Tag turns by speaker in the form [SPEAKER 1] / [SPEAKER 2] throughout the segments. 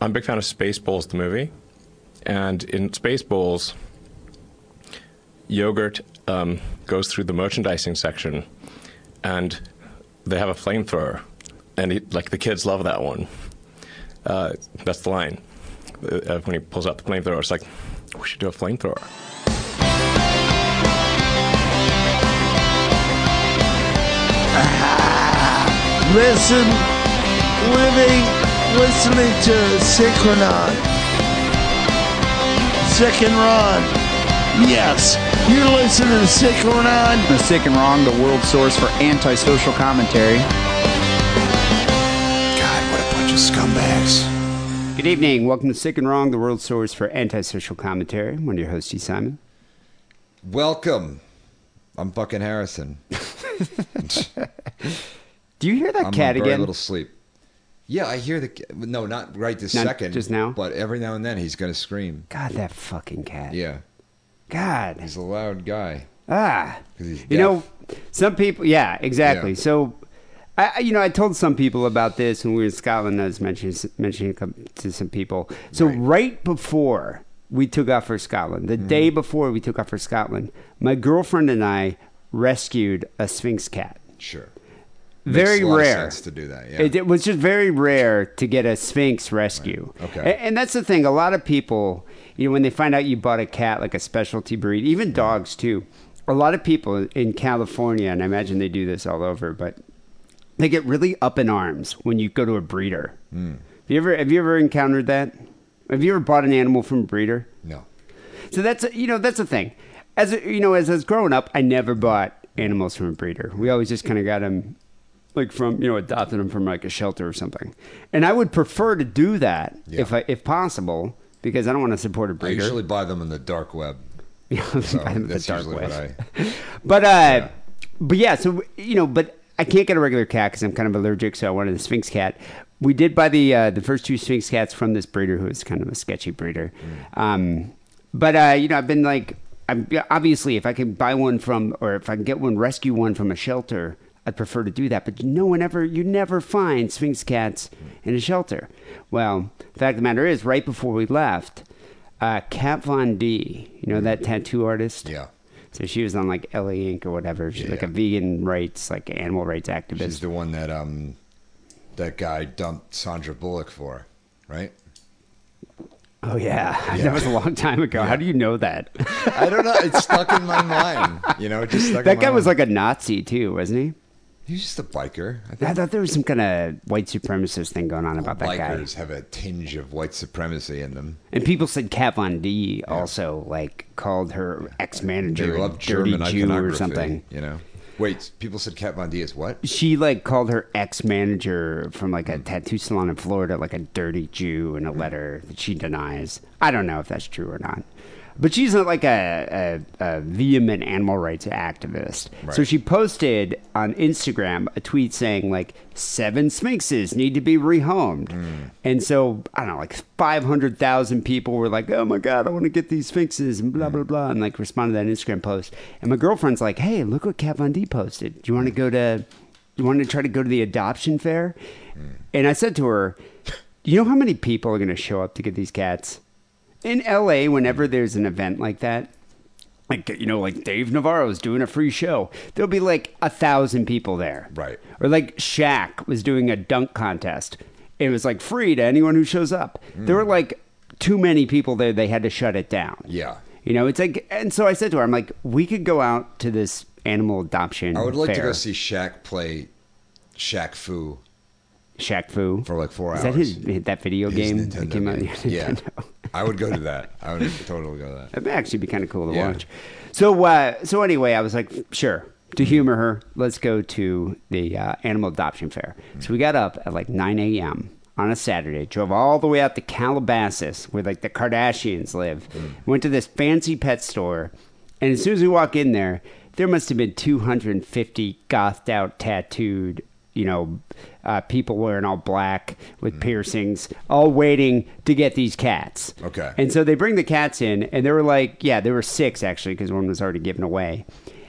[SPEAKER 1] I'm a big fan of Spaceballs, the movie. And in Spaceballs, yogurt um, goes through the merchandising section and they have a flamethrower. And he, like the kids love that one. Uh, that's the line. Uh, when he pulls out the flamethrower, it's like, we should do a flamethrower.
[SPEAKER 2] Listen, living, listening to Synchronon. Second Ron. Yes, you're listening to Synchronon.
[SPEAKER 3] The Sick and Wrong, the world source for antisocial commentary.
[SPEAKER 2] God, what a bunch of scumbags.
[SPEAKER 4] Good evening. Welcome to Sick and Wrong, the world source for antisocial commentary. I'm one of your hosts, G. Simon.
[SPEAKER 5] Welcome. I'm fucking Harrison.
[SPEAKER 4] Do you hear that
[SPEAKER 5] I'm
[SPEAKER 4] cat
[SPEAKER 5] on very
[SPEAKER 4] again?
[SPEAKER 5] little sleep. Yeah, I hear the ca- no, not right this
[SPEAKER 4] Not
[SPEAKER 5] second,
[SPEAKER 4] just now?
[SPEAKER 5] But every now and then he's gonna scream.
[SPEAKER 4] God, that fucking cat.
[SPEAKER 5] Yeah,
[SPEAKER 4] God.
[SPEAKER 5] he's a loud guy.
[SPEAKER 4] Ah.
[SPEAKER 5] 'Cause he's
[SPEAKER 4] You
[SPEAKER 5] deaf.
[SPEAKER 4] know, some people. Yeah, exactly.
[SPEAKER 5] Yeah.
[SPEAKER 4] So, I, I- you know, I told some people about this when we were in Scotland. I was mentioning mentioning it com- to some people. So right,
[SPEAKER 5] Right. Mm-hmm.
[SPEAKER 4] before we took off for Scotland, the day before we took off for Scotland, my girlfriend and I rescued a Sphinx cat.
[SPEAKER 5] Sure. Makes
[SPEAKER 4] Very
[SPEAKER 5] a lot of
[SPEAKER 4] rare
[SPEAKER 5] sense to do that. Yeah.
[SPEAKER 4] it, it was just very rare to get a sphinx rescue.
[SPEAKER 5] Right. Okay.
[SPEAKER 4] A- And, that's the thing. A lot of people, you know, when they find out you bought a cat, like a specialty breed, even dogs too. A lot of people in California, and I imagine they do this all over, but they get really up in arms when you go to a breeder.
[SPEAKER 5] Hmm.
[SPEAKER 4] Have you ever have you ever encountered that? Have you ever bought an animal from a breeder?
[SPEAKER 5] no.
[SPEAKER 4] So that's you know that's the thing. As a, you know, as I was growing up, I never bought animals from a breeder. We always just kind of got them, like from you know, adopted them from like a shelter or something. And I would prefer to do that if I, if possible because I don't want to support a
[SPEAKER 5] I
[SPEAKER 4] breeder.
[SPEAKER 5] usually buy them in the dark web.
[SPEAKER 4] Yeah,
[SPEAKER 5] So
[SPEAKER 4] buy them at the
[SPEAKER 5] that's
[SPEAKER 4] dark
[SPEAKER 5] usually
[SPEAKER 4] web.
[SPEAKER 5] what I.
[SPEAKER 4] But uh, but yeah, so you know, but I can't get a regular cat because I'm kind of allergic. So I wanted a Sphinx cat. We did buy the uh, the first two Sphinx cats from this breeder who is kind of a sketchy breeder. Um, but uh, you know, I've been like, I'm obviously if I can buy one from or if I can get one, rescue one from a shelter. I'd prefer to do that, but no one ever, you never find Sphinx cats in a shelter. Well, the fact of the matter is, right before we left, uh, Kat Von D, you know that tattoo artist?
[SPEAKER 5] Yeah.
[SPEAKER 4] So she was on like LA Inc. or whatever. She's like a
[SPEAKER 5] yeah.
[SPEAKER 4] vegan rights, like animal rights activist.
[SPEAKER 5] She's the one that um, that guy dumped Sandra Bullock for, right?
[SPEAKER 4] oh yeah.
[SPEAKER 5] Yeah.
[SPEAKER 4] that was a long time ago. How do you know that?
[SPEAKER 5] I don't know. It's stuck in my mind. You know, it just stuck. in
[SPEAKER 4] that
[SPEAKER 5] my
[SPEAKER 4] guy was
[SPEAKER 5] mind.
[SPEAKER 4] like a Nazi too, wasn't he?
[SPEAKER 5] He's just a biker. I think
[SPEAKER 4] I thought there was some kind of white supremacist thing going on about that guy.
[SPEAKER 5] bikers have a tinge of white supremacy in them.
[SPEAKER 4] And people said Kat Von D also like called her ex
[SPEAKER 5] They
[SPEAKER 4] manager
[SPEAKER 5] love
[SPEAKER 4] dirty
[SPEAKER 5] German
[SPEAKER 4] Jew
[SPEAKER 5] iconography
[SPEAKER 4] or something.
[SPEAKER 5] You know, wait. People said Kat Von D is what?
[SPEAKER 4] She like called her ex manager from like a tattoo salon in Florida like a dirty Jew in a letter that she denies. I don't know if that's true or not. But she's not like a, a, a vehement animal rights activist. So
[SPEAKER 5] Right.
[SPEAKER 4] she posted on Instagram a tweet saying like seven sphinxes need to be rehomed. And so I don't know, like five hundred thousand people were like, "Oh my god, I want to get these sphinxes," and blah blah blah, and like responded to that Instagram post. And my girlfriend's like, "Hey, look what Kat Von D posted. Do you want to go to? You want to try to go to the adoption fair?" And I said to her, "You know how many people are going to show up to get these cats in L.A. whenever there's an event like that?" like you know like dave navarro's doing a free show there'll be like a thousand people there
[SPEAKER 5] Right.
[SPEAKER 4] or like Shaq was doing a dunk contest it was like free to anyone who shows up there were like too many people there they had to shut it down
[SPEAKER 5] Yeah.
[SPEAKER 4] you know it's like and so i said to her i'm like we could go out to this animal adoption
[SPEAKER 5] I would like to
[SPEAKER 4] fair.
[SPEAKER 5] go see Shaq play Shaq Fu
[SPEAKER 4] Shaq Fu
[SPEAKER 5] for like four
[SPEAKER 4] is that
[SPEAKER 5] hours.
[SPEAKER 4] his that video
[SPEAKER 5] His
[SPEAKER 4] game that
[SPEAKER 5] Nintendo
[SPEAKER 4] came out
[SPEAKER 5] game. Yeah.
[SPEAKER 4] Nintendo.
[SPEAKER 5] I would go to that. I would totally go to that.
[SPEAKER 4] That'd actually be kind of cool to
[SPEAKER 5] Yeah.
[SPEAKER 4] watch. So, uh, so anyway, I was like, sure. To humor her, let's go to the uh, animal adoption fair. So we got up at like 9 a.m. on a Saturday, drove all the way out to Calabasas, where like the Kardashians live.
[SPEAKER 5] Mm.
[SPEAKER 4] Went to this fancy pet store, and as soon as we walk in there, there must have been 250 gothed out, tattooed, you know, uh, people wearing all black
[SPEAKER 5] Mm.
[SPEAKER 4] with piercings, all waiting to get these cats.
[SPEAKER 5] Okay.
[SPEAKER 4] And so they bring the cats in, and there were like, yeah, there were six actually, because one was already given away.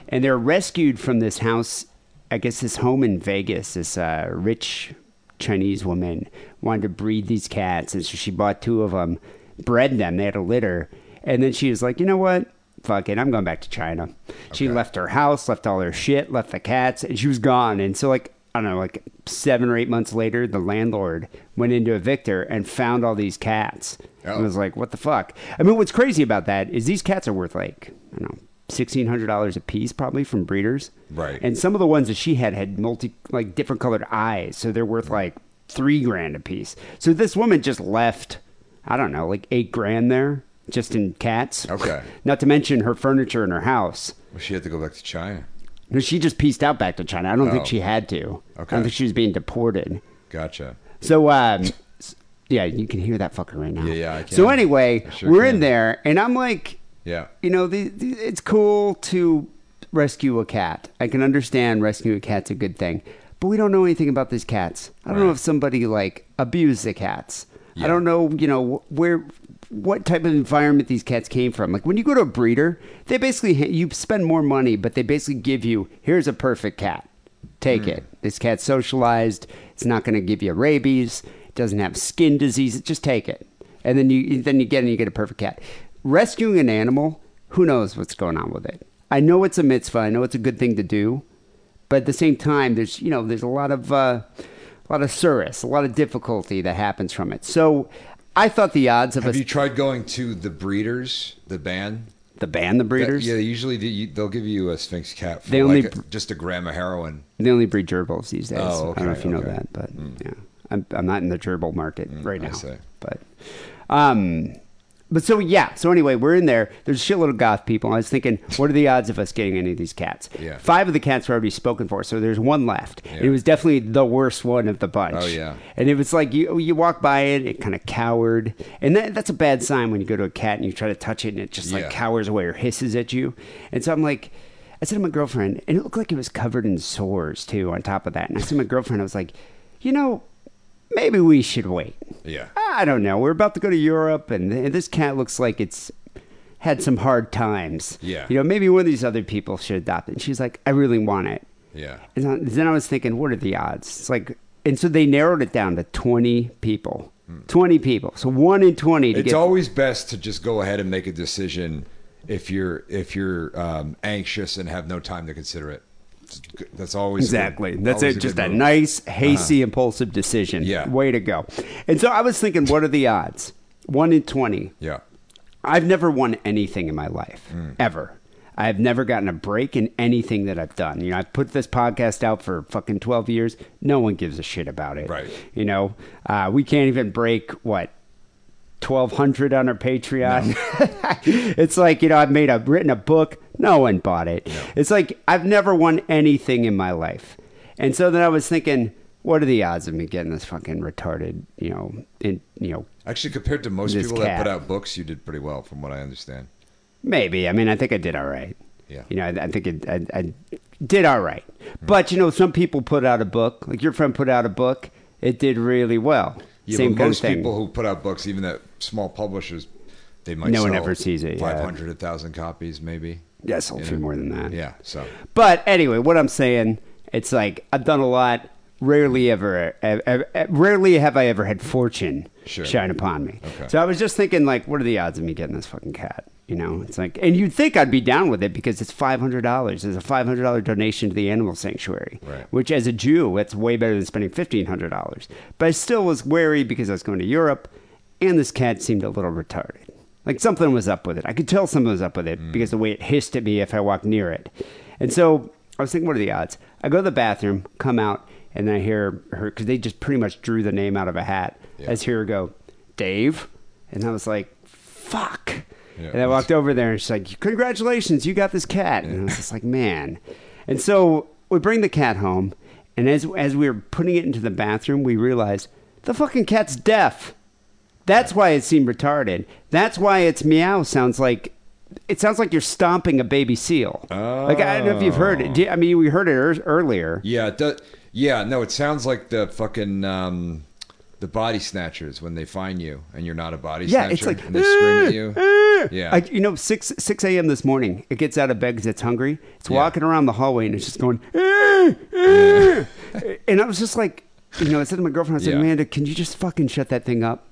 [SPEAKER 4] And they're rescued from this house, I guess this home in Vegas, this uh, rich Chinese woman wanted to breed these cats, and so she bought two of them, bred them. They had a litter, and then she was like, you know what? Fuck it, I'm going back to China. She left her house, left all her shit, left the cats, and she was gone. And so like I don't know, like seven or eight months later, the landlord went into a Victor and found all these cats.
[SPEAKER 5] Oh.
[SPEAKER 4] And was like, what the fuck? I mean, what's crazy about that is these cats are worth like, I don't know, sixteen hundred dollars a piece probably from breeders.
[SPEAKER 5] Right.
[SPEAKER 4] And some of the ones that she had had multi like different colored eyes, so they're worth like three grand a piece. So this woman just left, I don't know, like eight grand there just in cats.
[SPEAKER 5] Okay.
[SPEAKER 4] Not to mention her furniture in her house.
[SPEAKER 5] Well, she had to go back to China.
[SPEAKER 4] No, she just pieced out back to China. I don't
[SPEAKER 5] Oh.
[SPEAKER 4] think she had to. I
[SPEAKER 5] Okay.
[SPEAKER 4] don't think she was being deported.
[SPEAKER 5] Gotcha.
[SPEAKER 4] So, um, s- yeah, you can hear that fucker right now.
[SPEAKER 5] Yeah, yeah, I can.
[SPEAKER 4] So anyway,
[SPEAKER 5] I sure
[SPEAKER 4] we're
[SPEAKER 5] can.
[SPEAKER 4] in there, and I'm like,
[SPEAKER 5] Yeah.
[SPEAKER 4] you know, the, the, it's cool to rescue a cat. I can understand rescuing a cat's a good thing, but we don't know anything about these cats. I don't know if somebody like abused the cats. I don't know, you know, wh- where, what type of environment these cats came from. Like when you go to a breeder, they basically ha- you spend more money, but they basically give you here's a perfect cat. Take
[SPEAKER 5] Hmm.
[SPEAKER 4] it. This cat's socialized. It's not going to give you rabies. It doesn't have skin disease. Just take it. And then you then you get and you get a perfect cat. Rescuing an animal, who knows what's going on with it? I know it's a mitzvah. I know it's a good thing to do, but at the same time, there's you know there's a lot of uh, a lot of service, a lot of difficulty that happens from it. So I thought the odds of
[SPEAKER 5] Have
[SPEAKER 4] us,
[SPEAKER 5] you tried going to the breeders, the band?
[SPEAKER 4] the band, the
[SPEAKER 5] That-
[SPEAKER 4] breeders,
[SPEAKER 5] yeah, usually they- you- they'll give you a Sphinx cat for
[SPEAKER 4] They
[SPEAKER 5] like
[SPEAKER 4] only-
[SPEAKER 5] a- just a gram of heroin.
[SPEAKER 4] They only breed gerbils these days.
[SPEAKER 5] Oh,
[SPEAKER 4] I don't know
[SPEAKER 5] okay,
[SPEAKER 4] if you know
[SPEAKER 5] okay. Hmm.
[SPEAKER 4] that, but yeah, I'm, I'm not in the gerbil market right
[SPEAKER 5] I
[SPEAKER 4] now.
[SPEAKER 5] see.
[SPEAKER 4] But, um, but so yeah. So anyway, we're in there. There's a shitload of goth people. I was thinking, what are the odds of us getting any of these cats?
[SPEAKER 5] Yeah.
[SPEAKER 4] Five of the cats were already spoken for, so there's one left. And
[SPEAKER 5] Yeah.
[SPEAKER 4] it was definitely the worst one of the bunch.
[SPEAKER 5] Oh, yeah.
[SPEAKER 4] And it was like you you walk by it, it kind of cowered, and that, that's a bad sign when you go to a cat and you try to touch it and it just like
[SPEAKER 5] Yeah.
[SPEAKER 4] cowers away or hisses at you. And so I'm like, I said to my girlfriend, and it looked like it was covered in sores too. On top of that, and I said to my girlfriend, I was like, you know, maybe we should wait.
[SPEAKER 5] Yeah.
[SPEAKER 4] I don't know. We're about to go to Europe, and, th- this cat looks like it's had some hard times.
[SPEAKER 5] Yeah.
[SPEAKER 4] You know, maybe one of these other people should adopt it. And she's like, I really want it.
[SPEAKER 5] Yeah.
[SPEAKER 4] And then- then I was thinking, what are the odds? It's like, and so they narrowed it down to 20 people. 20 people. So one in 20 to
[SPEAKER 5] It's
[SPEAKER 4] get.
[SPEAKER 5] always best to just go ahead and make a decision if you're if you're um, anxious and have no time to consider it. It's g- That's always a good-
[SPEAKER 4] Exactly. That's it.
[SPEAKER 5] always a
[SPEAKER 4] Just
[SPEAKER 5] good
[SPEAKER 4] a
[SPEAKER 5] move.
[SPEAKER 4] nice, hasty, impulsive decision.
[SPEAKER 5] Yeah.
[SPEAKER 4] Way to go. And so I was thinking, what are the odds? One in 20.
[SPEAKER 5] Yeah.
[SPEAKER 4] I've never won anything in my life ever. I've never gotten a break in anything that I've done. You know, I've put this podcast out for fucking 12 years. No one gives a shit about it.
[SPEAKER 5] Right.
[SPEAKER 4] You know, uh, we can't even break what? 1200 on our Patreon. it's like, you know, I've made a written a book, no one bought it. It's like I've never won anything in my life. And so then I was thinking, what are the odds of me getting this fucking retarded, you know, in, you know,
[SPEAKER 5] Actually, compared to most
[SPEAKER 4] This
[SPEAKER 5] people that
[SPEAKER 4] cat.
[SPEAKER 5] put out books, you did pretty well, from what I understand.
[SPEAKER 4] Maybe. I mean, I think I did all right.
[SPEAKER 5] Yeah. Mm-hmm.
[SPEAKER 4] You know, I, I think it, I, I did all right. But, you know, some people put out a book. Like your friend put out a book. It did really well.
[SPEAKER 5] Yeah,
[SPEAKER 4] Same
[SPEAKER 5] but
[SPEAKER 4] kind
[SPEAKER 5] most
[SPEAKER 4] of thing.
[SPEAKER 5] people who put out books, even that small publishers, they might
[SPEAKER 4] No
[SPEAKER 5] sell
[SPEAKER 4] one ever sees it, yeah.
[SPEAKER 5] 500, 1,000 copies, maybe.
[SPEAKER 4] yeah, I sold a few more than that.
[SPEAKER 5] Yeah, so.
[SPEAKER 4] But anyway, what I'm saying, it's like I've done a lot. Rarely ever, eh, eh, eh, rarely have I ever had fortune
[SPEAKER 5] Sure.
[SPEAKER 4] shine upon me.
[SPEAKER 5] Okay.
[SPEAKER 4] So I was just thinking, like, what are the odds of me getting this fucking cat? You know, it's like, and you'd think I'd be down with it because it's five hundred dollars. It's a five hundred dollar donation to the animal sanctuary,
[SPEAKER 5] Right.
[SPEAKER 4] which, as a Jew, that's way better than spending fifteen hundred dollars. But I still was wary because I was going to Europe, and this cat seemed a little retarded. Like something was up with it. I could tell something was up with it because the way it hissed at me if I walked near it. And so I was thinking, what are the odds? I go to the bathroom, come out, and I hear her because they just pretty much drew the name out of a hat.
[SPEAKER 5] Yeah.
[SPEAKER 4] I just hear her go, Dave, and I was like, fuck.
[SPEAKER 5] Yeah.
[SPEAKER 4] And I walked over there and she's like, congratulations, you got this cat. And I was just like, man. And so we bring the cat home, and as as we were putting it into the bathroom, we realized the fucking cat's deaf. That's why it seemed retarded. That's why its meow sounds like it sounds like you're stomping a baby seal. Like I don't know if you've heard
[SPEAKER 5] Oh.
[SPEAKER 4] it. Do you- I mean, we heard it ear- earlier.
[SPEAKER 5] Yeah, it does, yeah, no, it sounds like the fucking um, the body snatchers when they find you and you're not a body
[SPEAKER 4] Yeah,
[SPEAKER 5] snatcher
[SPEAKER 4] it's like, "Eh,
[SPEAKER 5] and they scream at you. Yeah.
[SPEAKER 4] I, you know, six six a.m. this morning, it gets out of bed because it's hungry. It's walking around the hallway and it's just going, "Eh, eh." and I was just like, you know, I said to my girlfriend, I said,
[SPEAKER 5] Yeah.
[SPEAKER 4] Amanda, can you just fucking shut that thing up?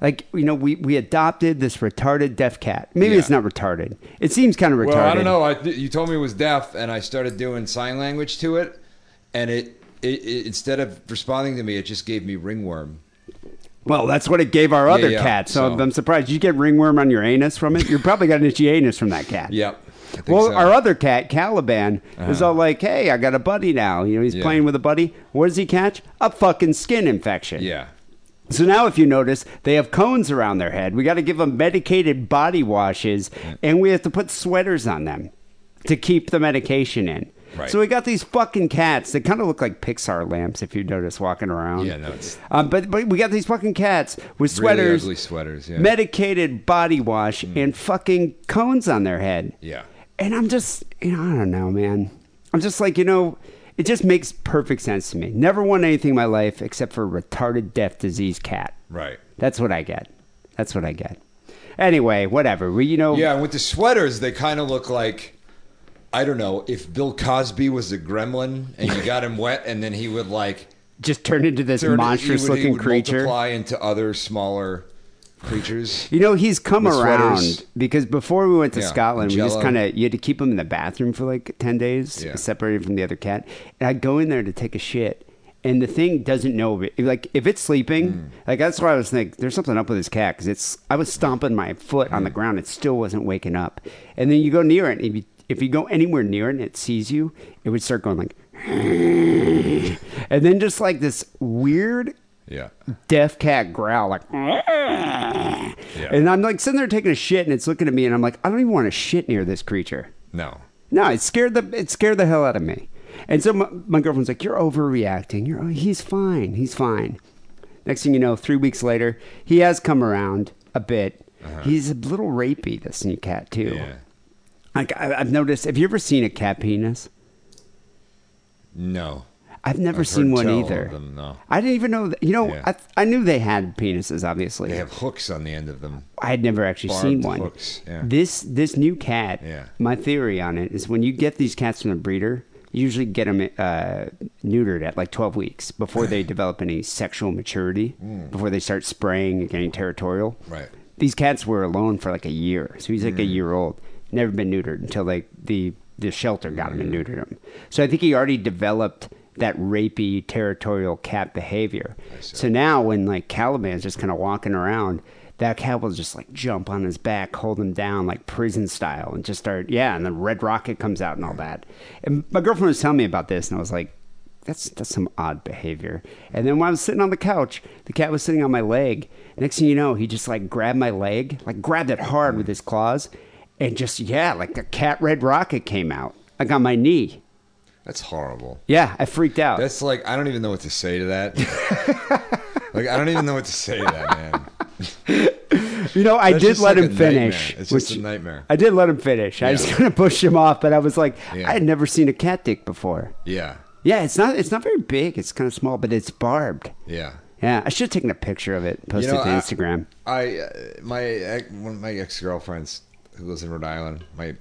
[SPEAKER 4] Like, you know, we, we adopted this retarded deaf cat. Maybe
[SPEAKER 5] Yeah.
[SPEAKER 4] it's not retarded. It seems kind of retarded.
[SPEAKER 5] Well, I don't know. I, you told me it was deaf, and I started doing sign language to it, and it, it, it instead of responding to me, it just gave me ringworm.
[SPEAKER 4] Well, that's what it gave our
[SPEAKER 5] Yeah,
[SPEAKER 4] other
[SPEAKER 5] yeah,
[SPEAKER 4] cat. So,
[SPEAKER 5] so-
[SPEAKER 4] I'm surprised. Did you get ringworm on your anus from it? You probably got an itchy anus from that cat.
[SPEAKER 5] Yep. I think
[SPEAKER 4] Well,
[SPEAKER 5] so. Uh-huh.
[SPEAKER 4] our other cat, Caliban, is all like, hey, I got a buddy now. You know, he's
[SPEAKER 5] Yeah.
[SPEAKER 4] playing with a buddy. What does he catch? A fucking skin infection.
[SPEAKER 5] yeah.
[SPEAKER 4] So now, if you notice, they have cones around their head. We got to give them medicated body washes, and we have to put sweaters on them to keep the medication in.
[SPEAKER 5] Right.
[SPEAKER 4] So we got these fucking cats. They kind of look like Pixar lamps, if you notice, walking around.
[SPEAKER 5] Yeah, no, it's-
[SPEAKER 4] Um, but but we got these fucking cats with
[SPEAKER 5] Really
[SPEAKER 4] sweaters,
[SPEAKER 5] ugly sweaters, yeah. Hmm.
[SPEAKER 4] medicated body wash, and fucking cones on their head.
[SPEAKER 5] Yeah.
[SPEAKER 4] And I'm just, you know, I don't know, man. I'm just like, you know, it just makes perfect sense to me. Never won anything in my life except for a retarded deaf disease cat.
[SPEAKER 5] Right.
[SPEAKER 4] That's what I get. That's what I get. Anyway, whatever. We, you know,
[SPEAKER 5] Yeah, and with the sweaters, they kind of look like I don't know if Bill Cosby was a gremlin and you got him wet, and then he would like
[SPEAKER 4] just turn into this
[SPEAKER 5] turn- he
[SPEAKER 4] monstrous
[SPEAKER 5] would- he
[SPEAKER 4] looking
[SPEAKER 5] would
[SPEAKER 4] creature.
[SPEAKER 5] multiply into other smaller creatures.
[SPEAKER 4] You know, he's come
[SPEAKER 5] The
[SPEAKER 4] around
[SPEAKER 5] sweaters.
[SPEAKER 4] because before we went to
[SPEAKER 5] Yeah,
[SPEAKER 4] Scotland, we just
[SPEAKER 5] Jell-O.
[SPEAKER 4] kind of you had to keep him in the bathroom for like ten days,
[SPEAKER 5] Yeah.
[SPEAKER 4] separated from the other cat. And I go in there to take a shit, and the thing doesn't know it. Like if it's sleeping,
[SPEAKER 5] Mm.
[SPEAKER 4] like that's why I was like, there's something up with this cat because it's. I was stomping my foot
[SPEAKER 5] Mm.
[SPEAKER 4] on the ground, it still wasn't waking up. And then you go near it, and if you, if you go anywhere near it and it sees you, it would start going like, and then just like this weird
[SPEAKER 5] Yeah,
[SPEAKER 4] deaf cat growl like and i'm like sitting there taking a shit and it's looking at me and i'm like i don't even want to shit near this creature
[SPEAKER 5] no,
[SPEAKER 4] no it scared the it scared the hell out of me and so my, my girlfriend's like you're overreacting you're oh, he's fine he's fine next thing you know three weeks later he has come around a bit he's a little rapey this new cat too
[SPEAKER 5] Uh-huh. yeah,
[SPEAKER 4] like I, i've noticed have you ever seen a cat penis
[SPEAKER 5] no.
[SPEAKER 4] I've never
[SPEAKER 5] I've
[SPEAKER 4] seen
[SPEAKER 5] heard
[SPEAKER 4] one
[SPEAKER 5] tell
[SPEAKER 4] either.
[SPEAKER 5] of them, no.
[SPEAKER 4] I didn't even know. That, you know,
[SPEAKER 5] Yeah.
[SPEAKER 4] I, th- I knew they had penises. Obviously,
[SPEAKER 5] They have hooks on the end of them.
[SPEAKER 4] I had never actually
[SPEAKER 5] Barbed
[SPEAKER 4] seen one.
[SPEAKER 5] hooks, yeah.
[SPEAKER 4] This this new cat.
[SPEAKER 5] Yeah.
[SPEAKER 4] My theory on it is when you get these cats from the breeder, you usually get them uh, neutered at like twelve weeks before they develop any sexual maturity,
[SPEAKER 5] Mm.
[SPEAKER 4] before they start spraying and getting territorial.
[SPEAKER 5] Right.
[SPEAKER 4] These cats were alone for like a year, so he's like a year old, never been neutered until like the the shelter got him and neutered him. So I think he already developed that rapey territorial cat behavior. So now when like Caliban's just kind of walking around, that cat will just like jump on his back, hold him down like prison style, and just start yeah. And then Red Rocket comes out and all that. And my girlfriend was telling me about this, and I was like, that's that's some odd behavior. And then when I was sitting on the couch, the cat was sitting on my leg. Next thing you know, he just like grabbed my leg, like grabbed it hard with his claws, and just yeah, like a cat red rocket came out, like on my knee.
[SPEAKER 5] That's horrible.
[SPEAKER 4] Yeah, I freaked out.
[SPEAKER 5] That's like I don't even know what to say to that. like I don't even know what to say to that man.
[SPEAKER 4] you know, I
[SPEAKER 5] that's
[SPEAKER 4] did
[SPEAKER 5] just
[SPEAKER 4] let him
[SPEAKER 5] like a nightmare.
[SPEAKER 4] finish.
[SPEAKER 5] It's just
[SPEAKER 4] which-
[SPEAKER 5] a nightmare.
[SPEAKER 4] I did let him finish. I
[SPEAKER 5] Yeah.
[SPEAKER 4] just kind of pushed him off, but I was like,
[SPEAKER 5] Yeah.
[SPEAKER 4] I had never seen a cat dick before.
[SPEAKER 5] Yeah,
[SPEAKER 4] Yeah, it's not it's not very big. It's kind of small, but it's barbed.
[SPEAKER 5] yeah.
[SPEAKER 4] Yeah, I should have taken a picture of it, posted it to
[SPEAKER 5] I-
[SPEAKER 4] Instagram.
[SPEAKER 5] I, uh my ex- one of my ex girlfriends who lives in Rhode Island, my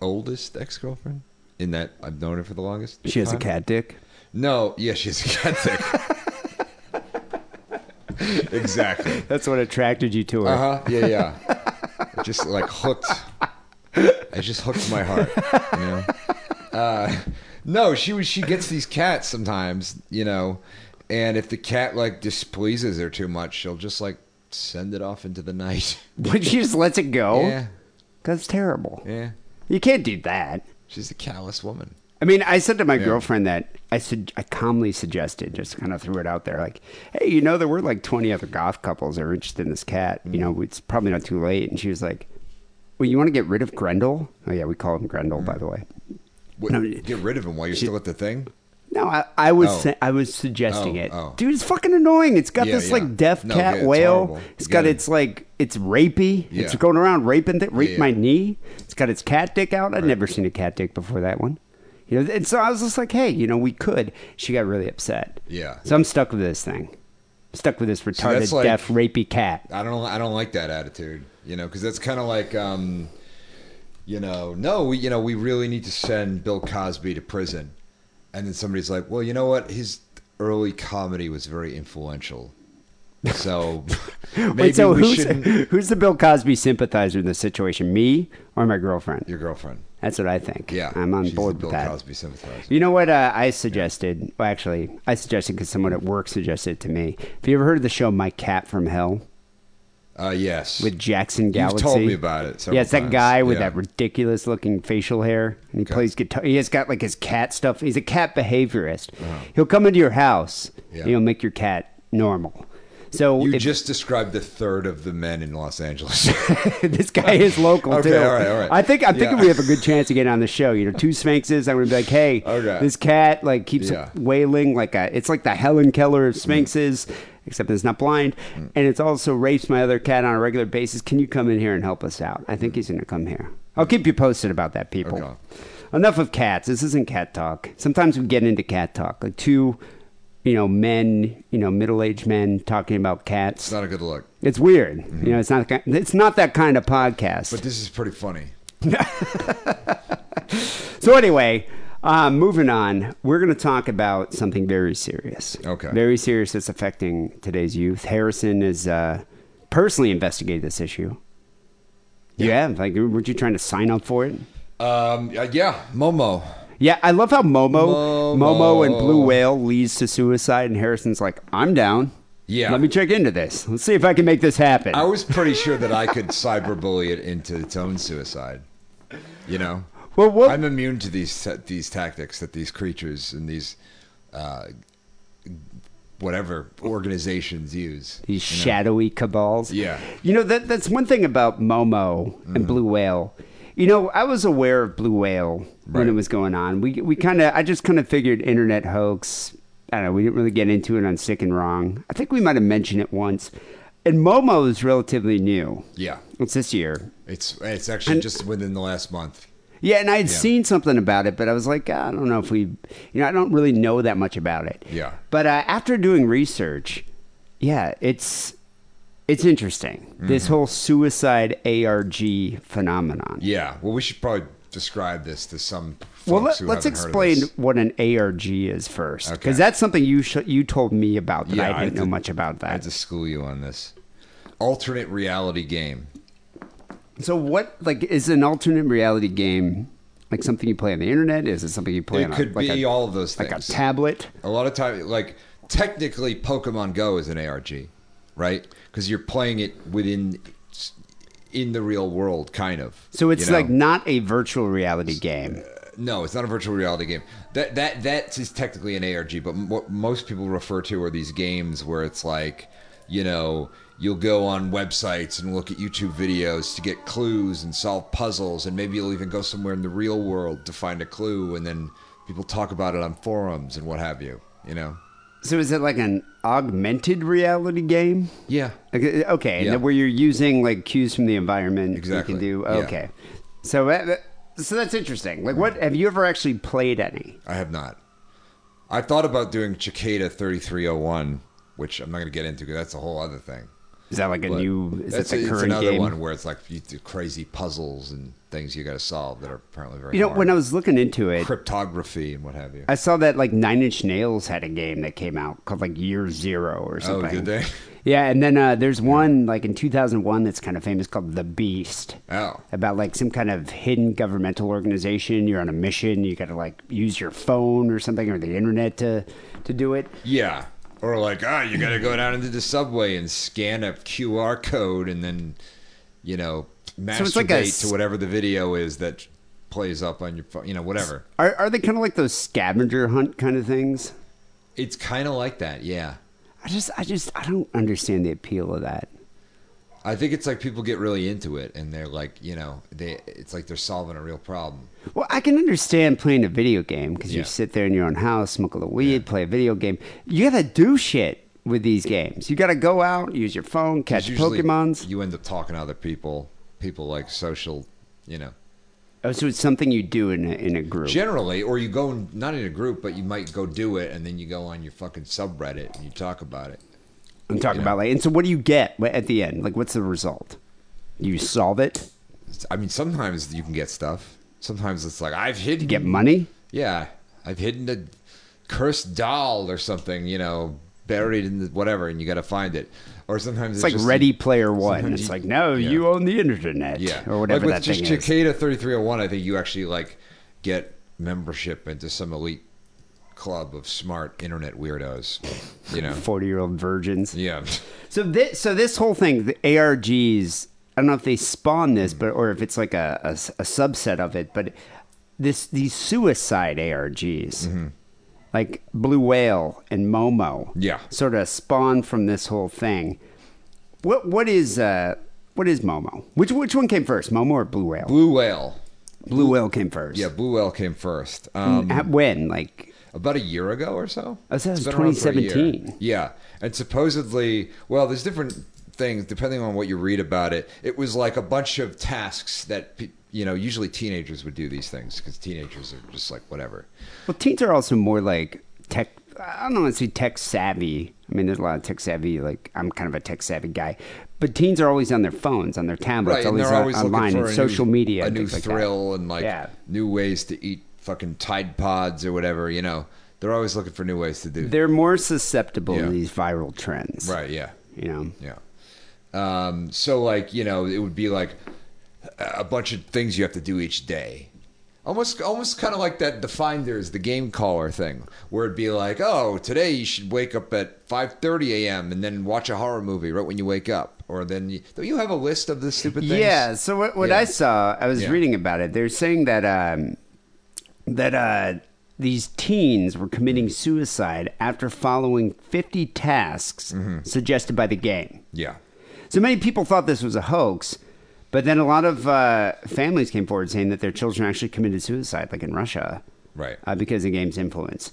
[SPEAKER 5] oldest ex girlfriend, in that I've known her for the longest.
[SPEAKER 4] She has a
[SPEAKER 5] time.
[SPEAKER 4] cat dick.
[SPEAKER 5] No, yeah, she has a cat dick. exactly.
[SPEAKER 4] That's what attracted you to her.
[SPEAKER 5] Uh huh. Yeah, yeah. It just like hooked. I just hooked my heart. You know. Uh, no, she was. She gets these cats sometimes. You know, and if the cat like displeases her too much, she'll just like send it off into the night.
[SPEAKER 4] But she just lets it go.
[SPEAKER 5] Yeah,
[SPEAKER 4] That's terrible.
[SPEAKER 5] yeah.
[SPEAKER 4] You can't do that.
[SPEAKER 5] She's a callous woman.
[SPEAKER 4] I mean, I said to my
[SPEAKER 5] Yeah.
[SPEAKER 4] girlfriend that I said I calmly suggested, just kind of threw it out there, like, "Hey, you know, there were like twenty other goth couples that are interested in this cat. You know, it's probably not too late." And she was like, "Well, you want to get rid of Grendel? Oh yeah, we call him Grendel, by the way."
[SPEAKER 5] What,
[SPEAKER 4] No,
[SPEAKER 5] get rid of him while you're still at the thing.
[SPEAKER 4] No, I, I was
[SPEAKER 5] Oh.
[SPEAKER 4] sa- I was suggesting
[SPEAKER 5] Oh,
[SPEAKER 4] it,
[SPEAKER 5] oh.
[SPEAKER 4] dude. It's fucking annoying. It's got
[SPEAKER 5] Yeah,
[SPEAKER 4] this
[SPEAKER 5] yeah.
[SPEAKER 4] like deaf
[SPEAKER 5] No,
[SPEAKER 4] cat
[SPEAKER 5] yeah, it's
[SPEAKER 4] wail.
[SPEAKER 5] horrible.
[SPEAKER 4] It's
[SPEAKER 5] You
[SPEAKER 4] got
[SPEAKER 5] gotta-
[SPEAKER 4] its like it's rapey. It's
[SPEAKER 5] Yeah.
[SPEAKER 4] going around raping th- rape
[SPEAKER 5] yeah.
[SPEAKER 4] my knee. It's got its cat dick out. I'd never seen a cat dick before that one. You know, and so I was just like, hey, you know, we could. She got really upset.
[SPEAKER 5] Yeah.
[SPEAKER 4] So I'm stuck with this thing. stuck with this retarded,
[SPEAKER 5] like-
[SPEAKER 4] deaf, rapey cat.
[SPEAKER 5] I don't. I don't like that attitude. You know, because that's kind of like, um, you know, no, we, you know, we really need to send Bill Cosby to prison, and then somebody's like, well, you know what? He's early comedy was very influential. So maybe
[SPEAKER 4] Wait, so
[SPEAKER 5] we
[SPEAKER 4] who's,
[SPEAKER 5] shouldn't.
[SPEAKER 4] who's the Bill Cosby sympathizer in this situation? Me or my girlfriend?
[SPEAKER 5] Your girlfriend.
[SPEAKER 4] That's what I think.
[SPEAKER 5] Yeah,
[SPEAKER 4] I'm on
[SPEAKER 5] she's
[SPEAKER 4] board
[SPEAKER 5] the
[SPEAKER 4] with
[SPEAKER 5] Bill
[SPEAKER 4] that.
[SPEAKER 5] Cosby sympathizer.
[SPEAKER 4] You know what uh, I suggested? Well, actually, I suggested because someone at work suggested it to me. Have you ever heard of the show My Cat from Hell
[SPEAKER 5] Uh, yes.
[SPEAKER 4] with Jackson Galaxy?
[SPEAKER 5] You've told me about it. several
[SPEAKER 4] yeah, it's that
[SPEAKER 5] times.
[SPEAKER 4] guy with
[SPEAKER 5] Yeah.
[SPEAKER 4] that ridiculous looking facial hair. And he plays guitar. He has got like his cat stuff. He's a cat behaviorist. He'll come into your house
[SPEAKER 5] Uh-huh. Yeah.
[SPEAKER 4] and he'll make your cat normal. So
[SPEAKER 5] You
[SPEAKER 4] if,
[SPEAKER 5] just described a third of the men in Los Angeles.
[SPEAKER 4] this guy is local
[SPEAKER 5] Okay,
[SPEAKER 4] too.
[SPEAKER 5] all right, all right.
[SPEAKER 4] I think I'm thinking
[SPEAKER 5] Yeah.
[SPEAKER 4] we have a good chance of getting on the show. You know, two Sphinxes. I'm gonna be like, hey,
[SPEAKER 5] Okay.
[SPEAKER 4] this cat like keeps
[SPEAKER 5] Yeah.
[SPEAKER 4] wailing like a. It's like the Helen Keller of Sphinxes, except it's not blind,
[SPEAKER 5] Mm.
[SPEAKER 4] and it's also rapes my other cat on a regular basis. Can you come in here and help us out? I think he's gonna come here. I'll keep you posted about that, people.
[SPEAKER 5] Okay.
[SPEAKER 4] Enough of cats. This isn't cat talk. Sometimes we get into cat talk, like two, you know, men, you know, middle-aged men talking about cats.
[SPEAKER 5] it's not a good look.
[SPEAKER 4] It's weird.
[SPEAKER 5] Mm-hmm.
[SPEAKER 4] You know, it's not ki- it's not that kind of podcast.
[SPEAKER 5] But this is pretty funny.
[SPEAKER 4] so anyway, um, moving on, we're going to talk about something very serious.
[SPEAKER 5] Okay.
[SPEAKER 4] Very serious that's affecting today's youth. Harrison has uh, personally investigated this issue. Yeah. like weren't you trying to sign up for it?
[SPEAKER 5] Um, uh, yeah, Momo.
[SPEAKER 4] Yeah, I love how Momo,
[SPEAKER 5] Momo.
[SPEAKER 4] Momo, and Blue Whale leads to suicide, and Harrison's like, "I'm down.
[SPEAKER 5] Yeah.
[SPEAKER 4] let me check into this. Let's see if I can make this happen."
[SPEAKER 5] I was pretty sure that I could cyberbully it into its own suicide. You know,
[SPEAKER 4] well, what?
[SPEAKER 5] I'm immune to these these tactics that these creatures and these uh, whatever organizations use.
[SPEAKER 4] these shadowy cabals.
[SPEAKER 5] Yeah. Mm.
[SPEAKER 4] You know that that's one thing about Momo and Blue Whale. You know, I was aware of Blue Whale when it
[SPEAKER 5] Right.
[SPEAKER 4] was going on. We we kind of I just kind of figured internet hoax. I don't know. We didn't really get into it on Sick and Wrong. I think we might have mentioned it once. And Momo is relatively new.
[SPEAKER 5] Yeah,
[SPEAKER 4] It's this year.
[SPEAKER 5] it's it's actually just within the last month.
[SPEAKER 4] Yeah, and I had
[SPEAKER 5] Yeah.
[SPEAKER 4] seen something about it, but I was like, "Ah, I don't know if we, you know, I don't really know that much about it.
[SPEAKER 5] Yeah.
[SPEAKER 4] But uh, after doing research, yeah, it's it's interesting.
[SPEAKER 5] Mm-hmm.
[SPEAKER 4] This whole suicide ARG phenomenon.
[SPEAKER 5] Yeah. Well, we should probably describe this to some. Folks
[SPEAKER 4] Well, let,
[SPEAKER 5] who
[SPEAKER 4] us
[SPEAKER 5] haven't heard of
[SPEAKER 4] explain
[SPEAKER 5] this.
[SPEAKER 4] what an ARG is first, because
[SPEAKER 5] Okay.
[SPEAKER 4] that's something you sh- you told me about that
[SPEAKER 5] Yeah,
[SPEAKER 4] I
[SPEAKER 5] I
[SPEAKER 4] didn't know
[SPEAKER 5] did-
[SPEAKER 4] much about
[SPEAKER 5] I
[SPEAKER 4] that.
[SPEAKER 5] had to school you on this alternate reality game.
[SPEAKER 4] so what like is an alternate reality game? Like something you play on the internet? Is it something you play?
[SPEAKER 5] It
[SPEAKER 4] on
[SPEAKER 5] could
[SPEAKER 4] a, like
[SPEAKER 5] be
[SPEAKER 4] a,
[SPEAKER 5] all of those
[SPEAKER 4] like
[SPEAKER 5] things.
[SPEAKER 4] a tablet.
[SPEAKER 5] A lot of time, like technically, Pokemon Go is an ARG, right? Because you're playing it within in the real world, kind of.
[SPEAKER 4] So it's
[SPEAKER 5] you know?
[SPEAKER 4] like not a virtual reality game.
[SPEAKER 5] no, it's not a virtual reality game. That that that is technically an ARG, but m- what most people refer to are these games where it's like, you know, you'll go on websites and look at YouTube videos to get clues and solve puzzles, and maybe you'll even go somewhere in the real world to find a clue, and then people talk about it on forums and what have you. You know?
[SPEAKER 4] So is it like an augmented reality game?
[SPEAKER 5] Yeah.
[SPEAKER 4] Like, uh, Okay,
[SPEAKER 5] Yeah.
[SPEAKER 4] and where you're using like cues from the environment.
[SPEAKER 5] Exactly,
[SPEAKER 4] You can
[SPEAKER 5] yeah.
[SPEAKER 4] do okay. So uh, that- so that's interesting. Like, what have you ever actually played any?
[SPEAKER 5] I have not. I thought about doing Cicada 3301, which I'm not going to get into because that's a whole other thing.
[SPEAKER 4] Is that like a
[SPEAKER 5] But
[SPEAKER 4] new? Is that
[SPEAKER 5] that's
[SPEAKER 4] the
[SPEAKER 5] a-
[SPEAKER 4] current
[SPEAKER 5] it's another
[SPEAKER 4] game?
[SPEAKER 5] one where it's like you do crazy puzzles and things you got to solve that are apparently very
[SPEAKER 4] You know,
[SPEAKER 5] hard.
[SPEAKER 4] when I was looking into it,
[SPEAKER 5] cryptography and what have you.
[SPEAKER 4] I saw that like Nine Inch Nails had a game that came out called like Year Zero or
[SPEAKER 5] oh,
[SPEAKER 4] something.
[SPEAKER 5] did they?
[SPEAKER 4] Yeah, and then uh, there's one like in 2001 that's kind of famous called The Beast.
[SPEAKER 5] Oh.
[SPEAKER 4] About like some kind of hidden governmental organization. You're on a mission. You got to like use your phone or something or the internet to to do it.
[SPEAKER 5] Yeah. Or like, ah, you got to go down into the subway and scan a QR code and then, you know, masturbate
[SPEAKER 4] it's like a s-
[SPEAKER 5] to whatever the video is that plays up on your phone, you know, whatever.
[SPEAKER 4] Are are they kind of like those scavenger hunt kind of things?
[SPEAKER 5] It's kind of like that, yeah.
[SPEAKER 4] I just I just I don't understand the appeal of that.
[SPEAKER 5] I think it's like people get really into it and they're like, you know, they it's like they're solving a real problem.
[SPEAKER 4] Well, I can understand playing a video game because
[SPEAKER 5] Yeah.
[SPEAKER 4] you sit there in your own house, smoke a little weed, play a video game. You gotta do shit with these games. You gotta go out, use your phone, catch
[SPEAKER 5] Usually
[SPEAKER 4] Pokemons.
[SPEAKER 5] You end up talking to other people, people like social, you know,
[SPEAKER 4] Oh, so it's something you do in a, in a group.
[SPEAKER 5] generally, or you go in- not in a group, but you might go do it and then you go on your fucking subreddit and you talk about it.
[SPEAKER 4] I'm talking
[SPEAKER 5] Yeah.
[SPEAKER 4] about like, and so what do you get wh- at the end? Like, what's the result? You solve it,
[SPEAKER 5] It's- I mean, sometimes you can get stuff. Sometimes it's like I've hidden
[SPEAKER 4] you get money.
[SPEAKER 5] Yeah, I've hidden a cursed doll or something, you know, buried in the whatever, and you got to find it. Or sometimes
[SPEAKER 4] It's
[SPEAKER 5] it's,
[SPEAKER 4] like
[SPEAKER 5] just-
[SPEAKER 4] Ready Player One.
[SPEAKER 5] sometimes
[SPEAKER 4] It's
[SPEAKER 5] you-
[SPEAKER 4] like, no,
[SPEAKER 5] yeah.
[SPEAKER 4] you own the internet,
[SPEAKER 5] yeah,
[SPEAKER 4] or whatever
[SPEAKER 5] Like
[SPEAKER 4] that
[SPEAKER 5] with just
[SPEAKER 4] thing is.
[SPEAKER 5] Cicada 3301, I think you actually like get membership into some elite club of smart internet weirdos. You know,
[SPEAKER 4] Forty-year-old virgins.
[SPEAKER 5] yeah.
[SPEAKER 4] So this, so this whole thing, the ARGs. I don't know if they spawn this, but or if it's like a, a s- a subset of it, but this these suicide ARGs,
[SPEAKER 5] Mm-hmm.
[SPEAKER 4] like Blue Whale and Momo,
[SPEAKER 5] Yeah.
[SPEAKER 4] sort of spawn from this whole thing. What what is uh what is Momo? Which which one came first, Momo or Blue Whale?
[SPEAKER 5] Blue whale.
[SPEAKER 4] Blue Whale came first.
[SPEAKER 5] Yeah, Blue Whale came first. Um,
[SPEAKER 4] At when? Like
[SPEAKER 5] about a year ago or so.
[SPEAKER 4] Mm. I said it was
[SPEAKER 5] It's been around for a year.
[SPEAKER 4] 2017.
[SPEAKER 5] Yeah, and supposedly, well, there's different things depending on what you read about it. It was like a bunch of tasks that pe- you know usually teenagers would do these things because teenagers are just like whatever.
[SPEAKER 4] Well, teens are also more like tech. I don't want to say tech savvy. I mean, there's a lot of tech savvy. Like I'm kind of a tech savvy guy, but teens are always on their phones, on their tablets,
[SPEAKER 5] right, and
[SPEAKER 4] always,
[SPEAKER 5] they're
[SPEAKER 4] on-
[SPEAKER 5] always
[SPEAKER 4] online,
[SPEAKER 5] looking for
[SPEAKER 4] and
[SPEAKER 5] a
[SPEAKER 4] social
[SPEAKER 5] new,
[SPEAKER 4] media,
[SPEAKER 5] a
[SPEAKER 4] and
[SPEAKER 5] new
[SPEAKER 4] things like that.
[SPEAKER 5] thrill, and like
[SPEAKER 4] Yeah.
[SPEAKER 5] new ways to eat fucking Tide Pods or whatever. You know, they're always looking for new ways to do.
[SPEAKER 4] They're more susceptible
[SPEAKER 5] Yeah.
[SPEAKER 4] to these viral trends,
[SPEAKER 5] right? Yeah.
[SPEAKER 4] You know,
[SPEAKER 5] Yeah. Um, so like you know, it would be like a bunch of things you have to do each day. Almost, almost kind of like that. The finders, the game caller thing, where it'd be like, "Oh, today you should wake up at 5:30 a.m. and then watch a horror movie right when you wake up." Or then, you, don't you have a list of the stupid things?
[SPEAKER 4] yeah. So what, what
[SPEAKER 5] Yeah.
[SPEAKER 4] I saw, I was
[SPEAKER 5] Yeah.
[SPEAKER 4] reading about it. They're saying that um, that uh, these teens were committing
[SPEAKER 5] Mm.
[SPEAKER 4] suicide after following 50 tasks
[SPEAKER 5] Mm-hmm.
[SPEAKER 4] suggested by the game.
[SPEAKER 5] yeah,
[SPEAKER 4] So many people thought this was a hoax, but then a lot of uh, families came forward saying that their children actually committed suicide, like in Russia,
[SPEAKER 5] right.
[SPEAKER 4] uh, because of the game's influence.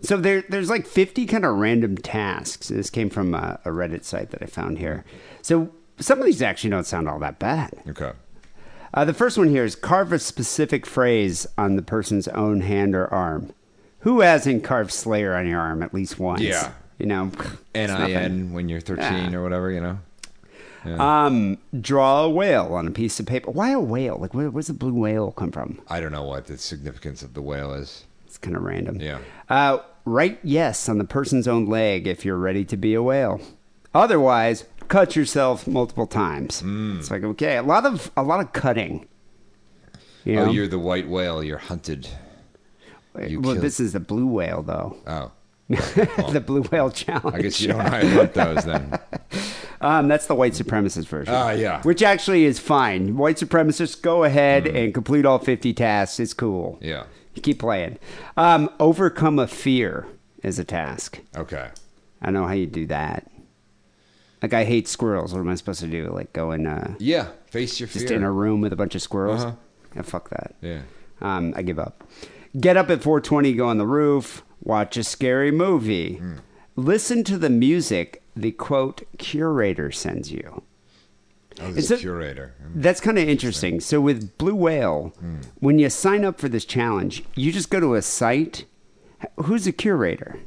[SPEAKER 4] So there, there's like 50 kind of random tasks. This came from uh, a, a Reddit site that I found here. So some of these actually don't sound all that bad.
[SPEAKER 5] okay.
[SPEAKER 4] Uh, the first one here is carve a specific phrase on the person's own hand or arm. Who hasn't carved Slayer on your arm at least once?
[SPEAKER 5] Yeah.
[SPEAKER 4] You know, it's nothing.
[SPEAKER 5] Nin when you're 13 or whatever, you know.
[SPEAKER 4] Um, draw a whale on a piece of paper. Why a whale? Like, where, where's the blue whale come from?
[SPEAKER 5] I don't know what the significance of the whale is.
[SPEAKER 4] It's kind of random.
[SPEAKER 5] Yeah.
[SPEAKER 4] Uh, write yes on the person's own leg if you're ready to be a whale. Otherwise, cut yourself multiple times.
[SPEAKER 5] Mm.
[SPEAKER 4] It's like okay, a lot of a lot of cutting. You know?
[SPEAKER 5] Oh, you're the white whale. You're hunted. you
[SPEAKER 4] well,
[SPEAKER 5] killed-
[SPEAKER 4] this is the blue whale though.
[SPEAKER 5] Oh,
[SPEAKER 4] the blue whale challenge.
[SPEAKER 5] I guess you don't hunt those then.
[SPEAKER 4] Um, that's the white supremacist version.
[SPEAKER 5] Ah, yeah. Mm.
[SPEAKER 4] Which actually is fine. White supremacists, go ahead and complete all 50 tasks. It's cool.
[SPEAKER 5] Yeah.
[SPEAKER 4] Keep playing. Um, overcome a fear is a task.
[SPEAKER 5] Okay.
[SPEAKER 4] I don't know how you do that. Like, I hate squirrels. What am I supposed to do? Like, go and uh,
[SPEAKER 5] Yeah. Face your fear.
[SPEAKER 4] just in a room with a bunch of squirrels?
[SPEAKER 5] Uh-huh.
[SPEAKER 4] Yeah, fuck that.
[SPEAKER 5] Yeah.
[SPEAKER 4] Um, I give up. Get up at 420, go on the roof, watch a scary movie,
[SPEAKER 5] Mm.
[SPEAKER 4] listen to the music the quote curator sends you.
[SPEAKER 5] Oh,
[SPEAKER 4] Is
[SPEAKER 5] there's a
[SPEAKER 4] it-
[SPEAKER 5] curator.
[SPEAKER 4] That's kind of interesting. So with Blue Whale,
[SPEAKER 5] Hmm.
[SPEAKER 4] when you sign up for this challenge, you just go to a site. H- Who's the curator?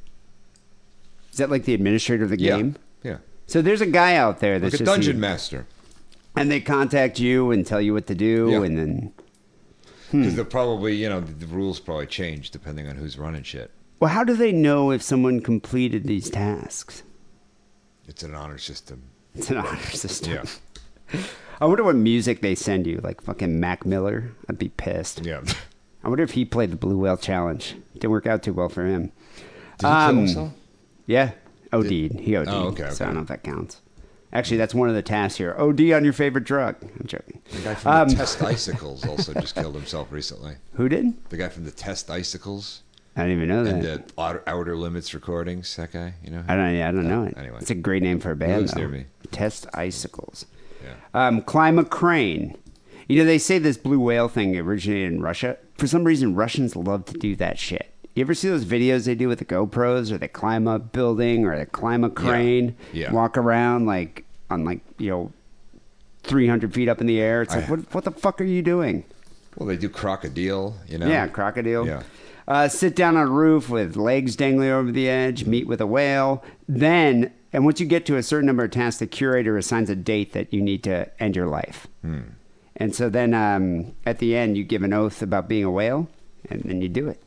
[SPEAKER 4] Is that like the administrator of the
[SPEAKER 5] Yeah.
[SPEAKER 4] game?
[SPEAKER 5] Yeah.
[SPEAKER 4] So there's a guy out there that's
[SPEAKER 5] Like a
[SPEAKER 4] just
[SPEAKER 5] dungeon
[SPEAKER 4] the-
[SPEAKER 5] master.
[SPEAKER 4] and they contact you and tell you what to do,
[SPEAKER 5] Yeah.
[SPEAKER 4] and then Hmm.
[SPEAKER 5] Because they'll probably, you know, the, the rules probably change depending on who's running shit.
[SPEAKER 4] well, how do they know if someone completed these tasks?
[SPEAKER 5] It's an honor system.
[SPEAKER 4] It's an honor system.
[SPEAKER 5] Yeah.
[SPEAKER 4] I wonder what music they send you, like fucking Mac Miller. I'd be pissed.
[SPEAKER 5] Yeah.
[SPEAKER 4] I wonder if he played the Blue Whale Challenge. Didn't work out too well for him.
[SPEAKER 5] Did he
[SPEAKER 4] Um,
[SPEAKER 5] kill himself?
[SPEAKER 4] Yeah, OD'd. He OD'd.
[SPEAKER 5] Oh, okay,
[SPEAKER 4] So I
[SPEAKER 5] okay.
[SPEAKER 4] don't know if that counts. Actually, that's one of the tasks here. OD on your favorite drug. I'm joking. Um,
[SPEAKER 5] The guy from the Test Icicles also just killed himself recently.
[SPEAKER 4] Who did?
[SPEAKER 5] The guy from the Test Icicles
[SPEAKER 4] I don't even know that.
[SPEAKER 5] and uh, the Outer, Outer Limits recordings. That guy, you know?
[SPEAKER 4] I don't. Yeah, I don't know it.
[SPEAKER 5] anyway.
[SPEAKER 4] it's a great name for a band.
[SPEAKER 5] lives
[SPEAKER 4] though.
[SPEAKER 5] near me.
[SPEAKER 4] Test icicles.
[SPEAKER 5] Yeah.
[SPEAKER 4] Um, climb a crane. You know, they say this blue whale thing originated in Russia. For some reason, Russians love to do that shit. You ever see those videos they do with the GoPros, or they climb a building, or they climb a crane,
[SPEAKER 5] Yeah.
[SPEAKER 4] walk around like on like you know, three hundred feet up in the air? It's
[SPEAKER 5] I-
[SPEAKER 4] like, what, what the fuck are you doing?
[SPEAKER 5] Well, they do Crocodile, you know?
[SPEAKER 4] Yeah, crocodile.
[SPEAKER 5] Yeah.
[SPEAKER 4] Uh, sit down on a roof with legs dangling over the edge, meet with a whale. Then, and once you get to a certain number of tasks, the curator assigns a date that you need to end your life.
[SPEAKER 5] Hmm.
[SPEAKER 4] And so then um, at the end, you give an oath about being a whale, and then you do it.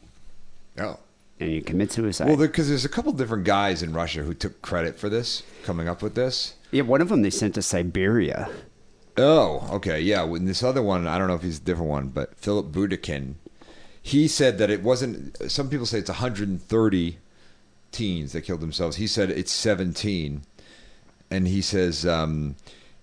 [SPEAKER 5] Oh.
[SPEAKER 4] and you commit suicide.
[SPEAKER 5] Well, because there's a couple different guys in Russia who took credit for this, coming up with this.
[SPEAKER 4] yeah, one of them they sent to Siberia.
[SPEAKER 5] Oh, okay, yeah. When this other one, I don't know if he's a different one, but Philip Budakin, he said that it wasn't. Some people say it's 130 teens that killed themselves. He said it's 17, and he says, um,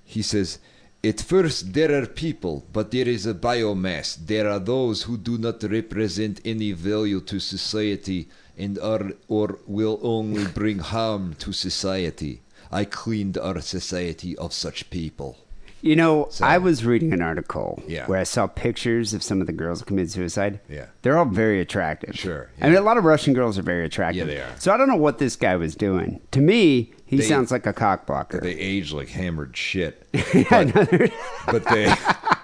[SPEAKER 5] he says. At first, there are people, but there is a biomass. There are those who do not represent any value to society and are or will only bring harm to society. I cleaned our society of such people.
[SPEAKER 4] You know, I was reading an article
[SPEAKER 5] Yeah.
[SPEAKER 4] where I saw pictures of some of the girls who committed suicide.
[SPEAKER 5] Yeah.
[SPEAKER 4] They're all very attractive.
[SPEAKER 5] Sure,
[SPEAKER 4] I mean, a lot of Russian girls are very attractive.
[SPEAKER 5] Yeah, they are.
[SPEAKER 4] So I don't know what this guy was doing. To me, he
[SPEAKER 5] They-
[SPEAKER 4] sounds like a cock blocker.
[SPEAKER 5] They age like hammered shit. But, but they,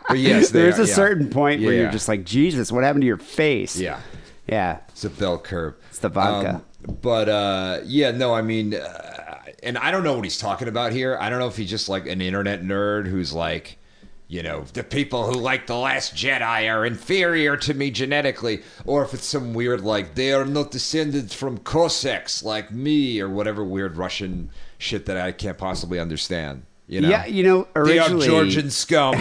[SPEAKER 5] but yes, they
[SPEAKER 4] There's
[SPEAKER 5] are,
[SPEAKER 4] a
[SPEAKER 5] yeah.
[SPEAKER 4] certain point where
[SPEAKER 5] Yeah.
[SPEAKER 4] you're just like, Jesus, what happened to your face?
[SPEAKER 5] Yeah.
[SPEAKER 4] Yeah.
[SPEAKER 5] It's a bell curve. It's
[SPEAKER 4] the vodka.
[SPEAKER 5] but uh, yeah, no, I mean, uh, and I don't know what he's talking about here. I don't know if he's just like an internet nerd who's like, you know, the people who like The Last Jedi are inferior to me genetically, or if it's some weird like they are not descended from Cossacks like me, or whatever weird Russian shit that I can't possibly understand. You know?
[SPEAKER 4] Yeah, you know,
[SPEAKER 5] they are
[SPEAKER 4] originally-
[SPEAKER 5] Georgian scum.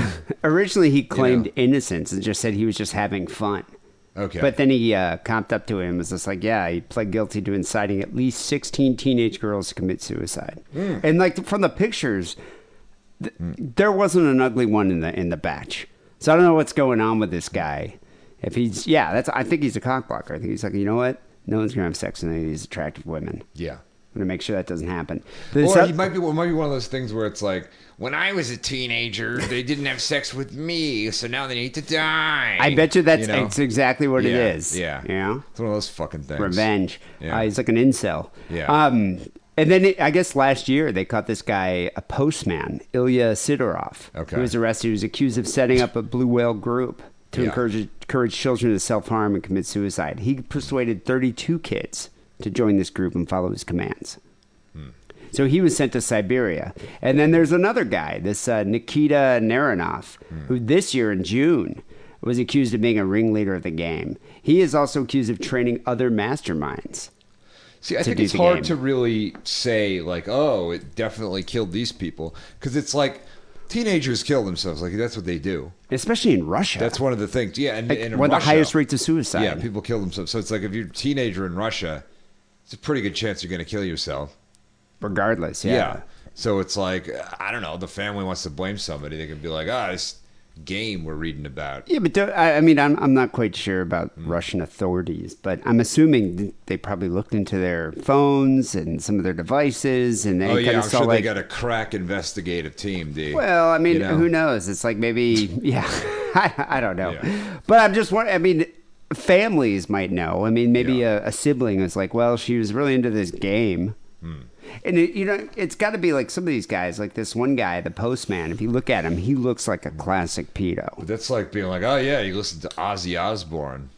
[SPEAKER 4] Originally, he claimed innocence and just said he was just having fun.
[SPEAKER 5] Okay.
[SPEAKER 4] But then he uh, comped up to him and was just like, yeah, he pled guilty to inciting at least 16 teenage girls to commit suicide.
[SPEAKER 5] Hmm.
[SPEAKER 4] And like from the pictures, th- there wasn't an ugly one in the in the batch. So I don't know what's going on with this guy. If he's yeah, that's I think he's a cock blocker. I think he's like, you know what? No one's gonna have sex with any of these attractive women.
[SPEAKER 5] yeah.
[SPEAKER 4] I'm gonna make sure that doesn't happen.
[SPEAKER 5] Or
[SPEAKER 4] This-
[SPEAKER 5] he might be it might be one of those things where it's like, when I was a teenager, they didn't have sex with me, so now they need to die.
[SPEAKER 4] I bet you that's
[SPEAKER 5] know?
[SPEAKER 4] it's exactly what
[SPEAKER 5] Yeah,
[SPEAKER 4] it is.
[SPEAKER 5] Yeah.
[SPEAKER 4] You know?
[SPEAKER 5] It's one of those fucking things.
[SPEAKER 4] revenge.
[SPEAKER 5] Yeah.
[SPEAKER 4] Uh, he's like an incel.
[SPEAKER 5] Yeah.
[SPEAKER 4] Um, and then it, I guess last year they caught this guy, a postman, Ilya Sidorov,
[SPEAKER 5] Okay.
[SPEAKER 4] who was arrested. He was accused of setting up a Blue Whale group to
[SPEAKER 5] Yeah.
[SPEAKER 4] encourage, encourage children to self harm and commit suicide. He persuaded 32 kids to join this group and follow his commands.
[SPEAKER 5] Hmm.
[SPEAKER 4] So he was sent to Siberia. And then there's another guy, this uh, Nikita Naranov,
[SPEAKER 5] Hmm.
[SPEAKER 4] who this year in June was accused of being a ringleader of the game. He is also accused of training other masterminds.
[SPEAKER 5] See, I
[SPEAKER 4] to
[SPEAKER 5] think
[SPEAKER 4] do
[SPEAKER 5] it's
[SPEAKER 4] the
[SPEAKER 5] hard
[SPEAKER 4] game.
[SPEAKER 5] to really say like, oh, it definitely killed these people because it's like teenagers kill themselves. Like that's what they do.
[SPEAKER 4] Especially in Russia.
[SPEAKER 5] That's one of the things. Yeah, and,
[SPEAKER 4] Like,
[SPEAKER 5] and in
[SPEAKER 4] one of the
[SPEAKER 5] Russia-
[SPEAKER 4] highest rates of suicide.
[SPEAKER 5] Yeah, people kill themselves. So it's like if you're a teenager in Russia, it's a pretty good chance you're going to kill yourself.
[SPEAKER 4] regardless. Yeah.
[SPEAKER 5] Yeah. So it's like I don't know. The family wants to blame somebody. They can be like, "Ah, this game we're reading about."
[SPEAKER 4] Yeah, but don't, I, I mean, I'm, I'm not quite sure about
[SPEAKER 5] Mm.
[SPEAKER 4] Russian authorities, but I'm assuming th- they probably looked into their phones and some of their devices, and they
[SPEAKER 5] oh
[SPEAKER 4] kind
[SPEAKER 5] yeah,
[SPEAKER 4] of
[SPEAKER 5] I'm
[SPEAKER 4] saw
[SPEAKER 5] sure
[SPEAKER 4] like,
[SPEAKER 5] they got a crack investigative team, D.
[SPEAKER 4] Well, I mean,
[SPEAKER 5] You know?
[SPEAKER 4] who knows? It's like maybe, yeah, I, I don't know.
[SPEAKER 5] Yeah.
[SPEAKER 4] But I'm just wondering, I mean, families might know. I mean, maybe
[SPEAKER 5] Yeah.
[SPEAKER 4] a, a sibling is like, well, she was really into this game.
[SPEAKER 5] Mm.
[SPEAKER 4] And, it, you know, it's got to be like some of these guys, like this one guy, the postman, if you look at him, he looks like a
[SPEAKER 5] Mm.
[SPEAKER 4] classic pedo.
[SPEAKER 5] That's like being like, "Oh yeah, you listened to Ozzy Osbourne,"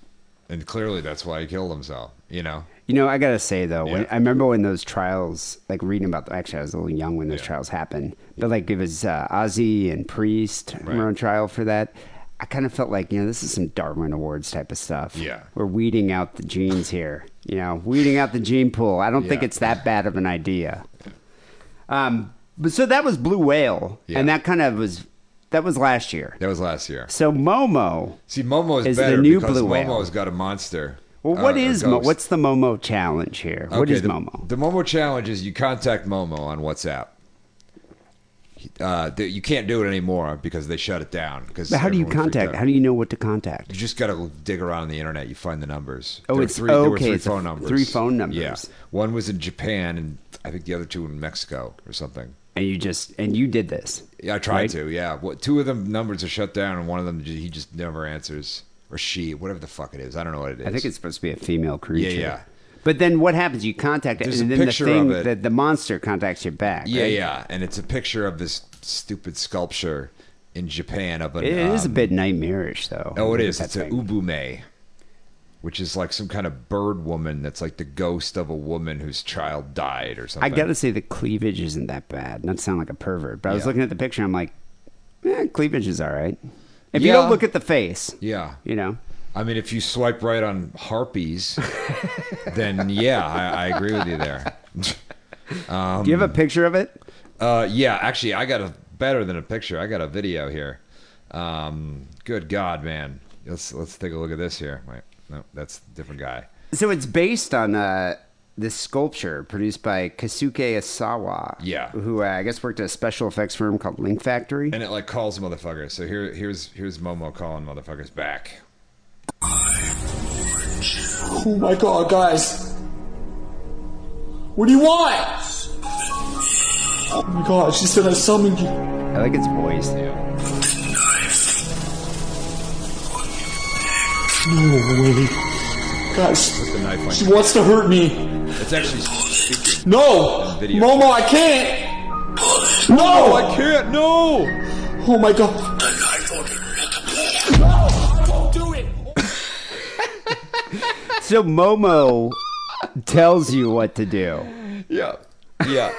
[SPEAKER 5] and clearly that's why he killed himself. You know?
[SPEAKER 4] You know, I got to say, though, when,
[SPEAKER 5] Yeah.
[SPEAKER 4] I remember when those trials, like reading about, the- actually, I was a little young when those
[SPEAKER 5] Yeah.
[SPEAKER 4] trials happened, but like it was uh, Ozzy and Priest
[SPEAKER 5] Right.
[SPEAKER 4] were on trial for that. I kind of felt like, you know, this is some Darwin Awards type of stuff.
[SPEAKER 5] Yeah.
[SPEAKER 4] We're weeding out the genes here, you know, weeding out the gene pool. I don't think
[SPEAKER 5] Yeah.
[SPEAKER 4] it's that bad of an idea. Um, but so that was Blue Whale,
[SPEAKER 5] Yeah.
[SPEAKER 4] and that kind of was, that was last year.
[SPEAKER 5] That was last year.
[SPEAKER 4] So Momo,
[SPEAKER 5] See, Momo is
[SPEAKER 4] Is the
[SPEAKER 5] better
[SPEAKER 4] new
[SPEAKER 5] because
[SPEAKER 4] Blue Whale.
[SPEAKER 5] Momo's got a monster.
[SPEAKER 4] well, what
[SPEAKER 5] uh, or
[SPEAKER 4] is Mo-
[SPEAKER 5] ghost.
[SPEAKER 4] what's the Momo challenge here? what
[SPEAKER 5] Okay,
[SPEAKER 4] is
[SPEAKER 5] the,
[SPEAKER 4] Momo?
[SPEAKER 5] The Momo challenge is you contact Momo on WhatsApp. He- Uh, the, you can't do it anymore because they shut it down. Because
[SPEAKER 4] But how do you contact? How do you know what to contact?
[SPEAKER 5] You just gotta dig around on the internet. You find the numbers.
[SPEAKER 4] Oh,
[SPEAKER 5] were
[SPEAKER 4] it's-
[SPEAKER 5] three, there were
[SPEAKER 4] okay,
[SPEAKER 5] three
[SPEAKER 4] it's a
[SPEAKER 5] phone
[SPEAKER 4] f-
[SPEAKER 5] numbers.
[SPEAKER 4] three phone numbers.
[SPEAKER 5] Yeah, one was in Japan, and I think the other two in Mexico or something.
[SPEAKER 4] And you just and you did this.
[SPEAKER 5] Yeah, I tried
[SPEAKER 4] Right.
[SPEAKER 5] to. Yeah, what, two of them numbers are shut down, and one of them j- he just never answers or she, whatever the fuck it is. I don't know what it is.
[SPEAKER 4] I think it's supposed to be a female creature.
[SPEAKER 5] yeah.
[SPEAKER 4] But then what happens? You contact it,
[SPEAKER 5] There's
[SPEAKER 4] and
[SPEAKER 5] a
[SPEAKER 4] then the
[SPEAKER 5] picture
[SPEAKER 4] thing
[SPEAKER 5] of it.
[SPEAKER 4] the, the monster contacts you back.
[SPEAKER 5] yeah,
[SPEAKER 4] right?
[SPEAKER 5] yeah, and it's a picture of this stupid sculpture in Japan of an.
[SPEAKER 4] It is a
[SPEAKER 5] um,
[SPEAKER 4] bit nightmarish, though.
[SPEAKER 5] Oh, it
[SPEAKER 4] That
[SPEAKER 5] is. It's an
[SPEAKER 4] thing.
[SPEAKER 5] ubume, which is like some kind of bird woman that's like the ghost of a woman whose child died or
[SPEAKER 4] I
[SPEAKER 5] something.
[SPEAKER 4] gotta say, the cleavage isn't that bad. Not to sound like a pervert, but I was
[SPEAKER 5] Yeah.
[SPEAKER 4] looking at the picture. I'm like, eh, cleavage is all right. If you
[SPEAKER 5] Yeah.
[SPEAKER 4] don't look at the face,
[SPEAKER 5] Yeah.
[SPEAKER 4] you know.
[SPEAKER 5] I mean, if you swipe right on harpies, then yeah, I, I agree with you there.
[SPEAKER 4] Do
[SPEAKER 5] Um,
[SPEAKER 4] you have a picture of it?
[SPEAKER 5] Uh, yeah, actually, I got a better than a picture. I got a video here. Um, good God, man. Let's let's take a look at this here. Wait, no, that's a different guy.
[SPEAKER 4] So it's based on uh, this sculpture produced by Kasuke Asawa.
[SPEAKER 5] Yeah.
[SPEAKER 4] Who uh, I guess worked at a special effects firm called Link Factory.
[SPEAKER 5] And it like calls motherfuckers. So here here's here's Momo calling motherfuckers back.
[SPEAKER 6] Oh my god, guys. What do you want? Oh my god, she said I summoned you.
[SPEAKER 4] I like its voice.
[SPEAKER 6] No way. Guys,
[SPEAKER 5] The knife
[SPEAKER 6] she
[SPEAKER 5] like
[SPEAKER 6] wants to hurt me.
[SPEAKER 5] it's actually speaking.
[SPEAKER 6] No!
[SPEAKER 5] Video.
[SPEAKER 6] Momo, I can't! No!
[SPEAKER 5] Oh, I can't. No.
[SPEAKER 6] Oh my god. No! Don't do it!
[SPEAKER 4] So Momo tells you what to do.
[SPEAKER 5] Yeah. Yeah.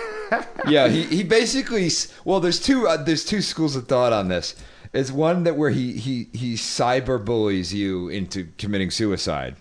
[SPEAKER 5] yeah. He, he basically s- well, there's two uh, there's two schools of thought on this. It's one that where he he he cyber bullies you into committing suicide.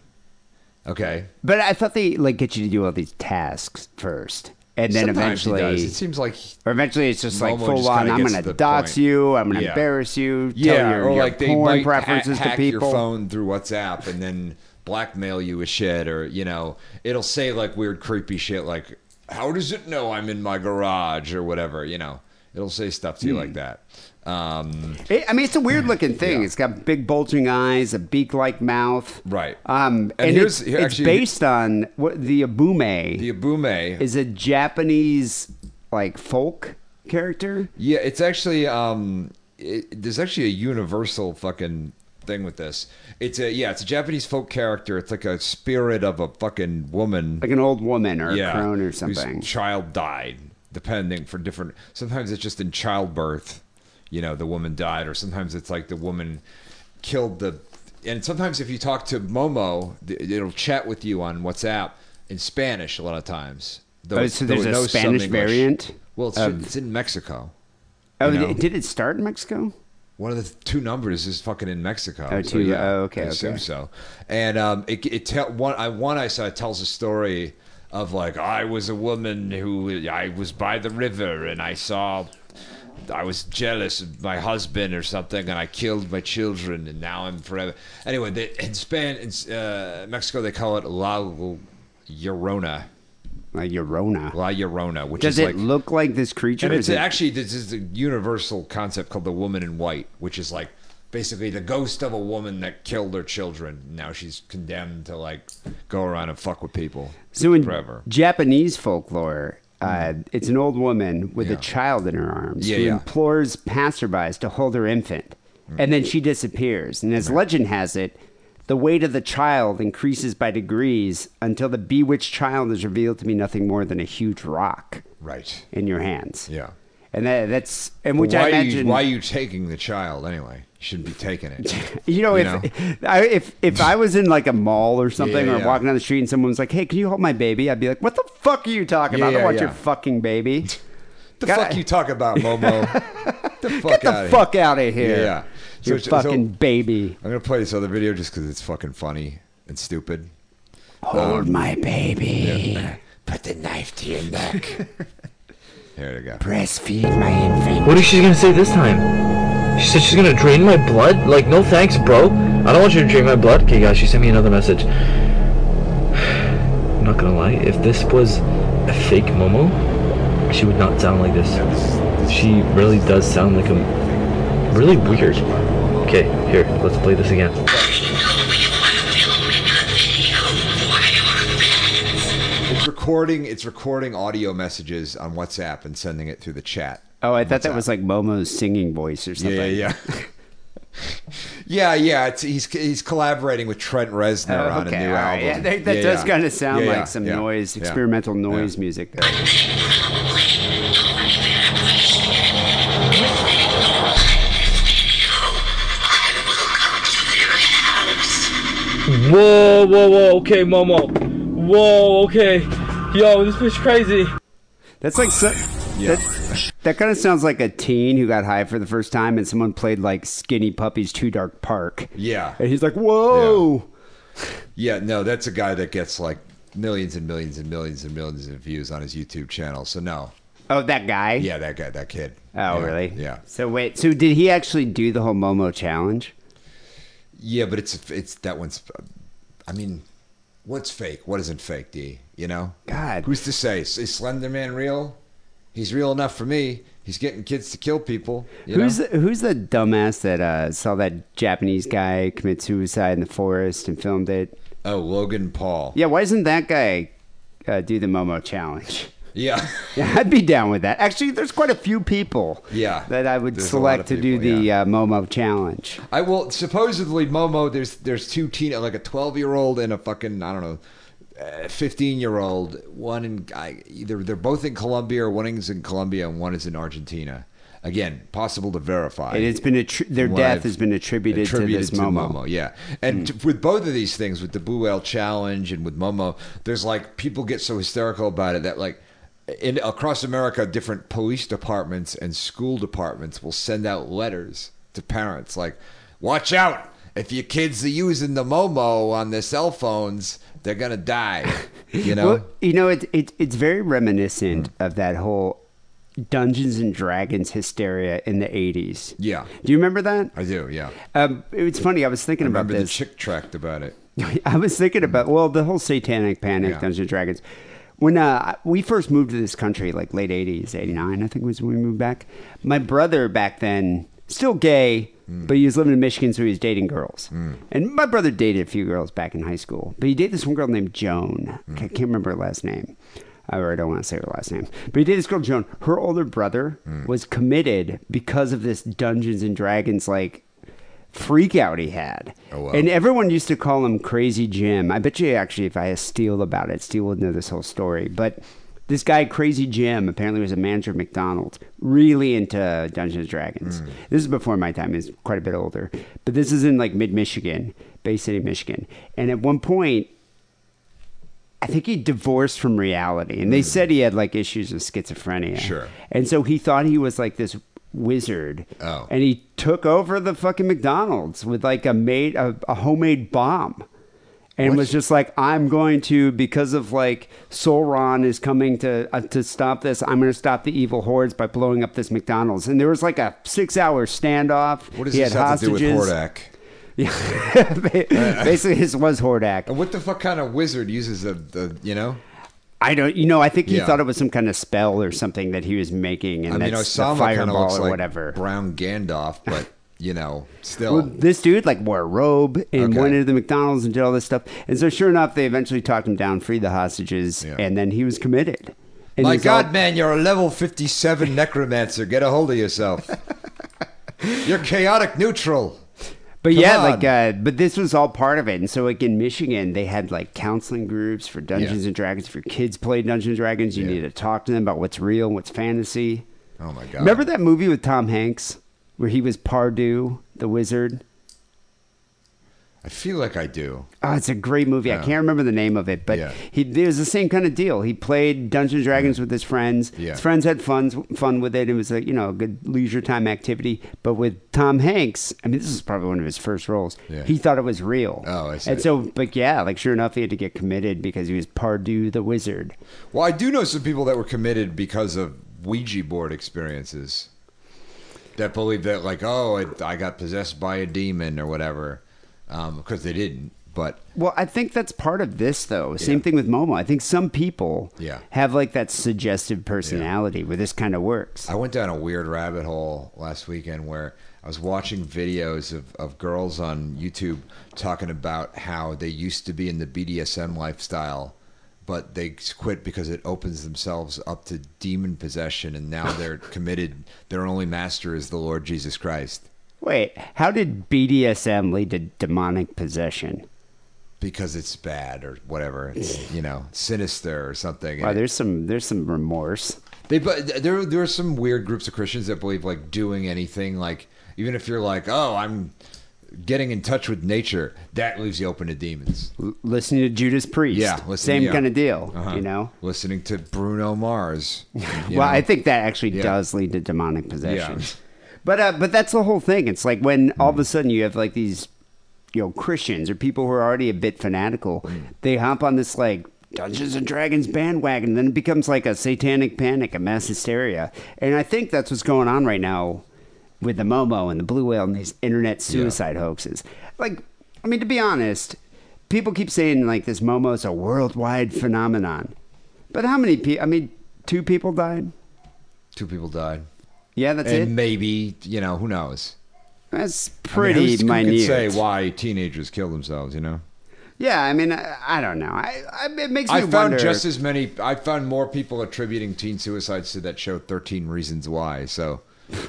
[SPEAKER 5] Okay.
[SPEAKER 4] But I thought they like get you to do all these tasks first. And then
[SPEAKER 5] Sometimes he
[SPEAKER 4] eventually
[SPEAKER 5] does. it seems like he-
[SPEAKER 4] or eventually it's just like
[SPEAKER 5] Momo
[SPEAKER 4] full
[SPEAKER 5] just
[SPEAKER 4] on
[SPEAKER 5] kinda
[SPEAKER 4] I'm
[SPEAKER 5] gets
[SPEAKER 4] gonna
[SPEAKER 5] to the
[SPEAKER 4] dox
[SPEAKER 5] point.
[SPEAKER 4] you, I'm gonna
[SPEAKER 5] Yeah.
[SPEAKER 4] embarrass you, tell
[SPEAKER 5] yeah,
[SPEAKER 4] your,
[SPEAKER 5] or
[SPEAKER 4] your
[SPEAKER 5] like they
[SPEAKER 4] porn
[SPEAKER 5] might
[SPEAKER 4] preferences
[SPEAKER 5] ha-
[SPEAKER 4] to
[SPEAKER 5] hack
[SPEAKER 4] people.
[SPEAKER 5] your phone through WhatsApp and then blackmail you with shit, or you know, it'll say like weird, creepy shit, like "How does it know I'm in my garage?" or whatever. You know, it'll say stuff to you
[SPEAKER 4] Hmm.
[SPEAKER 5] like that. Um,
[SPEAKER 4] It, I mean, it's a weird looking thing. It's got big bulging eyes, a beak like mouth.
[SPEAKER 5] Right.
[SPEAKER 4] Um, and
[SPEAKER 5] And here's-
[SPEAKER 4] it's,
[SPEAKER 5] here-
[SPEAKER 4] it's
[SPEAKER 5] actually-
[SPEAKER 4] based on what the abume
[SPEAKER 5] the Abume
[SPEAKER 4] is a Japanese like folk character.
[SPEAKER 5] Yeah, it's actually um, it, there's actually a universal fucking thing with this. It's a yeah, it's a Japanese folk character. It's like a spirit of a fucking woman,
[SPEAKER 4] Like an old woman or
[SPEAKER 5] yeah,
[SPEAKER 4] a crone or
[SPEAKER 5] whose
[SPEAKER 4] something.
[SPEAKER 5] child died, depending for different. Sometimes it's just in childbirth, you know, the woman died, or sometimes it's like the woman killed the. And sometimes if you talk to Momo, th- it'll chat with you on WhatsApp in Spanish a lot of times. Though,
[SPEAKER 4] Oh, so
[SPEAKER 5] though
[SPEAKER 4] there's
[SPEAKER 5] it
[SPEAKER 4] a
[SPEAKER 5] knows some
[SPEAKER 4] Spanish
[SPEAKER 5] English.
[SPEAKER 4] variant
[SPEAKER 5] Well, it's,
[SPEAKER 4] of-
[SPEAKER 5] it's in Mexico.
[SPEAKER 4] oh,
[SPEAKER 5] you know.
[SPEAKER 4] did it start in Mexico?
[SPEAKER 5] One of the two numbers is fucking in Mexico.
[SPEAKER 4] Oh,
[SPEAKER 5] so
[SPEAKER 4] two-
[SPEAKER 5] yeah,
[SPEAKER 4] oh, okay,
[SPEAKER 5] I assume
[SPEAKER 4] okay.
[SPEAKER 5] so. And um, it, it tell one I one I saw tells a story of like I was a woman who I was by the river and I saw I was jealous of my husband or something and I killed my children and now I'm forever. Anyway, they, in Spain, in uh, Mexico, they call it La Llorona,
[SPEAKER 4] Like Yorona.
[SPEAKER 5] La Llorona, which
[SPEAKER 4] Does
[SPEAKER 5] is
[SPEAKER 4] it
[SPEAKER 5] like
[SPEAKER 4] look like this creature?
[SPEAKER 5] and
[SPEAKER 4] Is
[SPEAKER 5] it's
[SPEAKER 4] it-
[SPEAKER 5] actually this is a universal concept called the woman in white, which is like basically the ghost of a woman that killed her children. Now she's condemned to like go around and fuck with people
[SPEAKER 4] so in
[SPEAKER 5] forever. Mm.
[SPEAKER 4] Japanese folklore, uh, it's an old woman with
[SPEAKER 5] Yeah.
[SPEAKER 4] a child in her arms
[SPEAKER 5] Yeah,
[SPEAKER 4] who
[SPEAKER 5] yeah. Mm.
[SPEAKER 4] implores passerbys to hold her infant, and then she disappears. And as legend has it, the weight of the child increases by degrees until the bewitched child is revealed to be nothing more than a huge rock
[SPEAKER 5] Right.
[SPEAKER 4] in your hands.
[SPEAKER 5] Yeah.
[SPEAKER 4] and that, that's and which
[SPEAKER 5] why
[SPEAKER 4] I
[SPEAKER 5] are
[SPEAKER 4] imagine
[SPEAKER 5] you, why are you taking the child anyway? You shouldn't be taking it.
[SPEAKER 4] You know,
[SPEAKER 5] You
[SPEAKER 4] if I, if if I was in like a mall or something,
[SPEAKER 5] Yeah,
[SPEAKER 4] or
[SPEAKER 5] yeah.
[SPEAKER 4] walking down the street, and someone was like, "Hey, can you hold my baby?" I'd be like, "What the fuck are you talking
[SPEAKER 5] Yeah,
[SPEAKER 4] about? I don't
[SPEAKER 5] yeah,
[SPEAKER 4] want
[SPEAKER 5] yeah.
[SPEAKER 4] your fucking baby.
[SPEAKER 5] the
[SPEAKER 4] God,
[SPEAKER 5] fuck
[SPEAKER 4] I-
[SPEAKER 5] you talk about, Momo? the fuck
[SPEAKER 4] Get the
[SPEAKER 5] outta
[SPEAKER 4] fuck out of here,
[SPEAKER 5] Yeah, yeah. So
[SPEAKER 4] your
[SPEAKER 5] it's- so-
[SPEAKER 4] fucking baby.
[SPEAKER 5] I'm gonna play this other video just because it's fucking funny and stupid. Oh,
[SPEAKER 4] Hold my baby.
[SPEAKER 5] Put the knife to your neck. Here we go.
[SPEAKER 4] Breastfeed my infant."
[SPEAKER 7] What is she gonna say this time? She said she's gonna drain my blood? Like, no thanks, bro. I don't want you to drain my blood. Okay, guys, she sent me another message. I'm not gonna lie, if this was a fake Momo, she would not sound like this. She really does sound like a. really weird. Okay, here, let's play this again.
[SPEAKER 5] It's recording. It's recording audio messages on WhatsApp and sending it through the chat.
[SPEAKER 4] Oh, I thought that was like Momo's singing voice or something.
[SPEAKER 5] yeah, yeah, yeah. It's, he's he's collaborating with Trent Reznor
[SPEAKER 4] Oh,
[SPEAKER 5] on a
[SPEAKER 4] okay,
[SPEAKER 5] new
[SPEAKER 4] all right.
[SPEAKER 5] album.
[SPEAKER 4] Yeah, that that
[SPEAKER 5] Yeah,
[SPEAKER 4] does
[SPEAKER 5] yeah.
[SPEAKER 4] kind of sound
[SPEAKER 5] Yeah,
[SPEAKER 4] like
[SPEAKER 5] yeah,
[SPEAKER 4] some
[SPEAKER 5] yeah,
[SPEAKER 4] noise,
[SPEAKER 5] yeah,
[SPEAKER 4] experimental
[SPEAKER 5] yeah.
[SPEAKER 4] noise music. There.
[SPEAKER 7] Whoa, whoa, whoa, okay, Momo. Whoa, okay. Yo, this bitch crazy.
[SPEAKER 4] That's like so, That's, that kind of sounds like a teen who got high for the first time and someone played like Skinny Puppy's Too Dark Park.
[SPEAKER 5] Yeah.
[SPEAKER 4] And he's like, whoa.
[SPEAKER 5] Yeah, no, that's a guy that gets like millions and millions and millions and millions of views on his YouTube channel. So no,
[SPEAKER 4] Oh, that guy?
[SPEAKER 5] yeah, that guy, that kid.
[SPEAKER 4] Oh,
[SPEAKER 5] Yeah,
[SPEAKER 4] really?
[SPEAKER 5] Yeah,
[SPEAKER 4] So wait, so did he actually do the whole Momo challenge?
[SPEAKER 5] yeah, but it's it's that one's. I mean, what's fake? What isn't fake? D, you know?
[SPEAKER 4] God.
[SPEAKER 5] who's to say? Is Slenderman real? He's real enough for me. He's getting kids to kill people. You know?
[SPEAKER 4] Who's who's the dumbass that uh, saw that Japanese guy commit suicide in the forest and filmed it?
[SPEAKER 5] Oh, Logan Paul.
[SPEAKER 4] Yeah, why doesn't that guy uh, do the Momo challenge?
[SPEAKER 5] Yeah.
[SPEAKER 4] Yeah, I'd be down with that. Actually, there's quite a few people.
[SPEAKER 5] Yeah,
[SPEAKER 4] that I would
[SPEAKER 5] there's a lot
[SPEAKER 4] select
[SPEAKER 5] of
[SPEAKER 4] to do
[SPEAKER 5] people,
[SPEAKER 4] the
[SPEAKER 5] yeah.
[SPEAKER 4] uh, Momo challenge.
[SPEAKER 5] I will supposedly Momo. There's there's two teen like a twelve year old and a fucking I don't know, fifteen year old. One in I, either they're both in Colombia or one is in Colombia and one is in Argentina. Again, possible to verify.
[SPEAKER 4] And it's been attri- their
[SPEAKER 5] What
[SPEAKER 4] death
[SPEAKER 5] I've
[SPEAKER 4] has been attributed, to this Momo. Hmm.
[SPEAKER 5] Yeah, and t- with both of these things, with the Boo Whale Challenge and with Momo, there's like people get so hysterical about it that like. In, across America, different police departments and school departments will send out letters to parents like, "Watch out! If your kids are using the Momo on their cell phones, they're gonna die." You know? Mm.
[SPEAKER 4] Well, you know, it, it, it's very reminiscent of that whole Dungeons and Dragons hysteria in the 80s.
[SPEAKER 5] Yeah.
[SPEAKER 4] Do you remember that?
[SPEAKER 5] I do. Yeah.
[SPEAKER 4] Um, it's funny. I was thinking
[SPEAKER 5] I
[SPEAKER 4] about
[SPEAKER 5] remember the
[SPEAKER 4] this.
[SPEAKER 5] chick tracked about it.
[SPEAKER 4] I was thinking about well, the whole satanic panic,
[SPEAKER 5] Yeah.
[SPEAKER 4] Dungeons and Dragons. When uh, we first moved to this country, like late '80s, '89, I think was when we moved back. My brother back then, still gay, but he was living in Michigan, so he was dating girls. And my brother dated a few girls back in high school, but he dated this one girl named Joan. I can't remember her last name. Or I don't want to say her last name, but he dated this girl Joan. Her older brother was committed because of this Dungeons and Dragons like freak out he had.
[SPEAKER 5] Oh, wow.
[SPEAKER 4] And everyone used to call him Crazy Jim. I bet you actually if I asked Steele about it, Steele would know this whole story. But this guy, Crazy Jim, apparently was a manager of McDonald's, really into Dungeons and
[SPEAKER 5] Hmm.
[SPEAKER 4] Dragons. This is before my time, he's quite a bit older. But this is in like mid Michigan, Bay City, Michigan. And at one point, I think he divorced from reality. And they said he had like issues with schizophrenia.
[SPEAKER 5] Hmm. Sure.
[SPEAKER 4] And so he thought he was like this wizard.
[SPEAKER 5] Oh.
[SPEAKER 4] And he took over the fucking McDonald's with like a made a, a homemade bomb. And was just like, I'm going to because of like Sauron is coming to uh, to stop this. I'm going to stop the evil hordes by blowing up this McDonald's. And there was like a six hour standoff.
[SPEAKER 5] What does
[SPEAKER 4] He
[SPEAKER 5] this
[SPEAKER 4] had
[SPEAKER 5] have to do
[SPEAKER 4] hostages.
[SPEAKER 5] with Hordak?
[SPEAKER 4] Yeah. Ba- Basically, this was Hordak.
[SPEAKER 5] And what the fuck kind of wizard uses the, the you know?
[SPEAKER 4] I don't, you know, I think he
[SPEAKER 5] Yeah.
[SPEAKER 4] thought it was some kind of spell or something that he was making, and
[SPEAKER 5] I mean,
[SPEAKER 4] that's
[SPEAKER 5] Osama
[SPEAKER 4] the
[SPEAKER 5] kind of
[SPEAKER 4] fireball
[SPEAKER 5] looks
[SPEAKER 4] or
[SPEAKER 5] like
[SPEAKER 4] whatever.
[SPEAKER 5] brown Gandalf, but you know, still.
[SPEAKER 4] Well, this dude like wore a robe and
[SPEAKER 5] Okay.
[SPEAKER 4] went into the McDonald's and did all this stuff, and so sure enough, they eventually talked him down, freed the hostages,
[SPEAKER 5] Yeah.
[SPEAKER 4] and then he was committed. And
[SPEAKER 5] My
[SPEAKER 4] he's all-
[SPEAKER 5] God, man, you're a level 57 necromancer. Get a hold of yourself. you're chaotic neutral.
[SPEAKER 4] But
[SPEAKER 5] Come
[SPEAKER 4] yeah,
[SPEAKER 5] on.
[SPEAKER 4] like, uh, but this was all part of it. And so, like in Michigan, they had like counseling groups for Dungeons
[SPEAKER 5] Yeah.
[SPEAKER 4] and Dragons. If your kids play Dungeons and Dragons, you
[SPEAKER 5] Yeah.
[SPEAKER 4] need to talk to them about what's real and what's fantasy.
[SPEAKER 5] Oh my God.
[SPEAKER 4] Remember that movie with Tom Hanks where he was Pardue, the wizard?
[SPEAKER 5] I feel like I do.
[SPEAKER 4] Oh, it's a great movie. I can't remember the name of it, but
[SPEAKER 5] Yeah.
[SPEAKER 4] he it was the same kind of deal. He played Dungeons and Dragons with his friends.
[SPEAKER 5] Yeah.
[SPEAKER 4] His friends had fun fun with it. It was a you know a good leisure time activity. But with Tom Hanks, I mean, this is probably one of his first roles.
[SPEAKER 5] Yeah.
[SPEAKER 4] He thought it was real.
[SPEAKER 5] Oh, I see.
[SPEAKER 4] And so, but yeah, like sure enough, he had to get committed because he was Pardue the wizard.
[SPEAKER 5] Well, I do know some people that were committed because of Ouija board experiences that believe that, like, oh, I, I got possessed by a demon or whatever. Um, of course, they didn't, but
[SPEAKER 4] Well, I think that's part of this, though. Same thing with Momo. I think some people
[SPEAKER 5] Yeah.
[SPEAKER 4] have like that suggestive personality where this kind of works.
[SPEAKER 5] I went down a weird rabbit hole last weekend where I was watching videos of, of girls on YouTube talking about how they used to be in the BDSM lifestyle, but they quit because it opens themselves up to demon possession, and now they're committed. Their only master is the Lord Jesus Christ
[SPEAKER 4] Wait, how did BDSM lead to demonic possession?
[SPEAKER 5] because it's bad or whatever. It's, you know, sinister or something.
[SPEAKER 4] Wow,
[SPEAKER 5] And
[SPEAKER 4] there's some there's some remorse.
[SPEAKER 5] They but there there are some weird groups of Christians that believe like doing anything like even if you're like oh I'm getting in touch with nature, that leaves you open to demons.
[SPEAKER 4] listening to Judas Priest.
[SPEAKER 5] Yeah, listen-
[SPEAKER 4] same
[SPEAKER 5] yeah.
[SPEAKER 4] kind of deal.
[SPEAKER 5] Uh-huh.
[SPEAKER 4] You know.
[SPEAKER 5] listening to Bruno Mars. you know?
[SPEAKER 4] well, I think that actually
[SPEAKER 5] Yeah.
[SPEAKER 4] does lead to demonic possession.
[SPEAKER 5] Yeah. Hmm.
[SPEAKER 4] But uh, but that's the whole thing. It's like when all of a sudden you have like these, you know, Christians or people who are already a bit fanatical,
[SPEAKER 5] Hmm.
[SPEAKER 4] they hop on this like Dungeons and Dragons bandwagon, then it becomes like a satanic panic, a mass hysteria, and I think that's what's going on right now with the Momo and the Blue Whale and these internet suicide hoaxes. Like, I mean, to be honest, people keep saying like this Momo is a worldwide phenomenon, but how many people? I mean, two people died.
[SPEAKER 5] two people died,
[SPEAKER 4] Yeah, that's
[SPEAKER 5] and
[SPEAKER 4] it.
[SPEAKER 5] maybe you know who knows.
[SPEAKER 4] That's
[SPEAKER 5] I mean,
[SPEAKER 4] pretty
[SPEAKER 5] who's- who
[SPEAKER 4] minute.
[SPEAKER 5] Could say why teenagers kill themselves, you know.
[SPEAKER 4] Yeah, I mean, I, I don't know. I, I it makes me
[SPEAKER 5] I found
[SPEAKER 4] wonder.
[SPEAKER 5] just as many. I found more people attributing teen suicides to that show, Thirteen Reasons Why. So,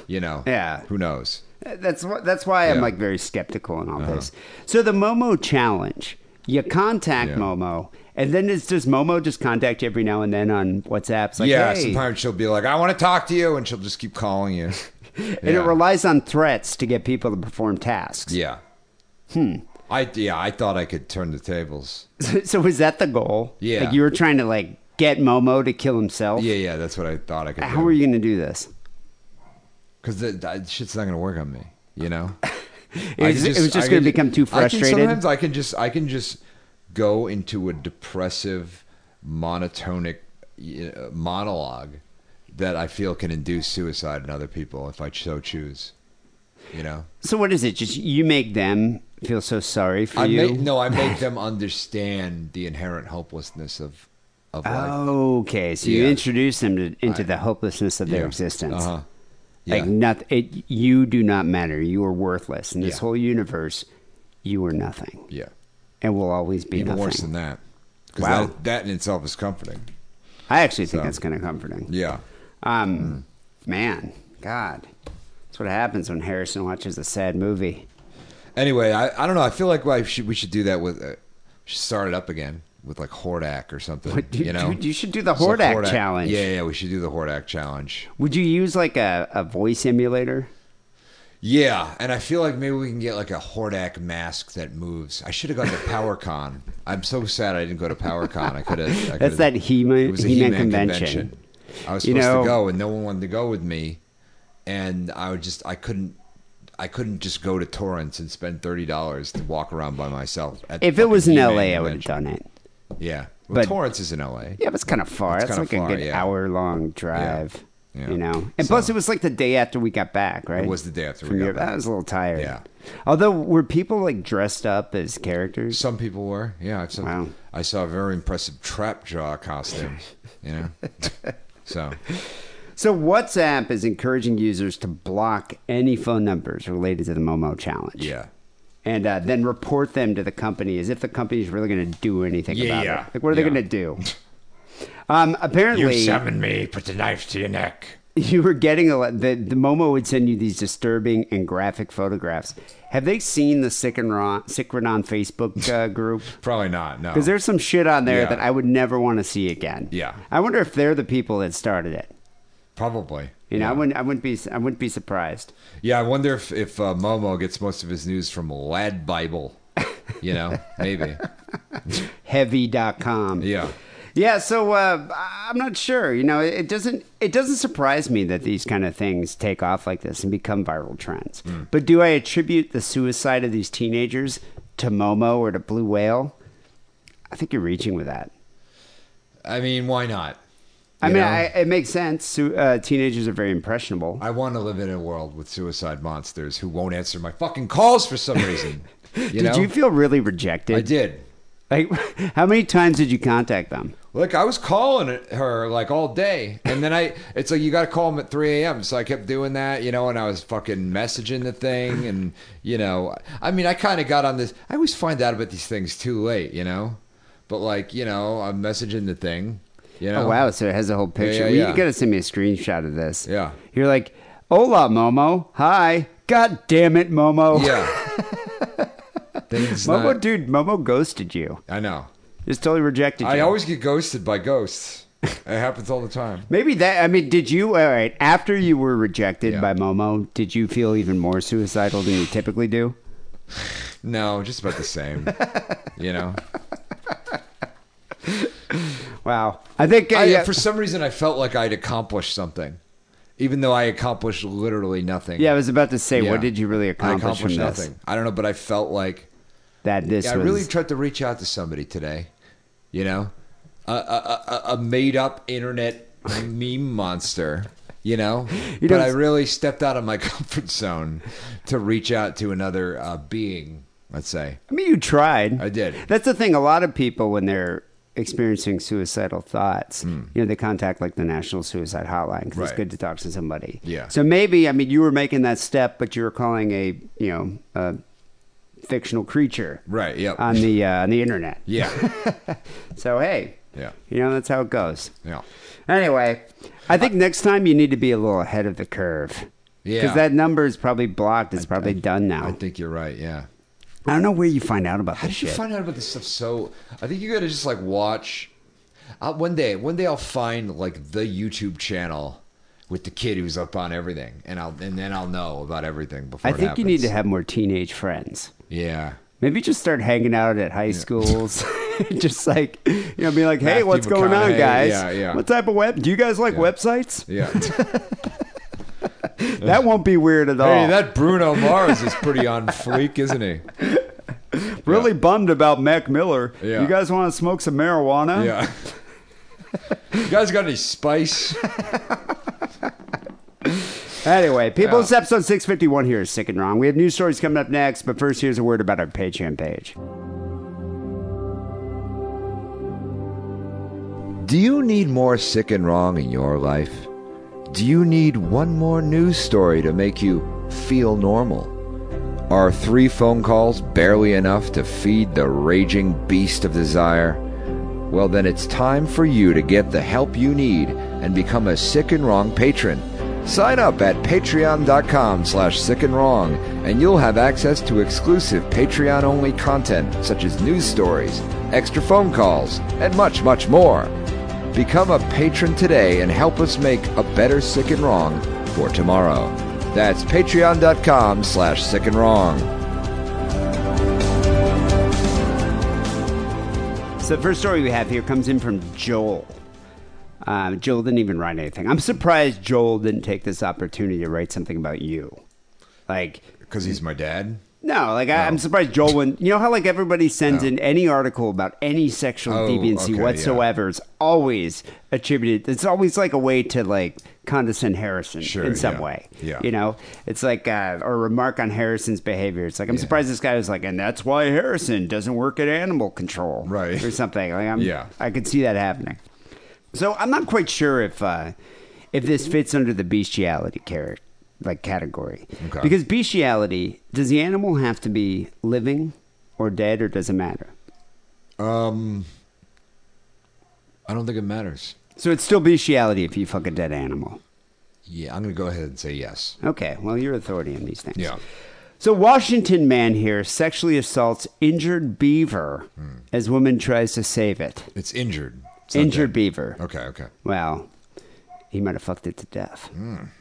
[SPEAKER 5] you know,
[SPEAKER 4] Yeah.
[SPEAKER 5] who knows?
[SPEAKER 4] that's wh- that's why I'm
[SPEAKER 5] Yeah. Uh-huh.
[SPEAKER 4] like very skeptical in all this. So the Momo challenge, you contact
[SPEAKER 5] Yeah.
[SPEAKER 4] Momo, and then it's, does Momo just contact you every now and then on WhatsApp? It's like,
[SPEAKER 5] yeah,
[SPEAKER 4] hey.
[SPEAKER 5] sometimes she'll be like, "I want to talk to you," and she'll just keep calling you.
[SPEAKER 4] and it
[SPEAKER 5] Yeah.
[SPEAKER 4] relies on threats to get people to perform tasks.
[SPEAKER 5] Yeah. Hmm. I yeah, I thought I could turn the tables.
[SPEAKER 4] so was that the goal?
[SPEAKER 5] Yeah.
[SPEAKER 4] like you were trying to like get Momo to kill himself.
[SPEAKER 5] Yeah, yeah, that's what I thought I could.
[SPEAKER 4] How are you going to do this?
[SPEAKER 5] Because that shit's not gonna work on me, you know.
[SPEAKER 4] It was, it was just going to become too
[SPEAKER 5] I can,
[SPEAKER 4] frustrated.
[SPEAKER 5] sometimes I can just I can just go into a depressive, monotonic you know, monologue that I feel can induce suicide in other people if I so choose. You know,
[SPEAKER 4] So what is it? Just you make them feel so sorry for
[SPEAKER 5] I
[SPEAKER 4] you?
[SPEAKER 5] make no, I make them understand the inherent hopelessness of of
[SPEAKER 4] Oh.
[SPEAKER 5] life.
[SPEAKER 4] Okay, so you
[SPEAKER 5] Yeah.
[SPEAKER 4] introduce them to, into the hopelessness of their
[SPEAKER 5] Yeah.
[SPEAKER 4] existence.
[SPEAKER 5] Uh-huh.
[SPEAKER 4] Like
[SPEAKER 5] Yeah.
[SPEAKER 4] nothing, it, you do not matter. You are worthless in this
[SPEAKER 5] Yeah.
[SPEAKER 4] whole universe. You are nothing,
[SPEAKER 5] yeah,
[SPEAKER 4] and will always be
[SPEAKER 5] even
[SPEAKER 4] nothing.
[SPEAKER 5] worse than that. 'Cause
[SPEAKER 4] Wow.
[SPEAKER 5] that, that in itself is comforting.
[SPEAKER 4] I actually think
[SPEAKER 5] So.
[SPEAKER 4] that's kind of comforting.
[SPEAKER 5] Yeah, Mm-hmm.
[SPEAKER 4] Um, man, God, that's what happens when Harrison watches a sad movie.
[SPEAKER 5] Anyway, I, I don't know. I feel like why should, we should do that with uh, should start it up again with like Hordak or something.
[SPEAKER 4] What, dude,
[SPEAKER 5] you know,
[SPEAKER 4] dude, you should do the
[SPEAKER 5] It's like
[SPEAKER 4] Hordak challenge.
[SPEAKER 5] Yeah, yeah, we should do the Hordak challenge.
[SPEAKER 4] Would you use like a, a voice emulator?
[SPEAKER 5] Yeah, and I feel like maybe we can get like a Hordak mask that moves. I should have gone to PowerCon. I'm so sad I didn't go to PowerCon. I could have. I
[SPEAKER 4] That's
[SPEAKER 5] could've-
[SPEAKER 4] that He-Man-
[SPEAKER 5] it was a
[SPEAKER 4] He-Man
[SPEAKER 5] He-Man
[SPEAKER 4] convention.
[SPEAKER 5] I was
[SPEAKER 4] You
[SPEAKER 5] supposed
[SPEAKER 4] know-
[SPEAKER 5] to go, and no one wanted to go with me, and I would just I couldn't. I couldn't just go to Torrance and spend thirty dollars to walk around by myself. at the
[SPEAKER 4] If it was in
[SPEAKER 5] fucking
[SPEAKER 4] LA,
[SPEAKER 5] He-Man
[SPEAKER 4] I would have
[SPEAKER 5] convention.
[SPEAKER 4] done it.
[SPEAKER 5] Yeah, well,
[SPEAKER 4] But-
[SPEAKER 5] Torrance is in LA.
[SPEAKER 4] Yeah, but it's kind of far.
[SPEAKER 5] It's
[SPEAKER 4] That's
[SPEAKER 5] kinda
[SPEAKER 4] like
[SPEAKER 5] far,
[SPEAKER 4] a good
[SPEAKER 5] yeah.
[SPEAKER 4] hour long drive.
[SPEAKER 5] Yeah.
[SPEAKER 4] You know, and plus it was like the day after we got back, right?
[SPEAKER 5] It was the day after we
[SPEAKER 4] From
[SPEAKER 5] got
[SPEAKER 4] your-
[SPEAKER 5] back.
[SPEAKER 4] I was a little tired.
[SPEAKER 5] Yeah.
[SPEAKER 4] Although, were people like dressed up as characters?
[SPEAKER 5] Some people were. Yeah, I've some,
[SPEAKER 4] Wow.
[SPEAKER 5] I saw a very impressive trap jaw costume. You know, so
[SPEAKER 4] So WhatsApp is encouraging users to block any phone numbers related to the Momo challenge.
[SPEAKER 5] yeah,
[SPEAKER 4] And uh, then report them to the company as if the company's really going to do anything
[SPEAKER 5] Yeah,
[SPEAKER 4] about
[SPEAKER 5] yeah.
[SPEAKER 4] it. Like, what are they
[SPEAKER 5] Yeah.
[SPEAKER 4] going to do? Um, apparently,
[SPEAKER 5] me. Put the knife to your neck.
[SPEAKER 4] you were getting a lot. The, the Momo would send you these disturbing and graphic photographs. Have they seen the Sick and Ron, Sick and Ron Facebook uh, group?
[SPEAKER 5] Probably not. No,
[SPEAKER 4] Because there's some shit on there
[SPEAKER 5] Oh. Yeah.
[SPEAKER 4] that I would never want to see again.
[SPEAKER 5] Yeah.
[SPEAKER 4] I wonder if they're the people that started it.
[SPEAKER 5] probably.
[SPEAKER 4] You know,
[SPEAKER 5] yeah.
[SPEAKER 4] I wouldn't. I wouldn't be. I wouldn't be surprised.
[SPEAKER 5] Yeah, I wonder if if uh, Momo gets most of his news from Lad Bible. You know, maybe.
[SPEAKER 4] Heavy.com.
[SPEAKER 5] Yeah.
[SPEAKER 4] Yeah. So uh, I'm not sure. You know, it doesn't. It doesn't surprise me that these kind of things take off like this and become viral trends.
[SPEAKER 5] Hmm.
[SPEAKER 4] But do I attribute the suicide of these teenagers to Momo or to Blue Whale? I think you're reaching with that.
[SPEAKER 5] I mean, why not?
[SPEAKER 4] I
[SPEAKER 5] You
[SPEAKER 4] mean,
[SPEAKER 5] know?
[SPEAKER 4] I, it makes sense. Su- uh, teenagers are very impressionable.
[SPEAKER 5] I want to live in a world with suicide monsters who won't answer my fucking calls for some reason. You
[SPEAKER 4] did
[SPEAKER 5] know?
[SPEAKER 4] you feel really rejected?
[SPEAKER 5] I did.
[SPEAKER 4] Like, how many times did you contact them?
[SPEAKER 5] Look, I was calling it- her like all day, and then I, it's like you got to call him at 3 a.m. So I kept doing that, you know, and I was fucking messaging the thing, and you know, I mean, I kind of got on this. I always find out about these things too late, you know, but like, you know, I'm messaging the thing, you know.
[SPEAKER 4] Oh wow! So it has a whole picture.
[SPEAKER 5] yeah,
[SPEAKER 4] Well,
[SPEAKER 5] yeah.
[SPEAKER 4] You gotta send me a screenshot of this.
[SPEAKER 5] Yeah.
[SPEAKER 4] You're like, "Hola, Momo. Hi. God damn it, Momo.
[SPEAKER 5] Yeah. Things
[SPEAKER 4] Momo,
[SPEAKER 5] not-
[SPEAKER 4] dude, Momo ghosted you.
[SPEAKER 5] I know.
[SPEAKER 4] Just totally rejected you.
[SPEAKER 5] I always get ghosted by ghosts. It happens all the time.
[SPEAKER 4] Maybe that. I mean, did you? All right. After you were rejected
[SPEAKER 5] Yeah.
[SPEAKER 4] by Momo, did you feel even more suicidal than you typically do?
[SPEAKER 5] No, just about the same. you know,
[SPEAKER 4] Wow. I think uh,
[SPEAKER 5] I,
[SPEAKER 4] yeah,
[SPEAKER 5] for some reason I felt like I'd accomplished something, even though I accomplished literally nothing.
[SPEAKER 4] yeah, I was about to say,
[SPEAKER 5] Yeah.
[SPEAKER 4] what did you really
[SPEAKER 5] I
[SPEAKER 4] accomplish
[SPEAKER 5] accomplished
[SPEAKER 4] from this?
[SPEAKER 5] nothing. I don't know, but I felt like
[SPEAKER 4] That this
[SPEAKER 5] yeah, I
[SPEAKER 4] was
[SPEAKER 5] really tried to reach out to somebody today. You know, a, a, a, a made up internet meme monster. You know,
[SPEAKER 4] You
[SPEAKER 5] but
[SPEAKER 4] know-
[SPEAKER 5] I really stepped out of my comfort zone to reach out to another uh, being. Let's say
[SPEAKER 4] I mean, you tried.
[SPEAKER 5] I did.
[SPEAKER 4] That's the thing. A lot of people, when they're experiencing suicidal thoughts, you know, they contact like the National Suicide Hotline 'cause it's
[SPEAKER 5] Hmm. Right.
[SPEAKER 4] good to talk to somebody.
[SPEAKER 5] Yeah.
[SPEAKER 4] So maybe, I mean, you were making that step, but you were calling a, you know, a fictional creature.
[SPEAKER 5] Right, yep.
[SPEAKER 4] On the uh, on the internet.
[SPEAKER 5] Yeah,
[SPEAKER 4] So hey.
[SPEAKER 5] Yeah.
[SPEAKER 4] You know that's how it goes.
[SPEAKER 5] yeah.
[SPEAKER 4] Anyway, I think next time you need to be a little ahead of the curve.
[SPEAKER 5] Yeah.
[SPEAKER 4] Because that number is probably blocked. It's probably done now.
[SPEAKER 5] I think you're right. Yeah.
[SPEAKER 4] I don't know where you find out about
[SPEAKER 5] How
[SPEAKER 4] this
[SPEAKER 5] did you
[SPEAKER 4] shit.
[SPEAKER 5] find out about this stuff? So I think you gotta just like watch. Uh, one day, one day I'll find like the YouTube channel with the kid who's up on everything, and I'll and then I'll know about everything before.
[SPEAKER 4] I
[SPEAKER 5] it
[SPEAKER 4] think you need to
[SPEAKER 5] happens.
[SPEAKER 4] have more teenage friends.
[SPEAKER 5] Yeah.
[SPEAKER 4] Maybe just start hanging out at high schools. just like, you know, be like, hey,
[SPEAKER 5] Matthew
[SPEAKER 4] what's going on,
[SPEAKER 5] McConaughey,
[SPEAKER 4] guys?
[SPEAKER 5] yeah, yeah.
[SPEAKER 4] What type of web? Do you guys like websites?
[SPEAKER 5] Yeah.
[SPEAKER 4] That won't be weird at all.
[SPEAKER 5] hey, that Bruno Mars is pretty on fleek, isn't he?
[SPEAKER 4] really bummed about Mac Miller.
[SPEAKER 5] Yeah.
[SPEAKER 4] You guys want to smoke some marijuana?
[SPEAKER 5] Yeah. you guys got any spice?
[SPEAKER 4] Anyway, people,
[SPEAKER 5] Yeah.
[SPEAKER 4] it's episode 651 here is Sick and Wrong. We have news stories coming up next, but first, here's a word about our Patreon page.
[SPEAKER 5] Do you need more sick and wrong in your life? Do you need one more news story to make you feel normal? Are three phone calls barely enough to feed the raging beast of desire? Well, then it's time for you to get the help you need and become a Sick and Wrong patron. Sign up at patreon.com slash sick and wrong, and you'll have access to exclusive Patreon only content such as news stories, extra phone calls, and much, much more. Become a patron today and help us make a better Sick and Wrong for tomorrow. That's patreon.com slash sick and wrong.
[SPEAKER 4] So the first story we have here comes in from Joel. Um, Joel didn't even write anything. I'm surprised Joel didn't take this opportunity to write something about you. Like,
[SPEAKER 5] Because he's my dad?
[SPEAKER 4] no, like I, I'm surprised Joel wouldn't. You know how like everybody sends in any article about any sexual
[SPEAKER 5] Oh,
[SPEAKER 4] deviancy
[SPEAKER 5] okay, yeah.
[SPEAKER 4] whatsoever. It's always attributed. It's always like a way to like condescend Harrison
[SPEAKER 5] Sure,
[SPEAKER 4] in some
[SPEAKER 5] yeah,
[SPEAKER 4] way.
[SPEAKER 5] yeah.
[SPEAKER 4] you know, it's like uh, a remark on Harrison's behavior. It's like I'm surprised this guy was like, and that's why Harrison doesn't work at animal control,
[SPEAKER 5] Right.
[SPEAKER 4] or something. Like I'm,
[SPEAKER 5] Yeah.
[SPEAKER 4] I could see that happening. So I'm not quite sure if uh, if this fits under the bestiality car- like category
[SPEAKER 5] Okay.
[SPEAKER 4] because bestiality does the animal have to be living or dead or does it matter?
[SPEAKER 5] Um, I don't think it matters.
[SPEAKER 4] So it's still bestiality if you fuck a dead animal.
[SPEAKER 5] Yeah, I'm going to go ahead and say yes.
[SPEAKER 4] Okay, well you're authority on these things.
[SPEAKER 5] Yeah.
[SPEAKER 4] So Washington man here sexually assaults injured beaver as woman tries to save it.
[SPEAKER 5] Hmm. It's injured. It's not
[SPEAKER 4] injured
[SPEAKER 5] dead.
[SPEAKER 4] beaver.
[SPEAKER 5] Okay, okay.
[SPEAKER 4] Well, he might have fucked it to death,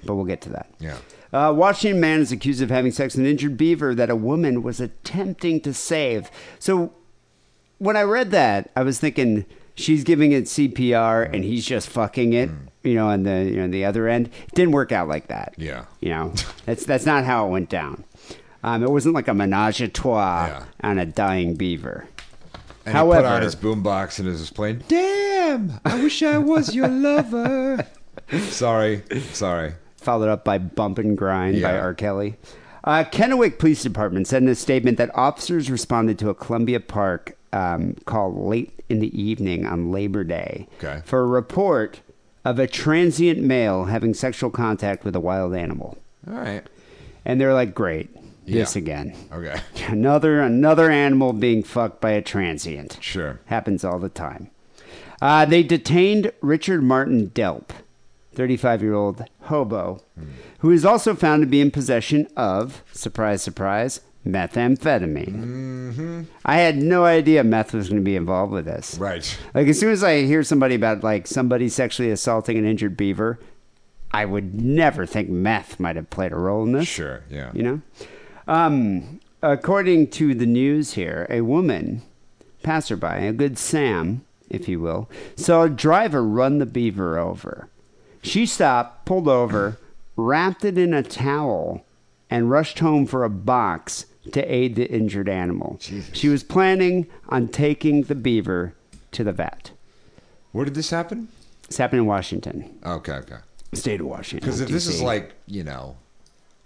[SPEAKER 4] but we'll get to that.
[SPEAKER 5] Hmm. Yeah.
[SPEAKER 4] Uh, Washington man is accused of having sex with an injured beaver that a woman was attempting to save. So when I read that, I was thinking she's giving it
[SPEAKER 5] Hmm.
[SPEAKER 4] CPR and he's just fucking it, you know, on the you know the other end. It didn't work out like that.
[SPEAKER 5] Yeah.
[SPEAKER 4] You know, that's that's not how it went down. Um, it wasn't like a menage a trois
[SPEAKER 5] Yeah.
[SPEAKER 4] on a dying beaver.
[SPEAKER 5] And he
[SPEAKER 4] However-
[SPEAKER 5] put on his boombox and is just playing, Damn, I wish I was your lover. sorry, sorry.
[SPEAKER 4] followed up by Bump and Grind by
[SPEAKER 5] Yeah.
[SPEAKER 4] R. Kelly. Uh, Kennewick Police Department said in a statement that officers responded to a Columbia Park um, call late in the evening on Labor Day
[SPEAKER 5] Okay.
[SPEAKER 4] for a report of a transient male having sexual contact with a wild animal.
[SPEAKER 5] All right.
[SPEAKER 4] And they're like, great,
[SPEAKER 5] Yeah.
[SPEAKER 4] this again.
[SPEAKER 5] Okay.
[SPEAKER 4] Another another animal being fucked by a transient.
[SPEAKER 5] Sure.
[SPEAKER 4] Happens all the time. Uh, they detained Richard Martin Delp, 35 year old hobo,
[SPEAKER 5] Hmm.
[SPEAKER 4] who is also found to be in possession of, surprise, surprise, methamphetamine.
[SPEAKER 5] Mm-hmm.
[SPEAKER 4] I had no idea meth was going to be involved with this.
[SPEAKER 5] Right.
[SPEAKER 4] Like, as soon as I hear somebody about, like, somebody sexually assaulting an injured beaver, I would never think meth might have played a role in this
[SPEAKER 5] Sure. Yeah.
[SPEAKER 4] you know um According to the news here, a woman, passerby, a good Sam, if you will, saw a driver run the beaver over. She stopped, pulled over, wrapped it in a towel, and rushed home for a box to aid the injured animal. She was planning on taking the beaver to the vet.
[SPEAKER 5] Where did this happen?
[SPEAKER 4] This happened in Washington,
[SPEAKER 5] Okay, okay.
[SPEAKER 4] state of Washington.
[SPEAKER 5] Because if this is
[SPEAKER 4] DC.
[SPEAKER 5] like you know,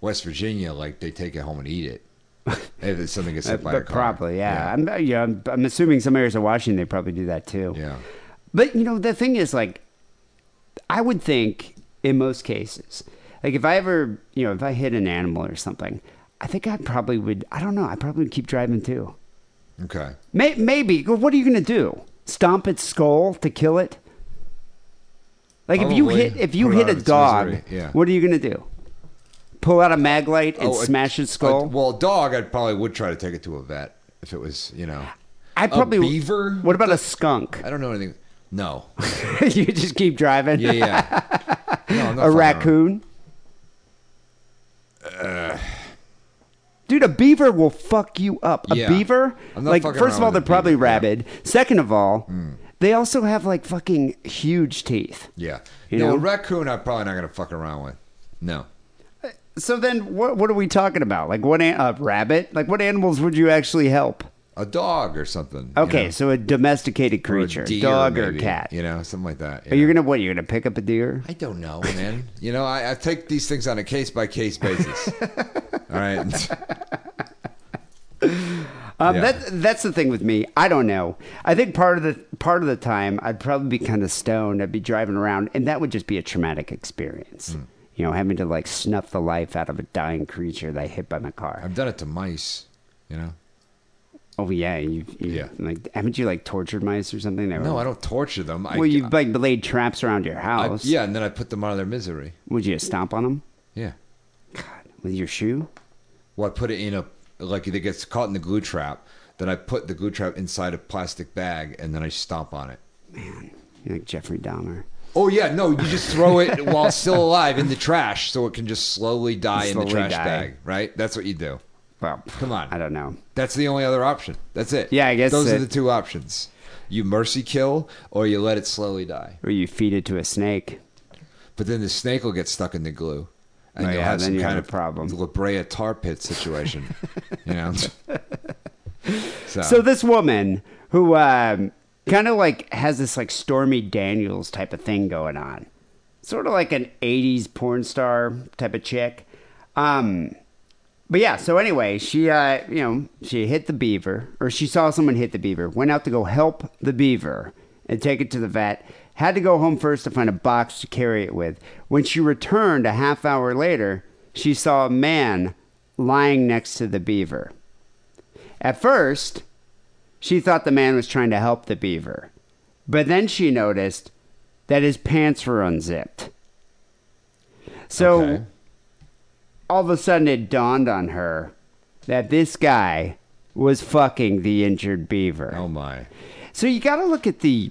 [SPEAKER 5] West Virginia, like they take it home and eat it. if it's something gets hit by a
[SPEAKER 4] Uh, but
[SPEAKER 5] car,
[SPEAKER 4] probably, yeah. I'm, uh, yeah, I'm, I'm assuming some areas of Washington they probably do that too.
[SPEAKER 5] yeah.
[SPEAKER 4] But you know, the thing is, like, I would think in most cases, like if I ever, you know, if I hit an animal or something, I think I probably would. I don't know. I probably would keep driving too.
[SPEAKER 5] Okay.
[SPEAKER 4] May, maybe. What are you going to do? Stomp its skull to kill it? Like if you
[SPEAKER 5] Probably.
[SPEAKER 4] hit if you
[SPEAKER 5] Put it
[SPEAKER 4] hit
[SPEAKER 5] out
[SPEAKER 4] a
[SPEAKER 5] of its
[SPEAKER 4] dog,
[SPEAKER 5] misery, yeah.
[SPEAKER 4] what are you going to do? Pull out a mag light and
[SPEAKER 5] Oh, a-
[SPEAKER 4] smash its
[SPEAKER 5] a-
[SPEAKER 4] skull?
[SPEAKER 5] well, a dog, I probably would try to take it to a vet if it was, you know.
[SPEAKER 4] I probably w-
[SPEAKER 5] beaver?
[SPEAKER 4] What about a skunk?
[SPEAKER 5] I don't know anything. No.
[SPEAKER 4] you just keep driving.
[SPEAKER 5] Yeah, yeah. No, I'm not fucking
[SPEAKER 4] a
[SPEAKER 5] around.
[SPEAKER 4] raccoon. Dude, a beaver will fuck you up. A
[SPEAKER 5] Yeah.
[SPEAKER 4] beaver,
[SPEAKER 5] I'm not
[SPEAKER 4] like
[SPEAKER 5] fucking
[SPEAKER 4] first of
[SPEAKER 5] around
[SPEAKER 4] all, they're
[SPEAKER 5] with a
[SPEAKER 4] probably
[SPEAKER 5] beaver, yeah. Hmm.
[SPEAKER 4] rabid. Second of all, they also have like fucking huge teeth.
[SPEAKER 5] Yeah.
[SPEAKER 4] You
[SPEAKER 5] no,
[SPEAKER 4] know?
[SPEAKER 5] a raccoon, I'm probably not going to fuck around with. No.
[SPEAKER 4] So then, what what are we talking about? Like what an- a rabbit? Like what animals would you actually help?
[SPEAKER 5] A dog or something. you
[SPEAKER 4] Okay,
[SPEAKER 5] know,
[SPEAKER 4] so a domesticated
[SPEAKER 5] or a
[SPEAKER 4] creature,
[SPEAKER 5] deer,
[SPEAKER 4] dog or
[SPEAKER 5] maybe,
[SPEAKER 4] cat.
[SPEAKER 5] You know, something like that.
[SPEAKER 4] Are you gonna what? You're gonna pick up a deer?
[SPEAKER 5] I don't know, man. you know, I, I take these things on a case by case basis. All right.
[SPEAKER 4] Um,
[SPEAKER 5] Yeah.
[SPEAKER 4] That that's the thing with me. I don't know. I think part of the part of the time I'd probably be kind of stoned. I'd be driving around, and that would just be a traumatic experience.
[SPEAKER 5] Hmm.
[SPEAKER 4] You know, having to like snuff the life out of a dying creature that I hit by my car.
[SPEAKER 5] I've done it to mice, you know.
[SPEAKER 4] oh yeah, you, you
[SPEAKER 5] Yeah.
[SPEAKER 4] Like, haven't you like tortured mice or something? They were-
[SPEAKER 5] No, I don't torture them. I,
[SPEAKER 4] Oh. Well, you like laid traps around your
[SPEAKER 5] I-
[SPEAKER 4] house.
[SPEAKER 5] yeah, and then I put them out of their misery.
[SPEAKER 4] Would you stomp on them?
[SPEAKER 5] Yeah.
[SPEAKER 4] God, with your shoe?
[SPEAKER 5] Well, I put it in a like it gets caught in the glue trap. Then I put the glue trap inside a plastic bag, and then I stomp on it.
[SPEAKER 4] You're like Jeffrey Dahmer.
[SPEAKER 5] Oh yeah, no, you just throw it while still alive in the trash, so it can just slowly die in
[SPEAKER 4] Slowly
[SPEAKER 5] the trash
[SPEAKER 4] die.
[SPEAKER 5] bag. Right? That's what you do.
[SPEAKER 4] Well,
[SPEAKER 5] Come on.
[SPEAKER 4] I don't know.
[SPEAKER 5] That's the only other option. That's it.
[SPEAKER 4] Yeah, I guess
[SPEAKER 5] those
[SPEAKER 4] it-
[SPEAKER 5] are the two options. You mercy kill, or you let it slowly die.
[SPEAKER 4] Or you feed it to a snake.
[SPEAKER 5] But then the snake will get stuck in the glue, and
[SPEAKER 4] Oh,
[SPEAKER 5] you'll
[SPEAKER 4] yeah,
[SPEAKER 5] have
[SPEAKER 4] then
[SPEAKER 5] some
[SPEAKER 4] you
[SPEAKER 5] kind
[SPEAKER 4] have a
[SPEAKER 5] of
[SPEAKER 4] problem.
[SPEAKER 5] La Brea tar pit situation. you know. So,
[SPEAKER 4] So this woman who um, kind of like has this like Stormy Daniels type of thing going on, sort of like an '80s porn star type of chick. Um, but yeah, so anyway, she uh, you know she hit the beaver, or she saw someone hit the beaver, went out to go help the beaver and take it to the vet. Had to go home first to find a box to carry it with. When she returned a half hour later, she saw a man lying next to the beaver. At first, she thought the man was trying to help the beaver, but then she noticed that his pants were unzipped. So
[SPEAKER 5] Okay.
[SPEAKER 4] all of a sudden, it dawned on her that this guy was fucking the injured beaver.
[SPEAKER 5] oh my.
[SPEAKER 4] So you got to look at the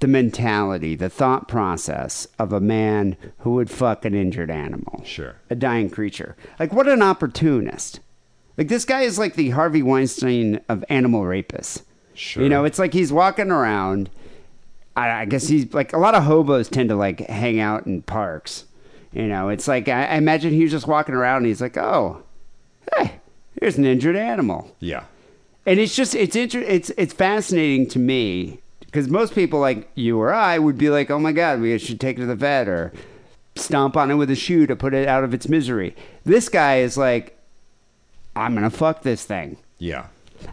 [SPEAKER 4] the mentality, the thought process of a man who would fuck an injured animal.
[SPEAKER 5] Sure.
[SPEAKER 4] A dying creature. Like what an opportunist. Like this guy is like the Harvey Weinstein of animal rapists.
[SPEAKER 5] Sure.
[SPEAKER 4] You know, it's like he's walking around. I, I guess he's like a lot of hobos tend to like hang out in parks. You know, it's like I, I imagine he was just walking around and he's like, "Oh, hey, here's an injured animal."
[SPEAKER 5] Yeah.
[SPEAKER 4] and it's just it's inter- it's it's fascinating to me because most people like you or I would be like, oh my god, we should take it to the vet or stomp on it with a shoe to put it out of its misery. This guy is like, I'm gonna fuck this thing.
[SPEAKER 5] Yeah.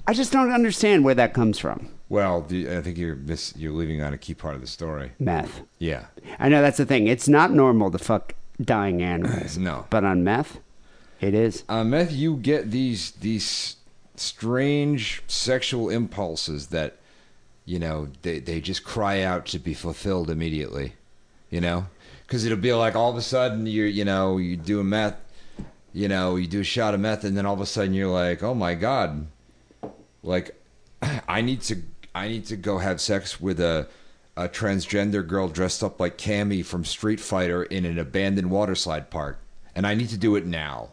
[SPEAKER 4] I just don't understand where that comes from.
[SPEAKER 5] Well, the, I think you're miss, you're leaving out a key part of the story.
[SPEAKER 4] Meth.
[SPEAKER 5] Yeah.
[SPEAKER 4] I know that's the thing. It's not normal to fuck dying animals.
[SPEAKER 5] No.
[SPEAKER 4] But on meth, it is.
[SPEAKER 5] Uh, meth, you get these these strange sexual impulses that you know they they just cry out to be fulfilled immediately. You know, because it'll be like all of a sudden you're you know you do a meth, you know you do a shot of meth, and then all of a sudden you're like, oh my god, like I need to I need to go have sex with a a transgender girl dressed up like Cammy from Street Fighter in an abandoned waterslide park, and I need to do it now.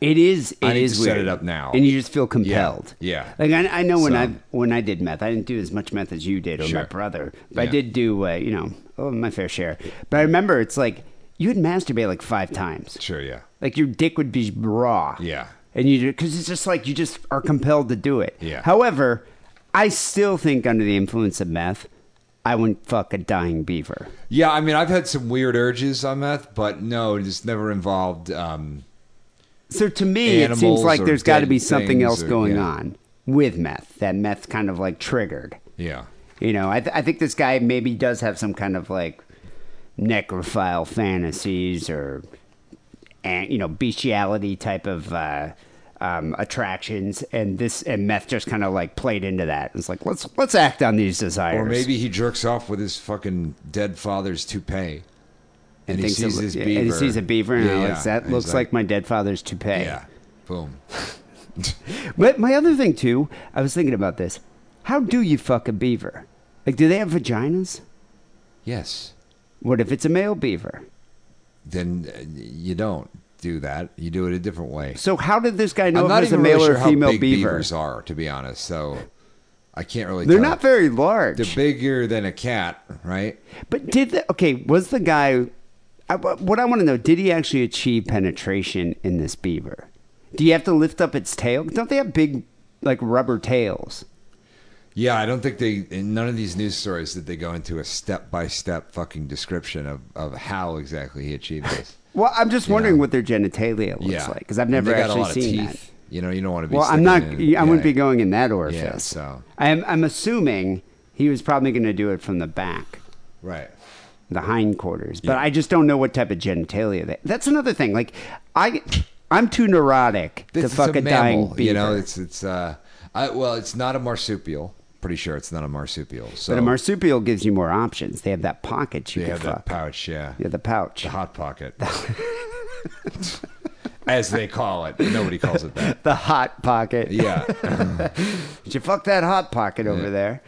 [SPEAKER 4] It is. It is
[SPEAKER 5] I need to set
[SPEAKER 4] weird.
[SPEAKER 5] it up now.
[SPEAKER 4] and you just feel compelled.
[SPEAKER 5] yeah.
[SPEAKER 4] Like I, I know when
[SPEAKER 5] So-
[SPEAKER 4] I when I did meth, I didn't do as much meth as you did or my
[SPEAKER 5] Sure.
[SPEAKER 4] brother, but I
[SPEAKER 5] Yeah.
[SPEAKER 4] did do uh, you know oh, my fair share. But I remember it's like you would masturbate like five times.
[SPEAKER 5] Sure, yeah.
[SPEAKER 4] Like your dick would be raw.
[SPEAKER 5] Yeah.
[SPEAKER 4] And you because it's just like you just are compelled to do it.
[SPEAKER 5] Yeah.
[SPEAKER 4] However, I still think under the influence of meth, I wouldn't fuck a dying beaver.
[SPEAKER 5] Yeah, I mean, I've had some weird urges on meth, but no, it's never involved. Um,
[SPEAKER 4] So to me, it seems
[SPEAKER 5] Animals
[SPEAKER 4] like
[SPEAKER 5] or
[SPEAKER 4] there's got to
[SPEAKER 5] dead
[SPEAKER 4] be something
[SPEAKER 5] things
[SPEAKER 4] else
[SPEAKER 5] or-
[SPEAKER 4] going
[SPEAKER 5] yeah.
[SPEAKER 4] on with meth. That meth kind of like triggered.
[SPEAKER 5] yeah,
[SPEAKER 4] You know, I, th- I think this guy maybe does have some kind of like necrophile fantasies or, and you know, bestiality type of uh, um, attractions, and this and meth just kind of like played into that. It's like let's let's act on these desires.
[SPEAKER 5] or maybe he jerks off with his fucking dead father's toupee, and, he
[SPEAKER 4] thinks it
[SPEAKER 5] sees
[SPEAKER 4] loo-
[SPEAKER 5] his
[SPEAKER 4] yeah,
[SPEAKER 5] beaver.
[SPEAKER 4] And he sees a beaver, and
[SPEAKER 5] Yeah,
[SPEAKER 4] all
[SPEAKER 5] yeah.
[SPEAKER 4] this- that
[SPEAKER 5] And he's
[SPEAKER 4] looks like, my dead father's toupee.
[SPEAKER 5] yeah, boom.
[SPEAKER 4] But my other thing too, I was thinking about this. How do you fuck a beaver? Like, do they have vaginas?
[SPEAKER 5] Yes,
[SPEAKER 4] What if it's a male beaver?
[SPEAKER 5] then uh, you don't do that. You do it a different way.
[SPEAKER 4] So how did this guy know
[SPEAKER 5] I'm
[SPEAKER 4] if
[SPEAKER 5] not
[SPEAKER 4] it was a
[SPEAKER 5] even
[SPEAKER 4] male
[SPEAKER 5] really sure
[SPEAKER 4] or
[SPEAKER 5] how
[SPEAKER 4] female
[SPEAKER 5] big
[SPEAKER 4] beaver?
[SPEAKER 5] beavers are, to be honest. So I can't really.
[SPEAKER 4] They're
[SPEAKER 5] tell.
[SPEAKER 4] not very large.
[SPEAKER 5] They're bigger than a cat, right?
[SPEAKER 4] But did the okay? Was the guy? I, what I want to know: Did he actually achieve penetration in this beaver? Do you have to lift up its tail? Don't they have big, like rubber tails?
[SPEAKER 5] Yeah, I don't think they. In none of these news stories did they go into a step by step fucking description of, of how exactly he achieved this.
[SPEAKER 4] Well, I'm just wondering
[SPEAKER 5] Yeah.
[SPEAKER 4] what their genitalia looks
[SPEAKER 5] yeah,
[SPEAKER 4] like because I've
[SPEAKER 5] And
[SPEAKER 4] never
[SPEAKER 5] they got
[SPEAKER 4] actually
[SPEAKER 5] a lot
[SPEAKER 4] seen
[SPEAKER 5] of
[SPEAKER 4] that.
[SPEAKER 5] teeth. You know, you don't want to be.
[SPEAKER 4] Well, I'm
[SPEAKER 5] sticking
[SPEAKER 4] not.
[SPEAKER 5] in-
[SPEAKER 4] I wouldn't
[SPEAKER 5] yeah.
[SPEAKER 4] be going in that orifice.
[SPEAKER 5] so-
[SPEAKER 4] I'm. I'm assuming he was probably going to do it from the back,
[SPEAKER 5] right.
[SPEAKER 4] the hindquarters. But I just don't know what type of genitalia that. That's another thing. Like, I, I'm too neurotic to
[SPEAKER 5] It's- it's
[SPEAKER 4] fuck a, dying
[SPEAKER 5] mammal,
[SPEAKER 4] beaver.
[SPEAKER 5] You know, it's it's uh, I, well, it's not a marsupial. Pretty sure it's not a marsupial. So
[SPEAKER 4] but a marsupial gives you more options. They have that pocket you
[SPEAKER 5] They
[SPEAKER 4] can
[SPEAKER 5] have that
[SPEAKER 4] fuck.
[SPEAKER 5] pouch, yeah.
[SPEAKER 4] yeah, the pouch.
[SPEAKER 5] The hot pocket. As they call it. Nobody calls it that.
[SPEAKER 4] The hot pocket.
[SPEAKER 5] Yeah.
[SPEAKER 4] Did you fuck that hot pocket over there?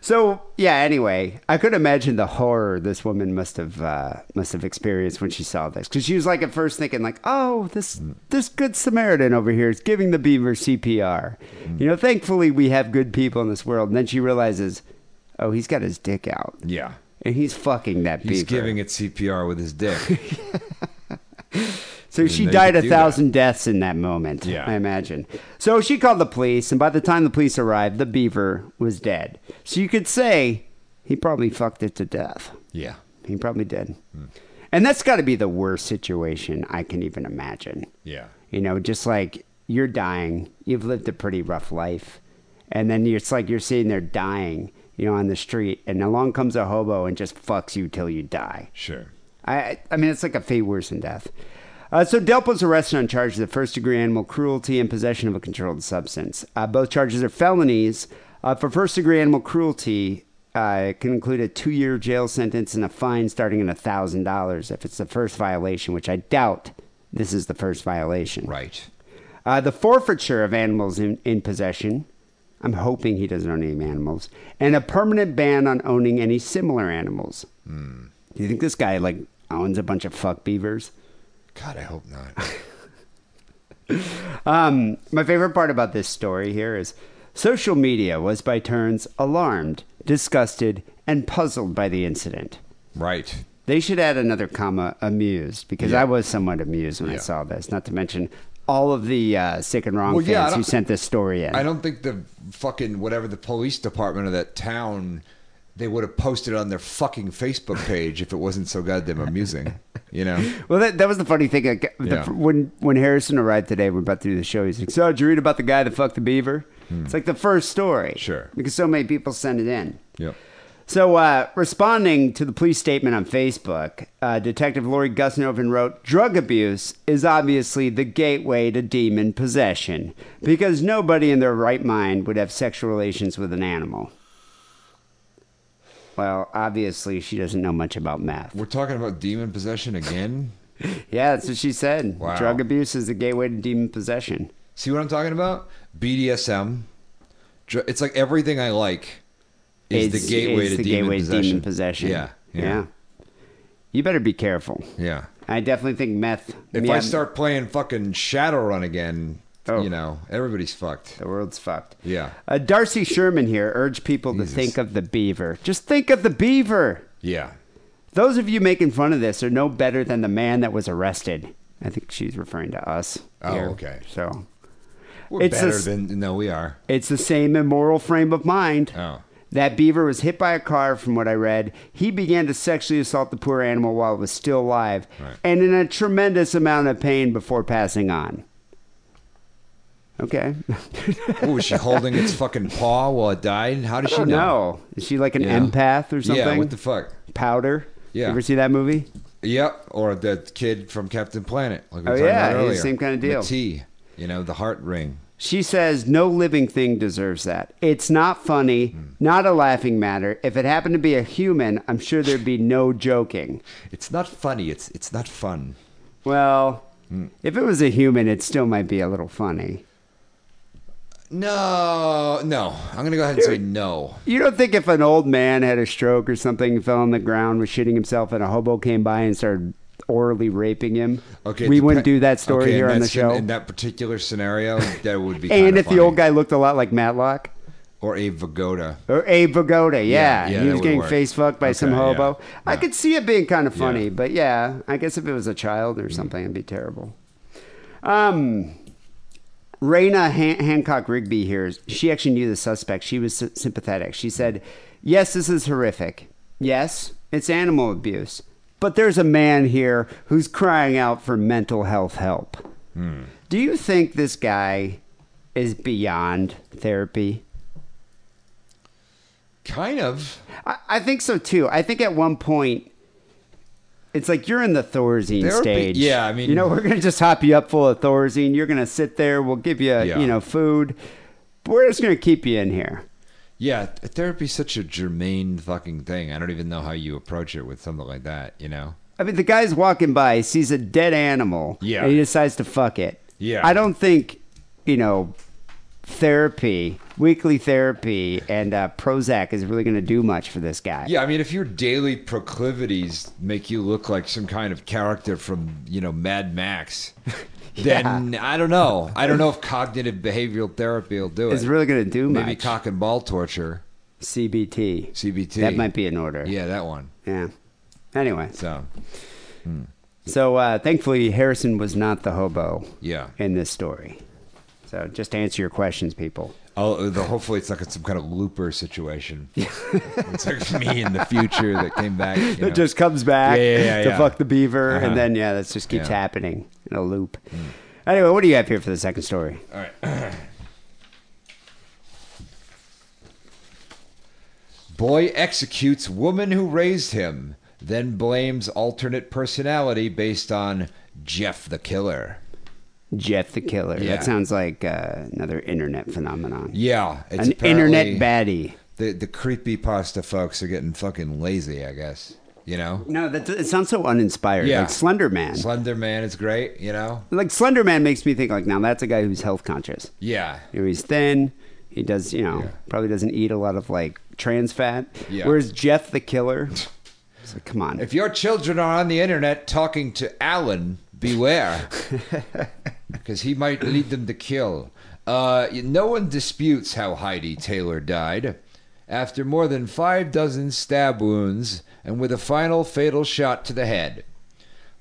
[SPEAKER 4] So yeah. Anyway, I could imagine the horror this woman must have uh, must have experienced when she saw this, because she was like at first thinking like, "Oh, this this good Samaritan over here is giving the beaver CPR."
[SPEAKER 5] Mm.
[SPEAKER 4] You know, thankfully we have good people in this world. And then she realizes, "Oh, he's got his dick out,
[SPEAKER 5] Yeah.
[SPEAKER 4] and he's fucking that
[SPEAKER 5] He's
[SPEAKER 4] beaver."
[SPEAKER 5] giving it CPR with his dick.
[SPEAKER 4] So she
[SPEAKER 5] they
[SPEAKER 4] died
[SPEAKER 5] could
[SPEAKER 4] a
[SPEAKER 5] do that.
[SPEAKER 4] thousand deaths in that moment,
[SPEAKER 5] Yeah.
[SPEAKER 4] I imagine. So she called the police, and by the time the police arrived, the beaver was dead. So you could say he probably fucked it to death.
[SPEAKER 5] Yeah.
[SPEAKER 4] He probably did.
[SPEAKER 5] Hmm.
[SPEAKER 4] And that's got to be the worst situation I can even imagine.
[SPEAKER 5] Yeah.
[SPEAKER 4] You know, just like you're dying, you've lived a pretty rough life, and then it's like you're sitting there dying, you know, on the street, and along comes a hobo and just fucks you till you die.
[SPEAKER 5] Sure.
[SPEAKER 4] I, I mean, it's like a fate worse than death. Uh, so Delp was arrested on charges of first degree animal cruelty and possession of a controlled substance. Uh, both charges are felonies. Uh, for first degree animal cruelty, uh, it can include a two year jail sentence and a fine starting at $1,000 if it's the first violation, which I doubt this is the first violation.
[SPEAKER 5] Right.
[SPEAKER 4] Uh, the forfeiture of animals in, in possession. I'm hoping he doesn't own any animals. And a permanent ban on owning any similar animals.
[SPEAKER 5] Hmm.
[SPEAKER 4] Do you think this guy, like, owns a bunch of fuck beavers?
[SPEAKER 5] God, I hope not.
[SPEAKER 4] Um, my favorite part about this story here is social media was by turns alarmed, disgusted, and puzzled by the incident.
[SPEAKER 5] Right.
[SPEAKER 4] They should add another comma, amused, because I was somewhat amused when I
[SPEAKER 5] Yeah.
[SPEAKER 4] saw this, not to mention all of the uh, sick and wrong
[SPEAKER 5] Well,
[SPEAKER 4] fans
[SPEAKER 5] yeah, I
[SPEAKER 4] who
[SPEAKER 5] don't-
[SPEAKER 4] sent this story in.
[SPEAKER 5] I don't think the fucking whatever the police department of that town they would have posted on their fucking Facebook page if it wasn't so goddamn amusing. You know?
[SPEAKER 4] Well, that, that was the funny thing. Like, the,
[SPEAKER 5] Yeah.
[SPEAKER 4] When when Harrison arrived today, we're about to do the show. He's like, "So did you read about the guy that fucked the beaver?" It's like the first story,
[SPEAKER 5] Hmm. Sure.
[SPEAKER 4] because so many people sent it in.
[SPEAKER 5] Yep.
[SPEAKER 4] So, uh, responding to the police statement on Facebook, uh, Detective Lori Gusnovan wrote, Drug abuse is obviously the gateway to demon possession because nobody in their right mind would have sexual relations with an animal. Well, obviously, she doesn't know much about math.
[SPEAKER 5] We're talking about demon possession again?
[SPEAKER 4] Yeah, that's what she said.
[SPEAKER 5] Wow.
[SPEAKER 4] Drug abuse is the gateway to demon possession.
[SPEAKER 5] See what I'm talking about? BDSM. Dr- It's like everything I like is
[SPEAKER 4] It's-
[SPEAKER 5] the gateway,
[SPEAKER 4] it's
[SPEAKER 5] to, demon
[SPEAKER 4] gateway
[SPEAKER 5] possession.
[SPEAKER 4] possession.
[SPEAKER 5] Yeah.
[SPEAKER 4] yeah. You better be careful.
[SPEAKER 5] Yeah.
[SPEAKER 4] I definitely think meth.
[SPEAKER 5] If
[SPEAKER 4] yeah,
[SPEAKER 5] I start playing fucking Shadowrun again,
[SPEAKER 4] Oh.
[SPEAKER 5] you know, everybody's fucked.
[SPEAKER 4] the world's fucked.
[SPEAKER 5] Yeah.
[SPEAKER 4] Uh, Darcy Sherman here urged people to think of the beaver. Just think of the beaver.
[SPEAKER 5] Yeah.
[SPEAKER 4] Those of you making fun of this are no better than the man that was arrested. I think she's referring to us.
[SPEAKER 5] Oh,
[SPEAKER 4] here.
[SPEAKER 5] okay.
[SPEAKER 4] So
[SPEAKER 5] We're
[SPEAKER 4] It's
[SPEAKER 5] better
[SPEAKER 4] a s-
[SPEAKER 5] than no, we are.
[SPEAKER 4] it's the same immoral frame of mind.
[SPEAKER 5] Oh.
[SPEAKER 4] That beaver was hit by a car, from what I read. He began to sexually assault the poor animal while it was still alive
[SPEAKER 5] Right.
[SPEAKER 4] and in a tremendous amount of pain before passing on. Okay.
[SPEAKER 5] Oh, was she holding its fucking paw while it died? How did she know?
[SPEAKER 4] no. Is she like an
[SPEAKER 5] Yeah.
[SPEAKER 4] empath or something?
[SPEAKER 5] Yeah, what the fuck?
[SPEAKER 4] Powder.
[SPEAKER 5] Yeah.
[SPEAKER 4] You ever see that movie?
[SPEAKER 5] Yep, or the kid from Captain Planet. Like we
[SPEAKER 4] Oh,
[SPEAKER 5] were talking
[SPEAKER 4] yeah,
[SPEAKER 5] about
[SPEAKER 4] he's the
[SPEAKER 5] earlier.
[SPEAKER 4] same kinda deal.
[SPEAKER 5] The T, you know, the heart ring.
[SPEAKER 4] She says no living thing deserves that. It's not funny,
[SPEAKER 5] Hmm.
[SPEAKER 4] not a laughing matter. If it happened to be a human, I'm sure there'd be no joking.
[SPEAKER 5] It's not funny. It's it's not fun.
[SPEAKER 4] Well,
[SPEAKER 5] Hmm.
[SPEAKER 4] if it was a human, it still might be a little funny.
[SPEAKER 5] No, no. I'm gonna go ahead and say no.
[SPEAKER 4] You don't think if an old man had a stroke or something, and fell on the ground, was shitting himself, and a hobo came by and started orally raping him?
[SPEAKER 5] Okay,
[SPEAKER 4] we
[SPEAKER 5] depe-
[SPEAKER 4] wouldn't do that story
[SPEAKER 5] okay,
[SPEAKER 4] here
[SPEAKER 5] and
[SPEAKER 4] on the
[SPEAKER 5] that's in-
[SPEAKER 4] show.
[SPEAKER 5] In, that particular scenario, that would be.
[SPEAKER 4] and
[SPEAKER 5] kinda
[SPEAKER 4] if
[SPEAKER 5] funny.
[SPEAKER 4] the old guy looked a lot like Matlock.
[SPEAKER 5] or a Vagoda.
[SPEAKER 4] Or Abe Vigoda, yeah.
[SPEAKER 5] Yeah, yeah,
[SPEAKER 4] he
[SPEAKER 5] that
[SPEAKER 4] was
[SPEAKER 5] would
[SPEAKER 4] getting
[SPEAKER 5] work.
[SPEAKER 4] face fucked by
[SPEAKER 5] Okay,
[SPEAKER 4] some hobo.
[SPEAKER 5] yeah,
[SPEAKER 4] I
[SPEAKER 5] yeah.
[SPEAKER 4] could see it being kind of funny,
[SPEAKER 5] Yeah. Mm-hmm.
[SPEAKER 4] but yeah, I guess if it was a child or something, it'd be terrible. Um, Raina Han- Hancock Rigby here, she actually knew the suspect. She was sy- sympathetic. She said, Yes, this is horrific. Yes, it's animal abuse. But there's a man here who's crying out for mental health help.
[SPEAKER 5] Hmm.
[SPEAKER 4] Do you think this guy is beyond therapy?
[SPEAKER 5] Kind of.
[SPEAKER 4] I, I think so too. I think at one point, it's like you're in the Thorazine
[SPEAKER 5] Therapy-
[SPEAKER 4] stage.
[SPEAKER 5] yeah, I mean-
[SPEAKER 4] you know, we're gonna just hop you up full of Thorazine. You're gonna sit there. We'll give you,
[SPEAKER 5] Yeah.
[SPEAKER 4] you know, food. But we're just gonna keep you in here.
[SPEAKER 5] Yeah, th- therapy's such a germane fucking thing. I don't even know how you approach it with something like that. You know.
[SPEAKER 4] I mean, the guy's walking by, he sees a dead animal,
[SPEAKER 5] Yeah.
[SPEAKER 4] and he decides to fuck it.
[SPEAKER 5] Yeah.
[SPEAKER 4] I don't think, you know, therapy, weekly therapy, and uh, Prozac is really gonna do much for this guy.
[SPEAKER 5] Yeah, I mean, if your daily proclivities make you look like some kind of character from, you know, Mad Max, then I don't know. I don't know if cognitive behavioral therapy will do it.
[SPEAKER 4] It's really gonna do
[SPEAKER 5] Maybe
[SPEAKER 4] much.
[SPEAKER 5] cock and ball torture,
[SPEAKER 4] CBT.
[SPEAKER 5] CBT.
[SPEAKER 4] That might be in order.
[SPEAKER 5] Yeah, that one.
[SPEAKER 4] Yeah. Anyway.
[SPEAKER 5] So,
[SPEAKER 4] So uh, thankfully, Harrison was not the hobo
[SPEAKER 5] yeah.
[SPEAKER 4] in this story. So just to answer your questions, people.
[SPEAKER 5] Oh, the, hopefully it's not some kind of looper situation. it's like me in the future that came back. you know.
[SPEAKER 4] It just comes back
[SPEAKER 5] Yeah, yeah, yeah,
[SPEAKER 4] to
[SPEAKER 5] yeah.
[SPEAKER 4] fuck the beaver,
[SPEAKER 5] Uh-huh.
[SPEAKER 4] and then yeah, that just keeps
[SPEAKER 5] Yeah. Mm.
[SPEAKER 4] happening in a loop. Anyway, what do you have here for the second story?
[SPEAKER 5] All right. Boy executes woman who raised him, then blames alternate personality based on Jeff the Killer.
[SPEAKER 4] Jeff the Killer.
[SPEAKER 5] Yeah.
[SPEAKER 4] That sounds like uh, another internet phenomenon.
[SPEAKER 5] Yeah, it's
[SPEAKER 4] An internet
[SPEAKER 5] apparently-
[SPEAKER 4] baddie.
[SPEAKER 5] The the creepy pasta folks are getting fucking lazy, I guess. You know.
[SPEAKER 4] No, that it sounds so uninspired.
[SPEAKER 5] Yeah.
[SPEAKER 4] Like Slender Man.
[SPEAKER 5] Slender Man is great, you know.
[SPEAKER 4] like Slender Man makes me think like now that's a guy who's health conscious.
[SPEAKER 5] Yeah,
[SPEAKER 4] You know, he's thin. He does, you know,
[SPEAKER 5] Yeah.
[SPEAKER 4] probably doesn't eat a lot of like trans fat.
[SPEAKER 5] Yeah.
[SPEAKER 4] Whereas Jeff the Killer, it's like, come on.
[SPEAKER 5] If your children are on the internet talking to Alan, beware, because he might lead them to kill. Uh, no one disputes how Heidi Taylor died. After more than five dozen stab wounds and with a final fatal shot to the head.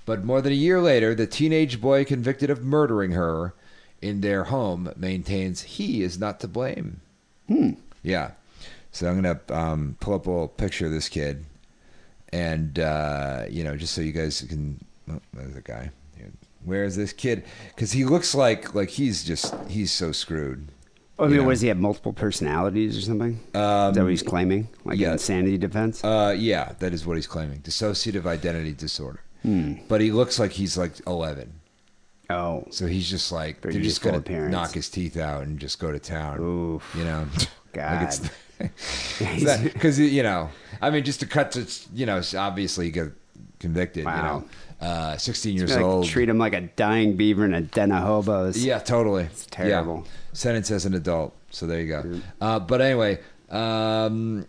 [SPEAKER 5] But more than a year later, the teenage boy convicted of murdering her in their home maintains he is not to blame. Yeah. So I'm gonna um, pull up a little picture of this kid, and uh, you know, just so you guys can. Oh, there's a guy. Here. Where is this kid? Because he looks like like he's just he's so screwed.
[SPEAKER 4] I mean,
[SPEAKER 5] yeah. Um,
[SPEAKER 4] was he have multiple personalities or something? Is that what he's claiming? Like
[SPEAKER 5] yeah.
[SPEAKER 4] insanity defense?
[SPEAKER 5] Uh, yeah, that is what he's claiming: dissociative identity disorder.
[SPEAKER 4] Hmm.
[SPEAKER 5] But he looks like he's like 11,
[SPEAKER 4] oh,
[SPEAKER 5] so he's just like
[SPEAKER 4] Very
[SPEAKER 5] they're just
[SPEAKER 4] youthful
[SPEAKER 5] gonna
[SPEAKER 4] appearance.
[SPEAKER 5] knock his teeth out and just go to town.
[SPEAKER 4] Oof.
[SPEAKER 5] you know,
[SPEAKER 4] God.
[SPEAKER 5] because you know, I mean, just to cut to you know, obviously he got convicted.
[SPEAKER 4] Wow.
[SPEAKER 5] You know, uh, sixteen years
[SPEAKER 4] like,
[SPEAKER 5] old.
[SPEAKER 4] treat him like a dying beaver in a den of hobos.
[SPEAKER 5] yeah, totally. It's
[SPEAKER 4] terrible.
[SPEAKER 5] Sentence as an adult. So there you go. Uh, but anyway, um,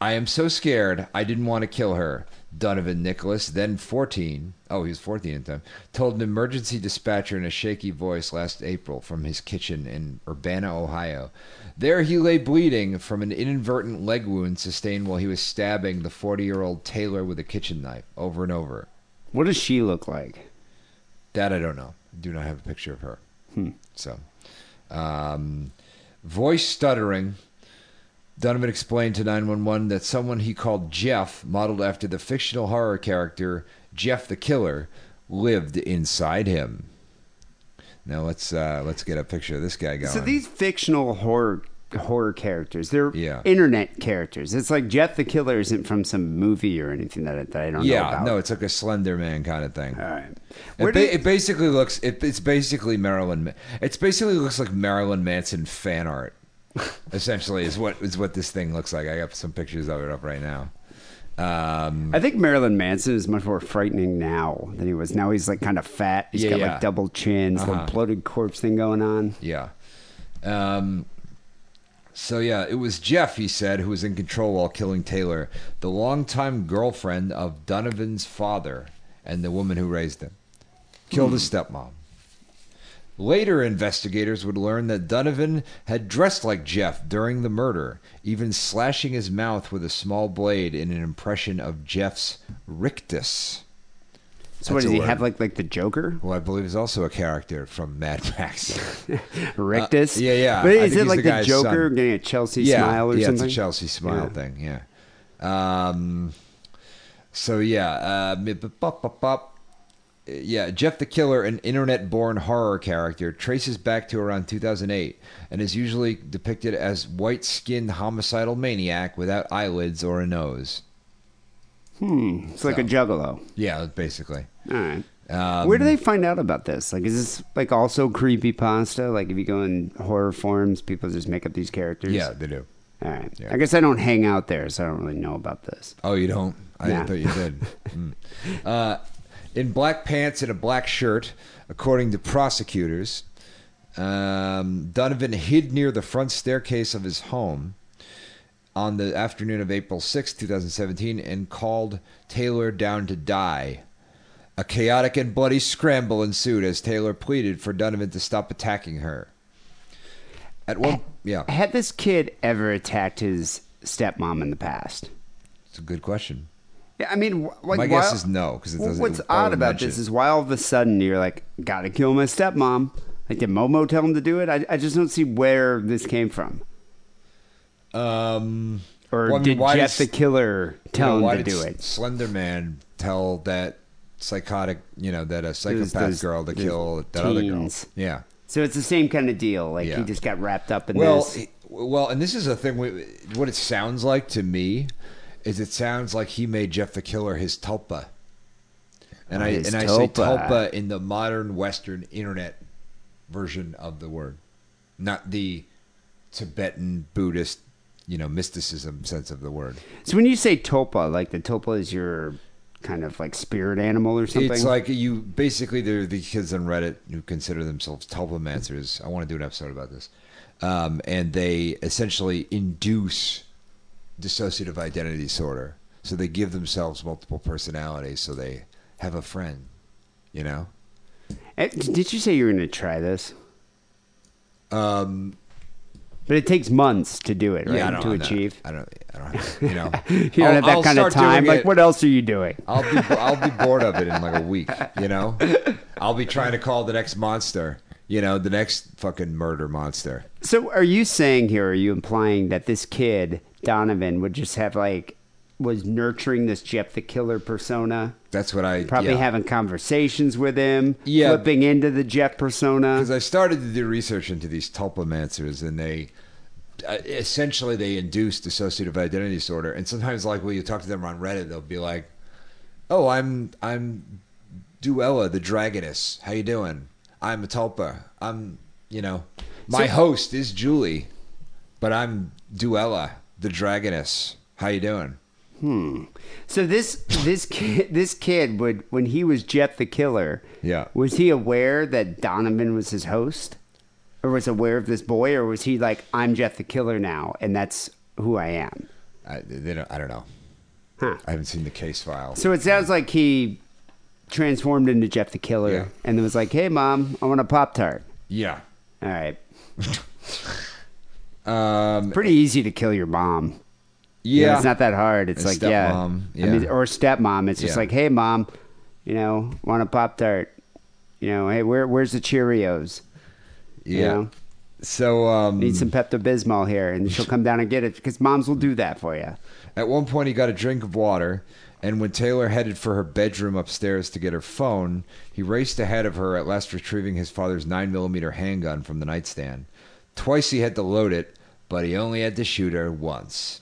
[SPEAKER 5] I am so scared. I didn't want to kill her. Donovan Nicholas, then 14, oh, he was 14 at the time, told an emergency dispatcher in a shaky voice last April from his kitchen in Urbana, Ohio. There he lay bleeding from an inadvertent leg wound sustained while he was stabbing the 40 year old Taylor with a kitchen knife over and over.
[SPEAKER 4] What does she look like?
[SPEAKER 5] That I don't know. I do not have a picture of her. So, um, voice stuttering. Donovan explained to 911 that someone he called Jeff, modeled after the fictional horror character Jeff the Killer, lived inside him. Now let's uh, let's get a picture of this guy going.
[SPEAKER 4] So these fictional horror horror characters, they're
[SPEAKER 5] Yeah.
[SPEAKER 4] internet characters. It's like Jeff the Killer isn't from some movie or anything that, I- that I don't know
[SPEAKER 5] yeah,
[SPEAKER 4] about.
[SPEAKER 5] no, it's like a Slender Man kind of thing.
[SPEAKER 4] All right. Where
[SPEAKER 5] It,
[SPEAKER 4] do
[SPEAKER 5] ba-
[SPEAKER 4] you-
[SPEAKER 5] it basically looks. It, it's basically Marilyn. Ma- It's basically looks like Marilyn Manson fan art. essentially, is what is what this thing looks like. I got some pictures of it up right now. Um,
[SPEAKER 4] I think Marilyn Manson is much more frightening now than he was. Now he's like kind of fat. He's
[SPEAKER 5] Yeah,
[SPEAKER 4] got
[SPEAKER 5] yeah.
[SPEAKER 4] like double chins,
[SPEAKER 5] Uh-huh.
[SPEAKER 4] little bloated corpse thing going on.
[SPEAKER 5] yeah. Um, so yeah, it was Jeff. He said who was in control while killing Taylor, the longtime girlfriend of Donovan's father and the woman who raised him. Killed his stepmom. Later, investigators would learn that Donovan had dressed like Jeff during the murder, even slashing his mouth with a small blade in an impression of Jeff's
[SPEAKER 4] So
[SPEAKER 5] rictus, That's
[SPEAKER 4] what does
[SPEAKER 5] a
[SPEAKER 4] he
[SPEAKER 5] word.
[SPEAKER 4] have like like the Joker?
[SPEAKER 5] who I believe is also a character from Mad Max.
[SPEAKER 4] Rictus?
[SPEAKER 5] Uh, yeah, yeah.
[SPEAKER 4] But
[SPEAKER 5] I
[SPEAKER 4] is
[SPEAKER 5] think
[SPEAKER 4] it
[SPEAKER 5] he's
[SPEAKER 4] like
[SPEAKER 5] the
[SPEAKER 4] the,
[SPEAKER 5] guy's
[SPEAKER 4] Joker
[SPEAKER 5] son.
[SPEAKER 4] getting a Chelsea
[SPEAKER 5] yeah,
[SPEAKER 4] smile or
[SPEAKER 5] yeah,
[SPEAKER 4] something?
[SPEAKER 5] it's a Chelsea smile
[SPEAKER 4] Yeah.
[SPEAKER 5] thing. Yeah. Um, so yeah, uh, mi- bu- bu- bu- bu- yeah, Jeff the Killer, an internet-born horror character, traces back to around 2008 and is usually depicted as white-skinned homicidal maniac without eyelids or a nose.
[SPEAKER 4] It's like a juggalo.
[SPEAKER 5] Yeah, basically.
[SPEAKER 4] All right.
[SPEAKER 5] Um,
[SPEAKER 4] Where do they find out about this? Like, is this like also creepy pasta? Like, if you go in horror forums, people just make up these characters.
[SPEAKER 5] Yeah, they do.
[SPEAKER 4] All right.
[SPEAKER 5] Yeah.
[SPEAKER 4] I guess I don't hang out there, so I don't really know about this.
[SPEAKER 5] Oh, you don't? I
[SPEAKER 4] Nah.
[SPEAKER 5] thought you did. Mm. Uh, in black pants and a black shirt, according to prosecutors, um, Donovan hid near the front staircase of his home on the afternoon of April sixth, two 2017, and called Taylor down to die. A chaotic and bloody scramble ensued as Taylor pleaded for Donovan to stop attacking her. At
[SPEAKER 4] Eh,
[SPEAKER 5] one, yeah,
[SPEAKER 4] Had this kid ever attacked his stepmom in the past?
[SPEAKER 5] it's a good question.
[SPEAKER 4] Yeah, I mean, wh- like,
[SPEAKER 5] My
[SPEAKER 4] why,
[SPEAKER 5] guess is no, 'cause it
[SPEAKER 4] Well,
[SPEAKER 5] doesn't-
[SPEAKER 4] What's
[SPEAKER 5] it
[SPEAKER 4] odd
[SPEAKER 5] doesn't
[SPEAKER 4] about
[SPEAKER 5] mention
[SPEAKER 4] this
[SPEAKER 5] it.
[SPEAKER 4] is why all of a sudden you're like, gotta kill my stepmom. Like, did Momo tell him to do it? I, I just don't see where this came from.
[SPEAKER 5] Um,
[SPEAKER 4] Or
[SPEAKER 5] well, I mean,
[SPEAKER 4] did
[SPEAKER 5] why
[SPEAKER 4] Jeff the
[SPEAKER 5] does-
[SPEAKER 4] kkiller tell
[SPEAKER 5] know, why
[SPEAKER 4] him to
[SPEAKER 5] did
[SPEAKER 4] do
[SPEAKER 5] S-
[SPEAKER 4] it?
[SPEAKER 5] Slender Man tell that psychotic, you know, that a psychopath
[SPEAKER 4] those-
[SPEAKER 5] girl to
[SPEAKER 4] those
[SPEAKER 5] kill that other girl.
[SPEAKER 4] teens.
[SPEAKER 5] Yeah.
[SPEAKER 4] So it's the same kind of deal. Like
[SPEAKER 5] Yeah.
[SPEAKER 4] he just got wrapped up in
[SPEAKER 5] Well,
[SPEAKER 4] this.
[SPEAKER 5] he- well, and this is a thing. We, what it sounds like to me is it sounds like he made Jeff the Killer his tulpa. And I and
[SPEAKER 4] His
[SPEAKER 5] I say
[SPEAKER 4] tulpa.
[SPEAKER 5] tulpa in the modern Western internet version of the word, not the Tibetan Buddhist, you know, mysticism sense of the word.
[SPEAKER 4] So when you say topa, like the topa is your kind of like spirit animal or something.
[SPEAKER 5] It's like you basically there are the kids on Reddit who consider themselves tulpamancers. I want to do an episode about this, um, and they essentially induce dissociative identity disorder. So they give themselves multiple personalities, so they have a friend. You know,
[SPEAKER 4] Eh, Did you say you were going to try this?
[SPEAKER 5] um,
[SPEAKER 4] But it takes months to do it, right?
[SPEAKER 5] yeah, I don't
[SPEAKER 4] to
[SPEAKER 5] know.
[SPEAKER 4] achieve.
[SPEAKER 5] I don't. I don't. Have, you know,
[SPEAKER 4] You don't have that kind of time. Like, what else are you doing?
[SPEAKER 5] I'll be I'll be bored of it in like a week, you know. I'll be trying to call the next monster, you know, the next fucking murder monster.
[SPEAKER 4] So, are you saying here? Are you implying that this kid Donovan would just have like was nurturing this Jeff the Killer persona?
[SPEAKER 5] That's what I
[SPEAKER 4] Probably
[SPEAKER 5] yeah.
[SPEAKER 4] having conversations with him,
[SPEAKER 5] Yeah.
[SPEAKER 4] flipping into the Jeff persona.
[SPEAKER 5] because I started to do research into these tulpamancers, and they uh, essentially they induce dissociative identity disorder. And sometimes, like when you talk to them on Reddit, they'll be like, "Oh, I'm I'm Duella the Dragoness. How you doing? I'm a tulpa. I'm you know my host is Julie, but I'm Duella the Dragoness. How you doing?
[SPEAKER 4] So this this kid this kid would when he was Jeff the Killer.
[SPEAKER 5] Yeah.
[SPEAKER 4] Was he aware that Donovan was his host, or was aware of this boy, or was he like, "I'm Jeff the Killer now, and that's who I am"?
[SPEAKER 5] I, they don't, I don't know. I haven't seen the case file.
[SPEAKER 4] So it sounds like he transformed into Jeff the Killer
[SPEAKER 5] Yeah.
[SPEAKER 4] and was like, "Hey, mom, I want a pop tart."
[SPEAKER 5] yeah.
[SPEAKER 4] All right,
[SPEAKER 5] Um,
[SPEAKER 4] pretty easy to kill your mom. You know,
[SPEAKER 5] yeah.
[SPEAKER 4] it's not that hard. It's
[SPEAKER 5] And
[SPEAKER 4] like
[SPEAKER 5] stepmom,
[SPEAKER 4] yeah, I mean,
[SPEAKER 5] yeah.
[SPEAKER 4] or stepmom. It's just
[SPEAKER 5] Yeah.
[SPEAKER 4] like, "Hey, mom, you know, want a pop tart." You know, hey, where, where's the Cheerios?
[SPEAKER 5] yeah.
[SPEAKER 4] You know,
[SPEAKER 5] So um,
[SPEAKER 4] need some Pepto Bismol here, and she'll come down and get it because moms will do that for you.
[SPEAKER 5] At one point, he got a drink of water, and when Taylor headed for her bedroom upstairs to get her phone, he raced ahead of her, at last retrieving his father's 9mm handgun from the nightstand. Twice he had to load it, but he only had to shoot her once.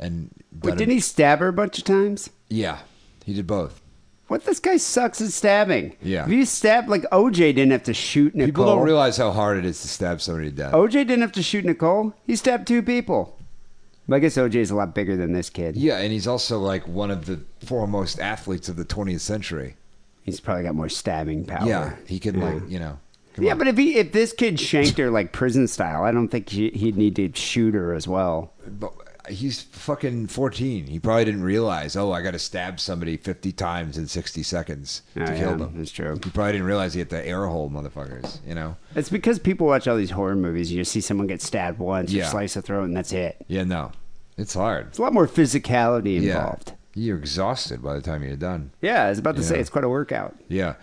[SPEAKER 5] And
[SPEAKER 4] Wait, didn't he stab her a bunch of times?
[SPEAKER 5] Yeah, he did both.
[SPEAKER 4] What this guy sucks at stabbing.
[SPEAKER 5] Yeah.
[SPEAKER 4] If you stab like OJ didn't have to shoot Nicole.
[SPEAKER 5] People don't realize how hard it is to stab somebody to death.
[SPEAKER 4] OJ didn't have to shoot Nicole. He stabbed two people. But I guess OJ is a lot bigger than this kid.
[SPEAKER 5] Yeah, and he's also like one of the foremost athletes of the 20th century.
[SPEAKER 4] He's probably got more stabbing power.
[SPEAKER 5] Yeah, he can like you know. come
[SPEAKER 4] Yeah,
[SPEAKER 5] on.
[SPEAKER 4] but if he if this kid shanked her like prison style, I don't think he, he'd need to shoot her as well.
[SPEAKER 5] But he's fucking 14. He probably didn't realize, oh, I got to stab somebody 50 times in 60 seconds to
[SPEAKER 4] Oh,
[SPEAKER 5] kill
[SPEAKER 4] yeah,
[SPEAKER 5] them.
[SPEAKER 4] that's true.
[SPEAKER 5] He probably didn't realize he hit the air hole, motherfuckers, you know?
[SPEAKER 4] It's because people watch all these horror movies. You just see someone get stabbed once, you
[SPEAKER 5] Yeah.
[SPEAKER 4] slice a throat, and that's it.
[SPEAKER 5] Yeah, no. It's hard.
[SPEAKER 4] It's a lot more physicality involved.
[SPEAKER 5] Yeah. You're exhausted by the time you're done.
[SPEAKER 4] Yeah, I was about to say
[SPEAKER 5] Yeah.
[SPEAKER 4] it's quite a workout.
[SPEAKER 5] Yeah.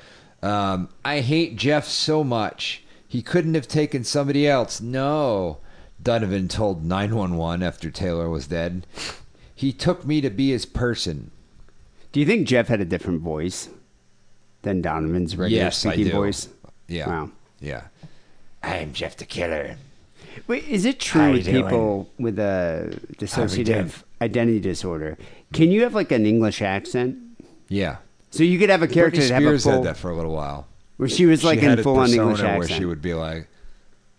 [SPEAKER 5] Um, I hate Jeff so much. He couldn't have taken somebody else. No. Donovan told 911 after Taylor was dead. He took me to be his person.
[SPEAKER 4] Do you think Jeff had a different voice than Donovan's regular
[SPEAKER 5] Yes, I
[SPEAKER 4] speaking
[SPEAKER 5] do.
[SPEAKER 4] voice?
[SPEAKER 5] Yeah.
[SPEAKER 4] Wow.
[SPEAKER 5] Yeah. I'm Jeff the Killer.
[SPEAKER 4] Wait, is it true with people with a dissociative identity disorder? Can you have like an English accent?
[SPEAKER 5] Yeah.
[SPEAKER 4] So you could have a character
[SPEAKER 5] Britney
[SPEAKER 4] that have a
[SPEAKER 5] Spears
[SPEAKER 4] full,
[SPEAKER 5] had that for a little while.
[SPEAKER 4] where she was like
[SPEAKER 5] she had
[SPEAKER 4] in
[SPEAKER 5] a
[SPEAKER 4] full on
[SPEAKER 5] persona
[SPEAKER 4] English
[SPEAKER 5] where
[SPEAKER 4] accent.
[SPEAKER 5] she would be like,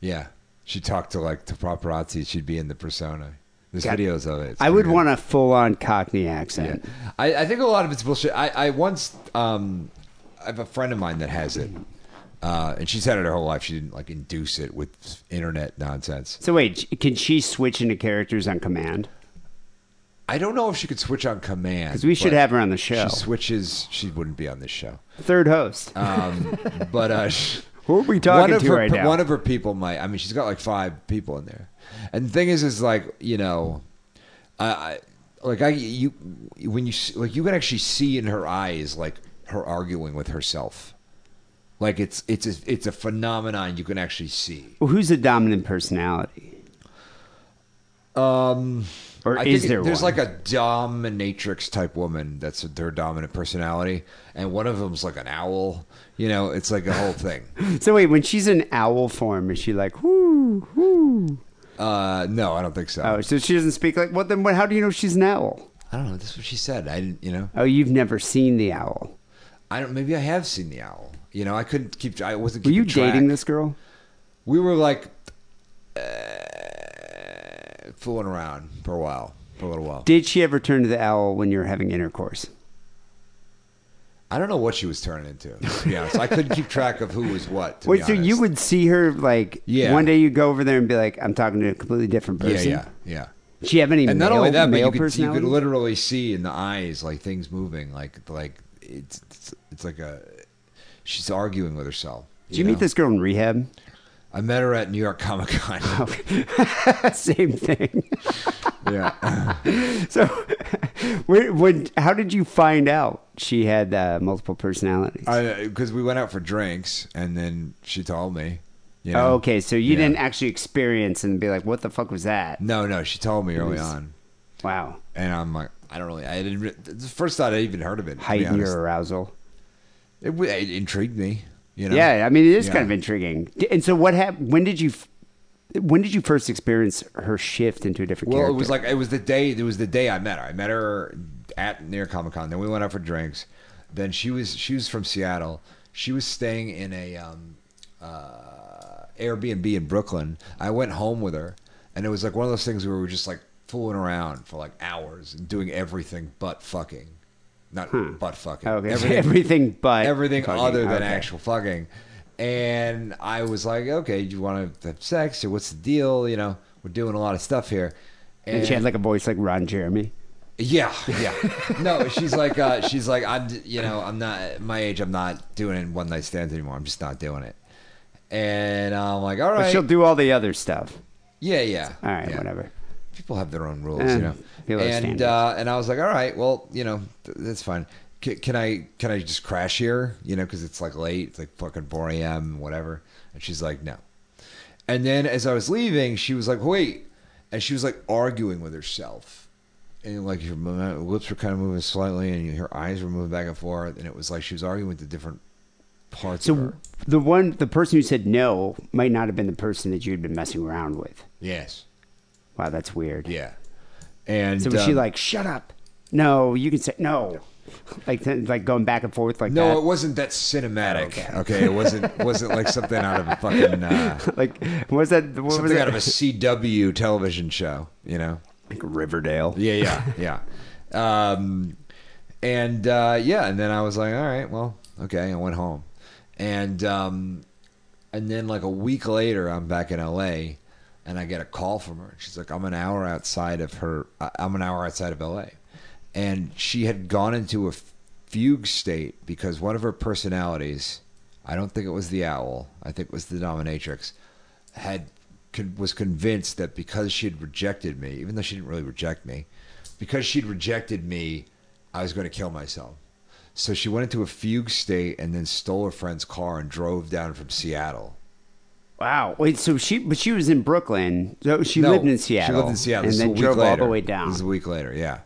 [SPEAKER 5] yeah, she talked to like to paparazzi. She'd be in the persona. There's
[SPEAKER 4] God.
[SPEAKER 5] videos of it. It's
[SPEAKER 4] I would
[SPEAKER 5] pretty
[SPEAKER 4] want a full on Cockney
[SPEAKER 5] good.
[SPEAKER 4] accent.
[SPEAKER 5] Yeah. I, I think a lot of it's bullshit. I, I once um, I have a friend of mine that has it, uh, and she's had it her whole life. She didn't like induce it with internet nonsense.
[SPEAKER 4] So wait, sh- can she switch into characters on command?
[SPEAKER 5] I don't know if she could switch on command
[SPEAKER 4] 'Cause we should
[SPEAKER 5] but
[SPEAKER 4] have her on the show.
[SPEAKER 5] She switches. She wouldn't be on this show.
[SPEAKER 4] Third host.
[SPEAKER 5] Um, but uh, sh-
[SPEAKER 4] Who are we talking
[SPEAKER 5] one of
[SPEAKER 4] to
[SPEAKER 5] her,
[SPEAKER 4] right
[SPEAKER 5] pe-
[SPEAKER 4] now?
[SPEAKER 5] One of her people might. I mean, she's got like five people in there. And the thing is, is like you know, I, I like I you when you s- like you can actually see in her eyes like her arguing with herself. Like it's it's a, it's a phenomenon you can actually see.
[SPEAKER 4] Well, who's the dominant personality?
[SPEAKER 5] Um,
[SPEAKER 4] Or
[SPEAKER 5] I
[SPEAKER 4] is
[SPEAKER 5] think it-
[SPEAKER 4] there
[SPEAKER 5] There's
[SPEAKER 4] one?
[SPEAKER 5] like a dominatrix type woman that's their dominant personality, and one of them's like an owl. You know, it's like a whole thing.
[SPEAKER 4] So wait, when she's in owl form, is she like whoo whoo?
[SPEAKER 5] Uh, no, I don't think so.
[SPEAKER 4] Oh, so she doesn't speak like. Well, then what, how do you know she's an owl?
[SPEAKER 5] I don't know. That's what she said. I didn't. You know.
[SPEAKER 4] Oh, you've never seen the owl.
[SPEAKER 5] I don't. Maybe I have seen the owl. You know. I couldn't keep. I wasn't.
[SPEAKER 4] Were
[SPEAKER 5] Keeping
[SPEAKER 4] you
[SPEAKER 5] track.
[SPEAKER 4] dating this girl?
[SPEAKER 5] We were like uh, fooling around for a while. For a little while.
[SPEAKER 4] Did she ever turn to the owl when you were having intercourse?
[SPEAKER 5] I don't know what she was turning into. To be honest, I couldn't keep track of who was what. To
[SPEAKER 4] Wait,
[SPEAKER 5] be
[SPEAKER 4] so you
[SPEAKER 5] honest.
[SPEAKER 4] would see her like
[SPEAKER 5] Yeah.
[SPEAKER 4] one day you go over there and be like, I'm talking to a completely different
[SPEAKER 5] Yeah,
[SPEAKER 4] person.
[SPEAKER 5] yeah, yeah.
[SPEAKER 4] Did she have any
[SPEAKER 5] And
[SPEAKER 4] male,
[SPEAKER 5] not only that, but
[SPEAKER 4] male
[SPEAKER 5] you could, you
[SPEAKER 4] personality?
[SPEAKER 5] could literally see in the eyes like things moving, like like it's it's, it's like a she's arguing with herself.
[SPEAKER 4] Did you meet
[SPEAKER 5] know?
[SPEAKER 4] this girl in rehab?
[SPEAKER 5] I met her at New York Comic Con.
[SPEAKER 4] Same thing.
[SPEAKER 5] yeah.
[SPEAKER 4] so, when, when, how did you find out she had uh, multiple personalities?
[SPEAKER 5] because we went out for drinks and then she told me. You know?
[SPEAKER 4] Oh, okay, so you
[SPEAKER 5] Yeah.
[SPEAKER 4] didn't actually experience and be like, what the fuck was that?
[SPEAKER 5] No, no, she told me early
[SPEAKER 4] was-
[SPEAKER 5] on,
[SPEAKER 4] Wow.
[SPEAKER 5] and I'm like, I don't really, I didn't. Re- it's the first thought I even heard of it. to be
[SPEAKER 4] Heighten
[SPEAKER 5] honest.
[SPEAKER 4] your arousal.
[SPEAKER 5] It, w- it intrigued me. You know.
[SPEAKER 4] Yeah, I mean it is
[SPEAKER 5] Yeah.
[SPEAKER 4] kind of intriguing. D- And so what happened? When did you? f- When did you first experience her shift into a different
[SPEAKER 5] Well,
[SPEAKER 4] character?
[SPEAKER 5] it was like it was the day. It was the day I met her. I met her at near Comic Con. Then we went out for drinks. Then she was she was from Seattle. She was staying in a um, uh, Airbnb in Brooklyn. I went home with her, and it was like one of those things where we were just like fooling around for like hours and doing everything but fucking, not but fucking.
[SPEAKER 4] Oh, okay, so everything,
[SPEAKER 5] Everything
[SPEAKER 4] but
[SPEAKER 5] everything
[SPEAKER 4] fucking,
[SPEAKER 5] other than
[SPEAKER 4] okay.
[SPEAKER 5] actual fucking. And I was like, okay, do you want to have sex or what's the deal? You know, we're doing a lot of stuff here.
[SPEAKER 4] And she had like a voice like Ron Jeremy.
[SPEAKER 5] Yeah, yeah. No, she's like, uh, she's like, I'm, you know, I'm not at my age. I'm not doing one night stands anymore. I'm just not doing it. And I'm like, all
[SPEAKER 4] But
[SPEAKER 5] right,
[SPEAKER 4] she'll do all the other stuff.
[SPEAKER 5] yeah, yeah,
[SPEAKER 4] All right,
[SPEAKER 5] yeah.
[SPEAKER 4] whatever.
[SPEAKER 5] People have their own rules,
[SPEAKER 4] Eh,
[SPEAKER 5] you know.
[SPEAKER 4] people have
[SPEAKER 5] And
[SPEAKER 4] standards.
[SPEAKER 5] uh, and I was like, all right, well, you know, th- that's fine. C- can I can I just crash here? You know, because it's like late, it's like fucking four a.m. whatever. And she's like, no. And then as I was leaving, she was like, wait, and she was like arguing with herself, and like her mo- lips were kind of moving slightly, and her eyes were moving back and forth, and it was like she was arguing with the different parts of
[SPEAKER 4] So
[SPEAKER 5] her.
[SPEAKER 4] the one, the person who said no might not have been the person that you'd been messing around with.
[SPEAKER 5] Yes.
[SPEAKER 4] Wow, that's weird.
[SPEAKER 5] Yeah. And
[SPEAKER 4] So was she
[SPEAKER 5] um,
[SPEAKER 4] like, shut up? No, you can say no. Like, th- like going back and forth like
[SPEAKER 5] No,
[SPEAKER 4] that.
[SPEAKER 5] it wasn't that cinematic.
[SPEAKER 4] Okay.
[SPEAKER 5] Okay, it wasn't wasn't like something out of a fucking uh,
[SPEAKER 4] like what was that? What was
[SPEAKER 5] something
[SPEAKER 4] that?
[SPEAKER 5] out of a CW television show. You know?
[SPEAKER 4] like Riverdale.
[SPEAKER 5] Yeah, yeah, yeah. Um, and uh, yeah, and then I was like, all right, well, okay, I went home, and um, and then like a week later, I'm back in LA, and I get a call from her. She's like, I'm an hour outside of her. I- I'm an hour outside of LA, and she had gone into a fugue state because one of her personalities, I don't think it was the owl, I think it was the dominatrix, had con- was convinced that because she'd rejected me, even though she didn't really reject me, because she'd rejected me, I was going to kill myself. So she went into a fugue state and then stole her friend's car and drove down from Seattle.
[SPEAKER 4] Wow. Wait. So she, but she was in Brooklyn. So she
[SPEAKER 5] No,
[SPEAKER 4] lived in Seattle.
[SPEAKER 5] She lived in Seattle.
[SPEAKER 4] and
[SPEAKER 5] This is
[SPEAKER 4] then
[SPEAKER 5] a week
[SPEAKER 4] drove all
[SPEAKER 5] later.
[SPEAKER 4] the way down.
[SPEAKER 5] This is a week later. Yeah,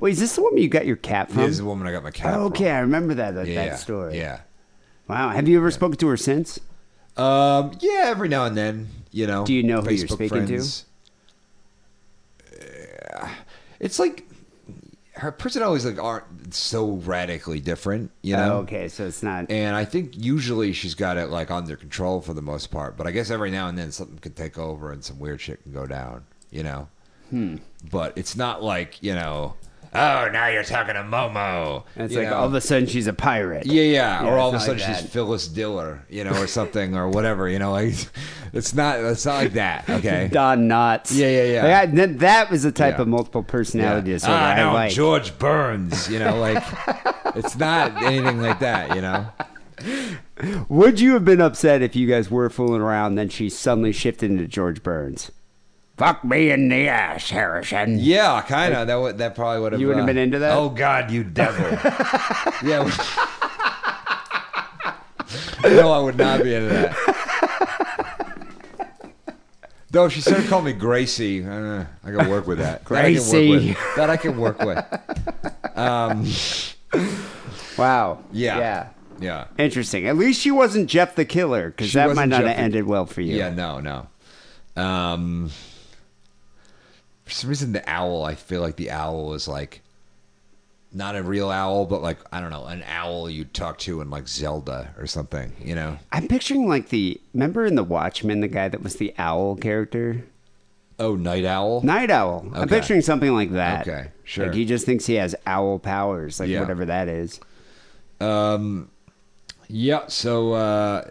[SPEAKER 4] Wait, is this the woman you got your cat from?
[SPEAKER 5] this is the woman I got my cat.
[SPEAKER 4] Oh,
[SPEAKER 5] from.
[SPEAKER 4] okay, I remember that that,
[SPEAKER 5] Yeah,
[SPEAKER 4] that story.
[SPEAKER 5] Yeah.
[SPEAKER 4] Wow. Have you ever spoken to her since?
[SPEAKER 5] Um, yeah, every now and then, you know.
[SPEAKER 4] Do you know who you're speaking to?
[SPEAKER 5] Uh, It's like her personalities like aren't so radically different, you know.
[SPEAKER 4] Oh, okay, so it's not.
[SPEAKER 5] And I think usually she's got it like under control for the most part, but I guess every now and then something could take over and some weird shit can go down, you know.
[SPEAKER 4] Hmm.
[SPEAKER 5] But it's not like you know. Oh, now you're talking to Momo.
[SPEAKER 4] It's
[SPEAKER 5] you
[SPEAKER 4] like
[SPEAKER 5] know?
[SPEAKER 4] all of a sudden she's a pirate.
[SPEAKER 5] Yeah, yeah.
[SPEAKER 4] Yeah,
[SPEAKER 5] or all of a
[SPEAKER 4] it's not
[SPEAKER 5] sudden
[SPEAKER 4] like
[SPEAKER 5] she's
[SPEAKER 4] that.
[SPEAKER 5] Phyllis Diller, you know, or something, or whatever. You know, like it's not it's not like that. Okay.
[SPEAKER 4] Don Knotts.
[SPEAKER 5] Yeah, yeah, yeah.
[SPEAKER 4] Like, I- that- that was the type
[SPEAKER 5] Yeah.
[SPEAKER 4] of multiple personality
[SPEAKER 5] Yeah.
[SPEAKER 4] disorder
[SPEAKER 5] Ah,
[SPEAKER 4] I
[SPEAKER 5] no,
[SPEAKER 4] like.
[SPEAKER 5] George Burns. You know, like it's not anything like that. You know.
[SPEAKER 4] Would you have been upset if you guys were fooling around and then she suddenly shifted into George Burns? Fuck me in the ass, Harrison.
[SPEAKER 5] Yeah, kind of. That would that probably would have.
[SPEAKER 4] You wouldn't have been into that?
[SPEAKER 5] Oh God, you devil. yeah. we- no, I would not be into that. Though if she started calling me Gracie, uh, I can work with that.
[SPEAKER 4] Gracie.
[SPEAKER 5] That I can work with. That I can work with.
[SPEAKER 4] Wow.
[SPEAKER 5] Yeah.
[SPEAKER 4] Yeah.
[SPEAKER 5] Yeah.
[SPEAKER 4] Interesting. At least she wasn't Jeff the Killer, because
[SPEAKER 5] She
[SPEAKER 4] that might
[SPEAKER 5] wasn't
[SPEAKER 4] not
[SPEAKER 5] Jeff
[SPEAKER 4] have
[SPEAKER 5] the-
[SPEAKER 4] ended well for you.
[SPEAKER 5] Yeah, no, no. Um, for some reason, the owl. I feel like the owl is like not a real owl, but like I don't know, an owl you talk to in like Zelda or something. You know?
[SPEAKER 4] I'm picturing like the remember in the Watchmen the guy that was the owl character,
[SPEAKER 5] Oh, night owl.
[SPEAKER 4] Night Owl. I'm
[SPEAKER 5] Okay.
[SPEAKER 4] picturing something like that.
[SPEAKER 5] Okay, sure.
[SPEAKER 4] Like he just thinks he has owl powers, like
[SPEAKER 5] Yeah.
[SPEAKER 4] whatever that is.
[SPEAKER 5] Yeah. So uh,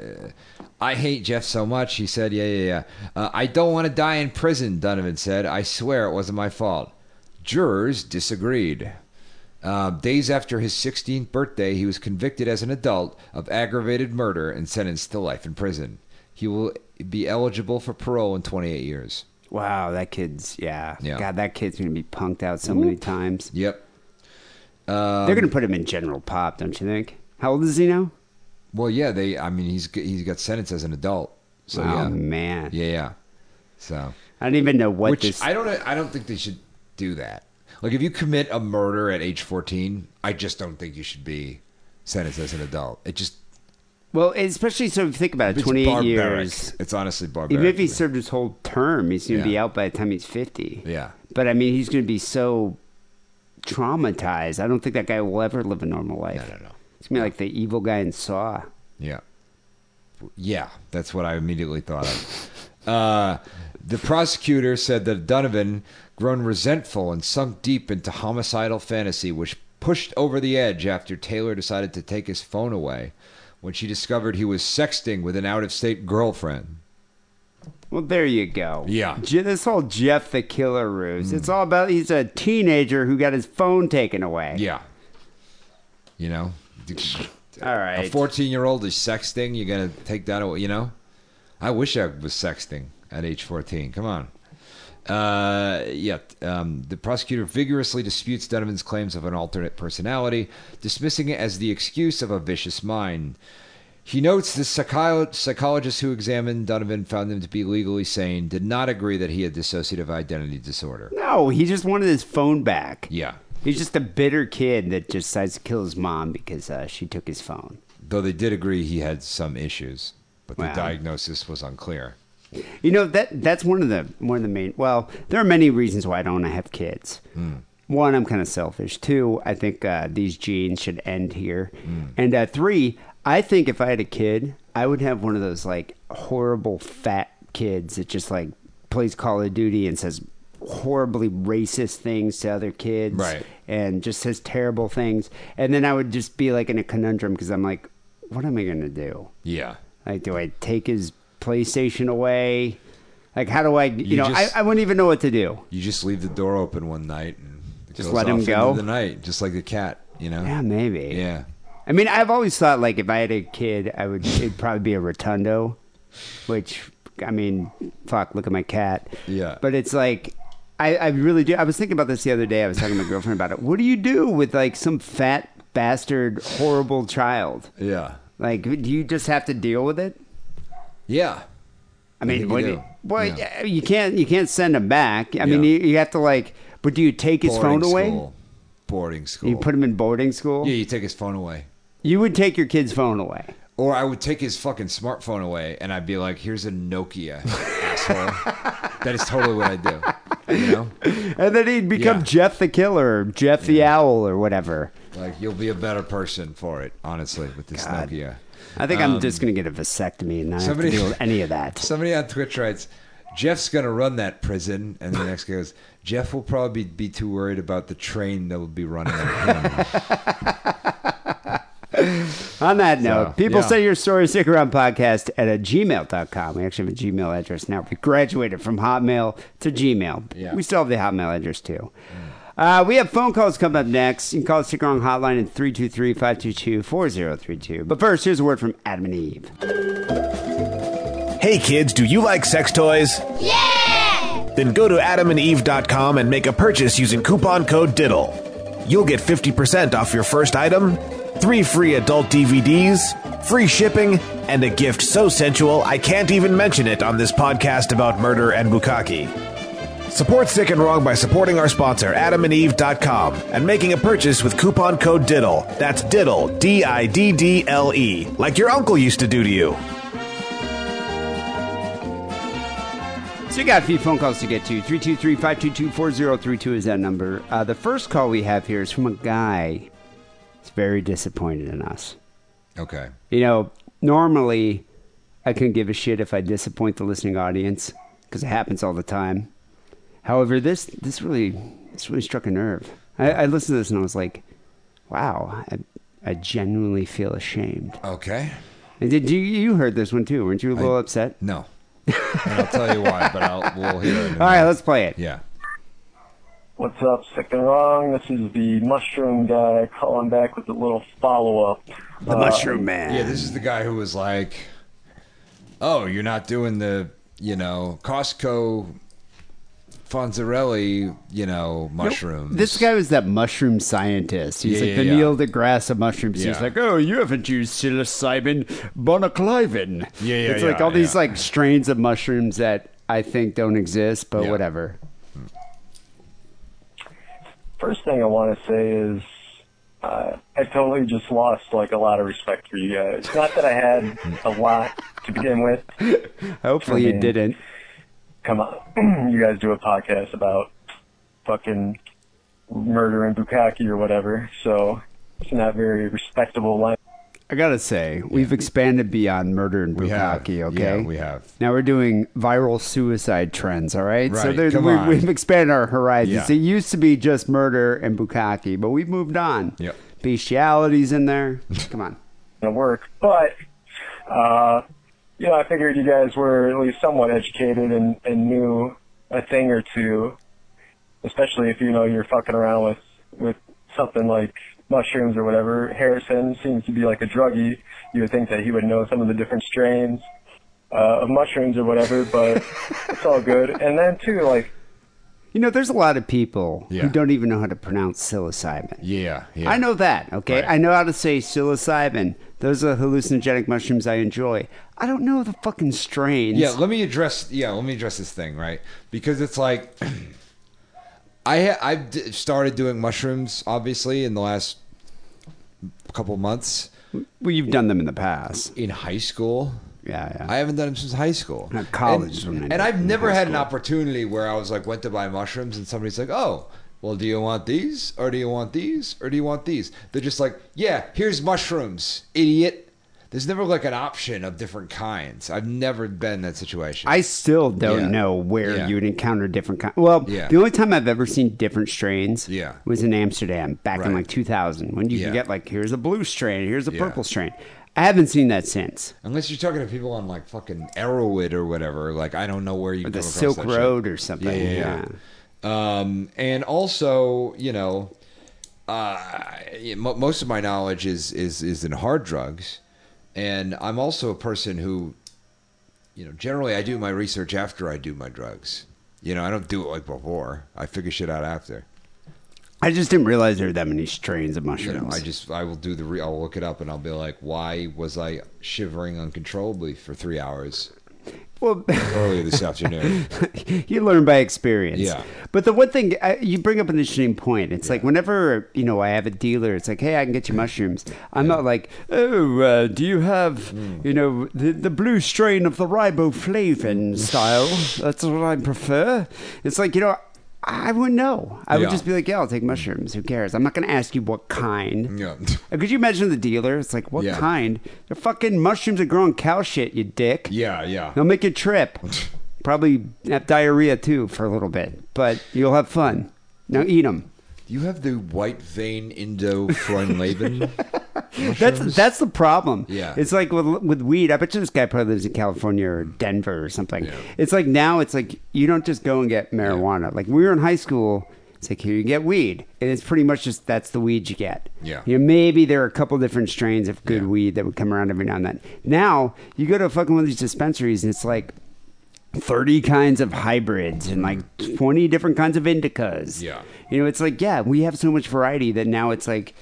[SPEAKER 5] I hate Jeff so much. He said, "Yeah, yeah, yeah." Uh, I don't want to die in prison. Donovan said, "I swear it wasn't my fault." Jurors disagreed. Um, days after his 16th birthday, he was convicted as an adult of aggravated murder and sentenced to life in prison. He will be eligible for parole in 28 years.
[SPEAKER 4] Wow, that kid's yeah.
[SPEAKER 5] Yeah.
[SPEAKER 4] God, that kid's gonna be punked out so many times.
[SPEAKER 5] Yep. Um,
[SPEAKER 4] They're gonna put him in General Pop, don't you think? How old is he now?
[SPEAKER 5] Well, yeah. They. I mean, he's g- he's got sentenced as an adult. So
[SPEAKER 4] oh
[SPEAKER 5] yeah.
[SPEAKER 4] man,
[SPEAKER 5] Yeah, yeah. So.
[SPEAKER 4] I don't even know what
[SPEAKER 5] Which
[SPEAKER 4] this.
[SPEAKER 5] I don't. I don't think they should do that. Like if you commit a murder at age fourteen, I just don't think you should be sentenced as an adult. It just
[SPEAKER 4] well, especially so if you think about it,
[SPEAKER 5] it's
[SPEAKER 4] 28
[SPEAKER 5] barbaric.
[SPEAKER 4] years.
[SPEAKER 5] It's honestly barbaric.
[SPEAKER 4] Even if
[SPEAKER 5] to
[SPEAKER 4] he
[SPEAKER 5] me.
[SPEAKER 4] served his whole term, he's gonna be
[SPEAKER 5] Yeah.
[SPEAKER 4] out by the time he's 50.
[SPEAKER 5] yeah,
[SPEAKER 4] But I mean, he's going to be so traumatized. I don't think that guy will ever live a normal life.
[SPEAKER 5] I don't know.
[SPEAKER 4] It's going to be like the evil guy in Saw.
[SPEAKER 5] Yeah. Yeah, that's what I immediately thought of. Uh, the prosecutor said that Donovan, grown resentful and sunk deep into homicidal fantasy, was pushed over the edge after Taylor decided to take his phone away when she discovered he was sexting with an out of state girlfriend.
[SPEAKER 4] Well, there you go.
[SPEAKER 5] Yeah. Mm.
[SPEAKER 4] Je- this whole Jeff the Killer ruse. It's all about he's a teenager who got his phone taken away.
[SPEAKER 5] Yeah. You know?
[SPEAKER 4] All
[SPEAKER 5] A
[SPEAKER 4] right.
[SPEAKER 5] 14 year old is sexting. You're going to take that away, you know? I wish I was sexting at age 14. Come on. Uh, yeah. Um, the prosecutor vigorously disputes Donovan's claims of an alternate personality, dismissing it as the excuse of a vicious mind. He notes the psycholo- psychologist who examined Donovan found him to be legally sane, did not agree that he had dissociative identity disorder.
[SPEAKER 4] no, he just wanted his phone back.
[SPEAKER 5] Yeah.
[SPEAKER 4] He's just a bitter kid that just decides to kill his mom because uh, she took his phone.
[SPEAKER 5] Though they did agree he had some issues, but the
[SPEAKER 4] Wow.
[SPEAKER 5] diagnosis was unclear.
[SPEAKER 4] You know that that's one of the one of the main. Well, there are many reasons why I don't want to have kids. One, I'm kind of selfish. Two, I think uh, these genes should end here. And uh, three, I think if I had a kid, I would have one of those like horrible fat kids that just like plays Call of Duty and says horribly racist things to other kids,
[SPEAKER 5] Right.
[SPEAKER 4] And just says terrible things. And then I would just be like in a conundrum because I'm like, what am I gonna do?
[SPEAKER 5] Yeah.
[SPEAKER 4] Like, do I take his PlayStation away? Like, how do I, you, know,
[SPEAKER 5] just-
[SPEAKER 4] I, I wouldn't even know what to do.
[SPEAKER 5] You just leave the door open one night and it
[SPEAKER 4] Just
[SPEAKER 5] goes
[SPEAKER 4] let him
[SPEAKER 5] off into
[SPEAKER 4] go?
[SPEAKER 5] the night, just like the cat, you know.
[SPEAKER 4] Yeah, maybe.
[SPEAKER 5] Yeah.
[SPEAKER 4] I mean, I've always thought, like, if I had a kid, I would, it'd probably be a Rotundo, which, I mean, fuck, look at my cat.
[SPEAKER 5] Yeah.
[SPEAKER 4] But it's like, I, I really do. I was thinking about this the other day. I was talking to my girlfriend about it. What do you do with, like, some fat bastard, horrible child?
[SPEAKER 5] Yeah.
[SPEAKER 4] Like, do you just have to deal with it?
[SPEAKER 5] Yeah.
[SPEAKER 4] I mean,
[SPEAKER 5] think
[SPEAKER 4] what
[SPEAKER 5] you
[SPEAKER 4] do
[SPEAKER 5] do.
[SPEAKER 4] you, well,
[SPEAKER 5] Yeah.
[SPEAKER 4] you can't you can't send him back. I mean,
[SPEAKER 5] Yeah.
[SPEAKER 4] you, you have to like. But do you take his phone away?
[SPEAKER 5] School. Boarding school.
[SPEAKER 4] You put him in boarding school.
[SPEAKER 5] yeah, you take his phone away.
[SPEAKER 4] You would take your kid's phone away.
[SPEAKER 5] Or I would take his fucking smartphone away and I'd be like, here's a Nokia, asshole. That is totally what I do. You know?
[SPEAKER 4] And then he'd become
[SPEAKER 5] Yeah.
[SPEAKER 4] Jeff the Killer, or Jeff the Owl, or whatever.
[SPEAKER 5] Like, you'll be a better person for it, honestly, with this Nokia.
[SPEAKER 4] I think I'm just gonna get a vasectomy and not
[SPEAKER 5] somebody-
[SPEAKER 4] have to deal with any of that.
[SPEAKER 5] Somebody on Twitch writes, Jeff's going to run that prison. And the next guy goes, Jeff will probably be too worried about the train that will be running at him.
[SPEAKER 4] On that note, people
[SPEAKER 5] yeah.
[SPEAKER 4] send your story stick around podcast at a gmail.com. We actually have a Gmail address now. We graduated from Hotmail to Gmail.
[SPEAKER 5] Yeah.
[SPEAKER 4] We still have the Hotmail address too. Uh, we have phone calls coming up next. You can call the Stick Around hotline at 323 522 4032. But first, here's a word from Adam and Eve.
[SPEAKER 8] Hey kids, do you like sex toys? Yeah! Then go to adamandeve.com and make a purchase using coupon code DIDDLE. You'll get 50% off your first item, three free adult DVDs, free shipping, and a gift so sensual I can't even mention it on this podcast about murder and bukkake. Support Sick and Wrong by supporting our sponsor, adamandeve.com, and making a purchase with coupon code DIDDLE. That's DIDDLE, D I D D L E, like your uncle used to do to you.
[SPEAKER 4] So you got a few phone calls to get to. 323-522-4032 is that number. Uh, the first call we have here is from a guy that's very disappointed in us.
[SPEAKER 5] okay.
[SPEAKER 4] You know, normally I couldn't give a shit if I disappoint the listening audience because it happens all the time. However, this this really this really struck a nerve. I, I listened to this and I was like, wow, I, I genuinely feel ashamed.
[SPEAKER 5] Okay.
[SPEAKER 4] And did you you heard this one too? Weren't you a little upset?
[SPEAKER 5] No. And I'll tell you why, but I'll, we'll hear it. in a
[SPEAKER 4] All right,
[SPEAKER 5] minute.
[SPEAKER 4] let's play it.
[SPEAKER 5] Yeah.
[SPEAKER 9] What's up, sick and wrong? This is the mushroom guy calling back with a little follow up.
[SPEAKER 4] The Mushroom Man.
[SPEAKER 5] Yeah, this is the guy who was like, "Oh, you're not doing the, you know, Costco Fonzarelli, you know, mushrooms."
[SPEAKER 4] This guy was that mushroom scientist. He's
[SPEAKER 5] Yeah,
[SPEAKER 4] like
[SPEAKER 5] yeah,
[SPEAKER 4] the
[SPEAKER 5] yeah.
[SPEAKER 4] Neil deGrasse of mushrooms.
[SPEAKER 5] Yeah.
[SPEAKER 4] He's like, oh, you haven't used psilocybin bonaclivin.
[SPEAKER 5] Yeah, yeah,
[SPEAKER 4] It's like
[SPEAKER 5] yeah,
[SPEAKER 4] all these
[SPEAKER 5] yeah.
[SPEAKER 4] like strains of mushrooms that I think don't exist, but
[SPEAKER 5] Yeah.
[SPEAKER 4] whatever.
[SPEAKER 9] First thing I want to say is uh, I totally just lost like a lot of respect for you guys. Not that I had a lot to begin with.
[SPEAKER 4] Hopefully you
[SPEAKER 9] mean-
[SPEAKER 4] didn't.
[SPEAKER 9] Come on, you guys do a podcast about fucking murder and bukkake or whatever, so it's not very respectable. Line.
[SPEAKER 4] I gotta say, we've expanded beyond murder and
[SPEAKER 5] We have.
[SPEAKER 4] bukkake.
[SPEAKER 5] Yeah,
[SPEAKER 4] Okay,
[SPEAKER 5] we have.
[SPEAKER 4] Now we're doing viral suicide trends. All right, so
[SPEAKER 5] Right,
[SPEAKER 4] there's-
[SPEAKER 5] come
[SPEAKER 4] we,
[SPEAKER 5] on.
[SPEAKER 4] we've expanded our horizons.
[SPEAKER 5] Yeah.
[SPEAKER 4] It used to be just murder and bukkake, but we've moved on.
[SPEAKER 5] Yep.
[SPEAKER 4] bestialities in there. Come on.
[SPEAKER 9] going to work. But uh, you know, I figured you guys were at least somewhat educated and, and knew a thing or two, especially if you know you're fucking around with with something like mushrooms or whatever. Harrison seems to be like a druggie. You would think that he would know some of the different strains uh, of mushrooms or whatever, but it's all good. And then too, like
[SPEAKER 4] You know, there's a lot of people
[SPEAKER 5] Yeah.
[SPEAKER 4] who don't even know how to pronounce psilocybin.
[SPEAKER 5] Yeah, yeah.
[SPEAKER 4] I know that, okay?
[SPEAKER 5] Right.
[SPEAKER 4] I know how to say psilocybin. Those are hallucinogenic mushrooms I enjoy. I don't know the fucking strains.
[SPEAKER 5] Yeah, let me address. Yeah, let me address this thing right because it's like I ha- I've d- started doing mushrooms obviously in the last couple months
[SPEAKER 4] Well, you've done them in the past.
[SPEAKER 5] in high school.
[SPEAKER 4] Yeah, yeah.
[SPEAKER 5] I haven't done them since high school.
[SPEAKER 4] Not college is when I
[SPEAKER 5] And,
[SPEAKER 4] did
[SPEAKER 5] and I've
[SPEAKER 4] them in
[SPEAKER 5] never
[SPEAKER 4] high
[SPEAKER 5] had an
[SPEAKER 4] school.
[SPEAKER 5] opportunity where I was like went to buy mushrooms and somebody's like, "Oh, well, do you want these or do you want these or do you want these?" They're just like, "Yeah, here's mushrooms, idiot." There's never like an option of different kinds. I've never been in that situation.
[SPEAKER 4] I still don't
[SPEAKER 5] Yeah.
[SPEAKER 4] know where
[SPEAKER 5] Yeah.
[SPEAKER 4] you'd encounter different kind. Well,
[SPEAKER 5] Yeah.
[SPEAKER 4] the only time I've ever seen different strains
[SPEAKER 5] Yeah.
[SPEAKER 4] was in Amsterdam back in
[SPEAKER 5] Right.
[SPEAKER 4] like 2000 when you
[SPEAKER 5] Yeah.
[SPEAKER 4] could get like here's a blue strain, here's a
[SPEAKER 5] Yeah.
[SPEAKER 4] purple strain. I haven't seen that since.
[SPEAKER 5] Unless you're talking to people on like fucking Arrowhead or whatever, like I don't know where
[SPEAKER 4] Or
[SPEAKER 5] you come
[SPEAKER 4] the
[SPEAKER 5] across
[SPEAKER 4] Silk
[SPEAKER 5] that shit.
[SPEAKER 4] Road or something.
[SPEAKER 5] Yeah, yeah, yeah. Um, and also, you know, uh, yeah, mo most of my knowledge is is is in hard drugs, and I'm also a person who, you know, generally I do my research after I do my drugs. You know, I don't do it like before. I figure shit out after.
[SPEAKER 4] I just didn't realize there were that many strains of
[SPEAKER 5] You
[SPEAKER 4] mushrooms.
[SPEAKER 5] know, I just I will do the re- I'll look it up and I'll be like, why was I shivering uncontrollably for three hours
[SPEAKER 4] well,
[SPEAKER 5] earlier this afternoon?
[SPEAKER 4] you learn by experience.
[SPEAKER 5] Yeah.
[SPEAKER 4] But the one thing I, you bring up an interesting point. It's like whenever you know I have a dealer, it's like, hey, I can get you mushrooms. I'm not like, oh, uh, do you have
[SPEAKER 5] Hmm.
[SPEAKER 4] you know the, the blue strain of the riboflavin style? That's what I prefer. It's like you know. I wouldn't know. I would
[SPEAKER 5] Yeah.
[SPEAKER 4] just be like, yeah, I'll take mushrooms. Who cares? I'm not going to ask you what kind.
[SPEAKER 5] Yeah.
[SPEAKER 4] Uh, Could you imagine the dealer? It's like, what
[SPEAKER 5] Yeah.
[SPEAKER 4] kind? They're fucking mushrooms that grow on cow shit, you dick.
[SPEAKER 5] Yeah, yeah.
[SPEAKER 4] They'll make you trip. Probably have diarrhea too for a little bit, but you'll have fun. Now eat them.
[SPEAKER 5] Do you have the white vein Indo Freundleben?
[SPEAKER 4] That's that's the problem.
[SPEAKER 5] Yeah.
[SPEAKER 4] it's like with, with weed. I bet you this guy probably lives in California or Denver or something.
[SPEAKER 5] Yeah.
[SPEAKER 4] It's like now it's like you don't just go and get marijuana. Like we were in high school. It's like here you get weed, and it's pretty much just that's the weed you get.
[SPEAKER 5] Yeah.
[SPEAKER 4] You know, maybe there are a couple different strains of good
[SPEAKER 5] Yeah.
[SPEAKER 4] weed that would come around every now and then. Now you go to fucking one of these dispensaries, and it's like 30 kinds of hybrids and like 20 different kinds of indicas.
[SPEAKER 5] Yeah.
[SPEAKER 4] You know, it's like, yeah, we have so much variety that now it's like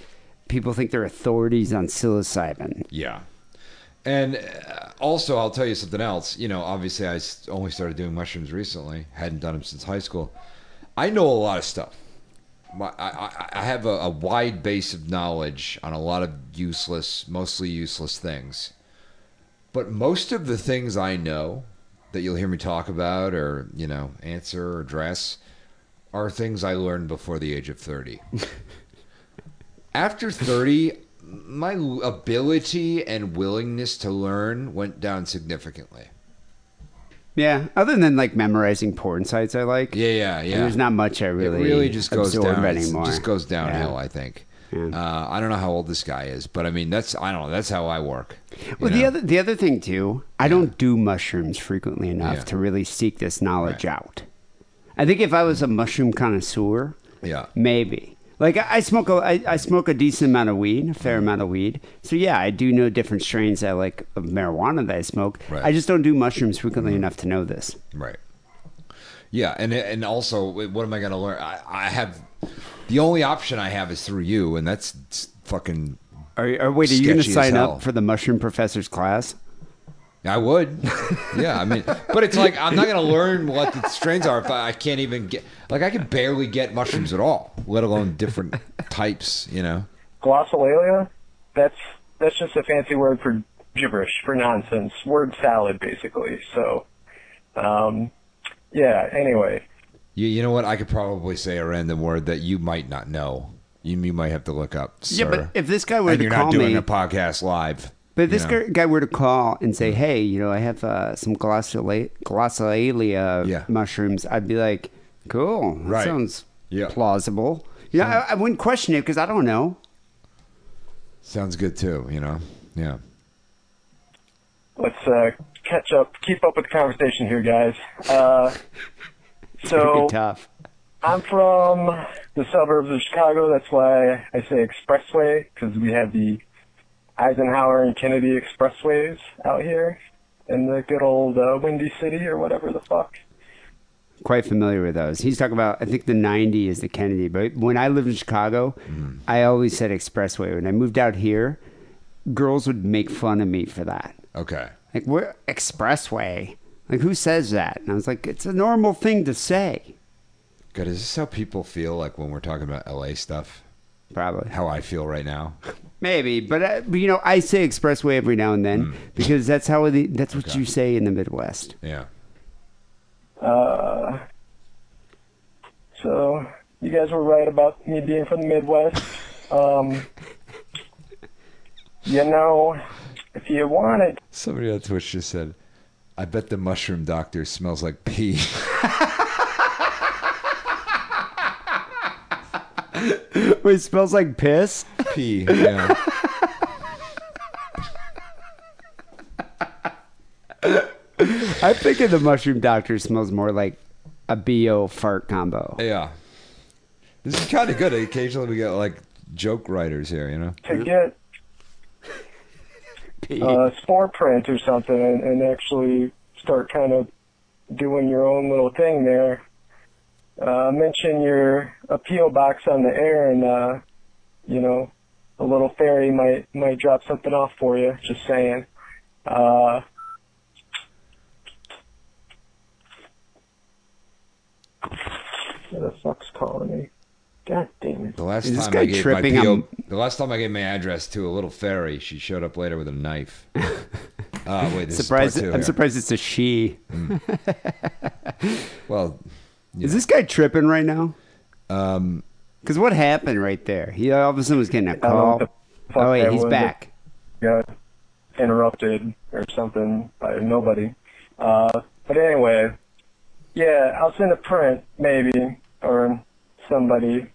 [SPEAKER 4] people think they're authorities on psilocybin.
[SPEAKER 5] yeah. And uh, also, I'll tell you something else. You know, obviously, I s- only started doing mushrooms recently. Hadn't done them since high school. I know a lot of stuff. My, I, I, I have a, a wide base of knowledge on a lot of useless, mostly useless things. But most of the things I know that you'll hear me talk about or, you know, answer or address are things I learned before the age of 30. After 30, my ability and willingness to learn went down significantly.
[SPEAKER 4] Yeah. Other than like memorizing porn sites, I like.
[SPEAKER 5] Yeah, yeah, yeah.
[SPEAKER 4] There's not much I really,
[SPEAKER 5] it really just goes
[SPEAKER 4] absorb
[SPEAKER 5] down. It
[SPEAKER 4] anymore.
[SPEAKER 5] just goes downhill,
[SPEAKER 4] Yeah.
[SPEAKER 5] I think. Uh, I don't know how old this guy is, but I mean, that's I don't know. That's how I work. you
[SPEAKER 4] Well, the
[SPEAKER 5] know?
[SPEAKER 4] other the other thing too, I don't do mushrooms frequently enough
[SPEAKER 5] Yeah.
[SPEAKER 4] to really seek this knowledge
[SPEAKER 5] Right.
[SPEAKER 4] out. I think if I was a mushroom connoisseur,
[SPEAKER 5] Yeah.
[SPEAKER 4] maybe. Like I, I smoke a I, I smoke a decent amount of weed, a fair
[SPEAKER 5] Mm-hmm.
[SPEAKER 4] amount of weed. So yeah, I do know different strains I like of marijuana that I smoke.
[SPEAKER 5] Right. Mm-hmm.
[SPEAKER 4] I just don't do mushrooms frequently enough to know this.
[SPEAKER 5] Right. Yeah, and and also, what am I going to learn? I, I have the only option I have is through you, and that's fucking.
[SPEAKER 4] Or, or wait, are you going to
[SPEAKER 5] Sketchy as
[SPEAKER 4] sign
[SPEAKER 5] hell.
[SPEAKER 4] up for the mushroom professor's class?
[SPEAKER 5] I would. Yeah, I mean, but it's like I'm not going to learn what the strains are if I, I can't even get. Like, I can barely get mushrooms at all, let alone different types. You know.
[SPEAKER 9] glossolalia, that's that's just a fancy word for gibberish, for nonsense, word salad basically. So, um, yeah. Anyway,
[SPEAKER 5] You, you know what? I could probably say a random word that you might not know. You, you might have to look up. Sir.
[SPEAKER 4] Yeah, but if this guy were
[SPEAKER 5] and
[SPEAKER 4] to
[SPEAKER 5] you're
[SPEAKER 4] call
[SPEAKER 5] not doing
[SPEAKER 4] me-
[SPEAKER 5] a podcast live.
[SPEAKER 4] But if this
[SPEAKER 5] you know.
[SPEAKER 4] guy- guy were to call and say, "Hey, you know, I have uh, some glossolalia, glossolalia
[SPEAKER 5] Yeah.
[SPEAKER 4] mushrooms," I'd be like, "Cool, that
[SPEAKER 5] Right.
[SPEAKER 4] sounds
[SPEAKER 5] Yeah.
[SPEAKER 4] plausible." Yeah, I, I wouldn't question it because I don't know.
[SPEAKER 5] sounds good too. You know. Yeah.
[SPEAKER 9] let's uh, catch up, keep up with the conversation here, guys. Uh,
[SPEAKER 4] Pretty
[SPEAKER 9] so
[SPEAKER 4] tough.
[SPEAKER 9] I'm from the suburbs of Chicago. That's why I say expressway because we have the Eisenhower and Kennedy expressways out here in the good old uh, Windy City or whatever the fuck.
[SPEAKER 4] Quite familiar with those. He's talking about, I think the 90 is the Kennedy, but when I lived in Chicago,
[SPEAKER 5] Mm.
[SPEAKER 4] I always said expressway. When I moved out here, girls would make fun of me for that.
[SPEAKER 5] Okay.
[SPEAKER 4] Like, we're expressway. Like, who says that? And I was like, it's a normal thing to say,
[SPEAKER 5] Good. Is this how people feel like when we're talking about LA stuff?
[SPEAKER 4] probably.
[SPEAKER 5] How I feel right now?
[SPEAKER 4] Maybe, but, uh, but you know, I say expressway every now and
[SPEAKER 5] Mm.
[SPEAKER 4] then because that's how the, that's what you say in the Midwest.
[SPEAKER 5] Yeah.
[SPEAKER 9] Uh, so you guys were right about me being from the Midwest. Um, you know, if you wanted,
[SPEAKER 5] Somebody on Twitch just said, I bet the mushroom doctor smells like pee.
[SPEAKER 4] Wait, it smells like piss?
[SPEAKER 5] pee. Yeah.
[SPEAKER 4] I'm thinking the mushroom doctor smells more like a BO fart combo.
[SPEAKER 5] yeah. This is kind of good. Occasionally we get like joke writers here, you know?
[SPEAKER 9] to get uh, spore print or something and, and actually start kind of doing your own little thing there. Uh, mention your appeal box on the air, and uh, you know, a little fairy might might drop something off for you. Just saying. Uh, who the fuck's calling me? God damn it!
[SPEAKER 5] The last
[SPEAKER 4] Is this
[SPEAKER 5] time
[SPEAKER 4] guy
[SPEAKER 5] I gave
[SPEAKER 4] tripping?
[SPEAKER 5] my
[SPEAKER 4] I'm-
[SPEAKER 5] PO, the last time I gave my address to a little fairy, she showed up later with a knife. Ah, wait, this
[SPEAKER 4] Surprised,
[SPEAKER 5] Is part two
[SPEAKER 4] I'm
[SPEAKER 5] here. Mm,
[SPEAKER 4] surprised it's a she.
[SPEAKER 5] Well,
[SPEAKER 4] Is this guy tripping right now?
[SPEAKER 5] um,
[SPEAKER 4] Because what happened right there? He all of a sudden was getting a call.
[SPEAKER 9] what the fuck
[SPEAKER 4] Oh, wait,
[SPEAKER 9] that
[SPEAKER 4] he's
[SPEAKER 9] was.
[SPEAKER 4] back.
[SPEAKER 9] got interrupted or something by nobody. Uh, but anyway, yeah, I'll send a print maybe or somebody,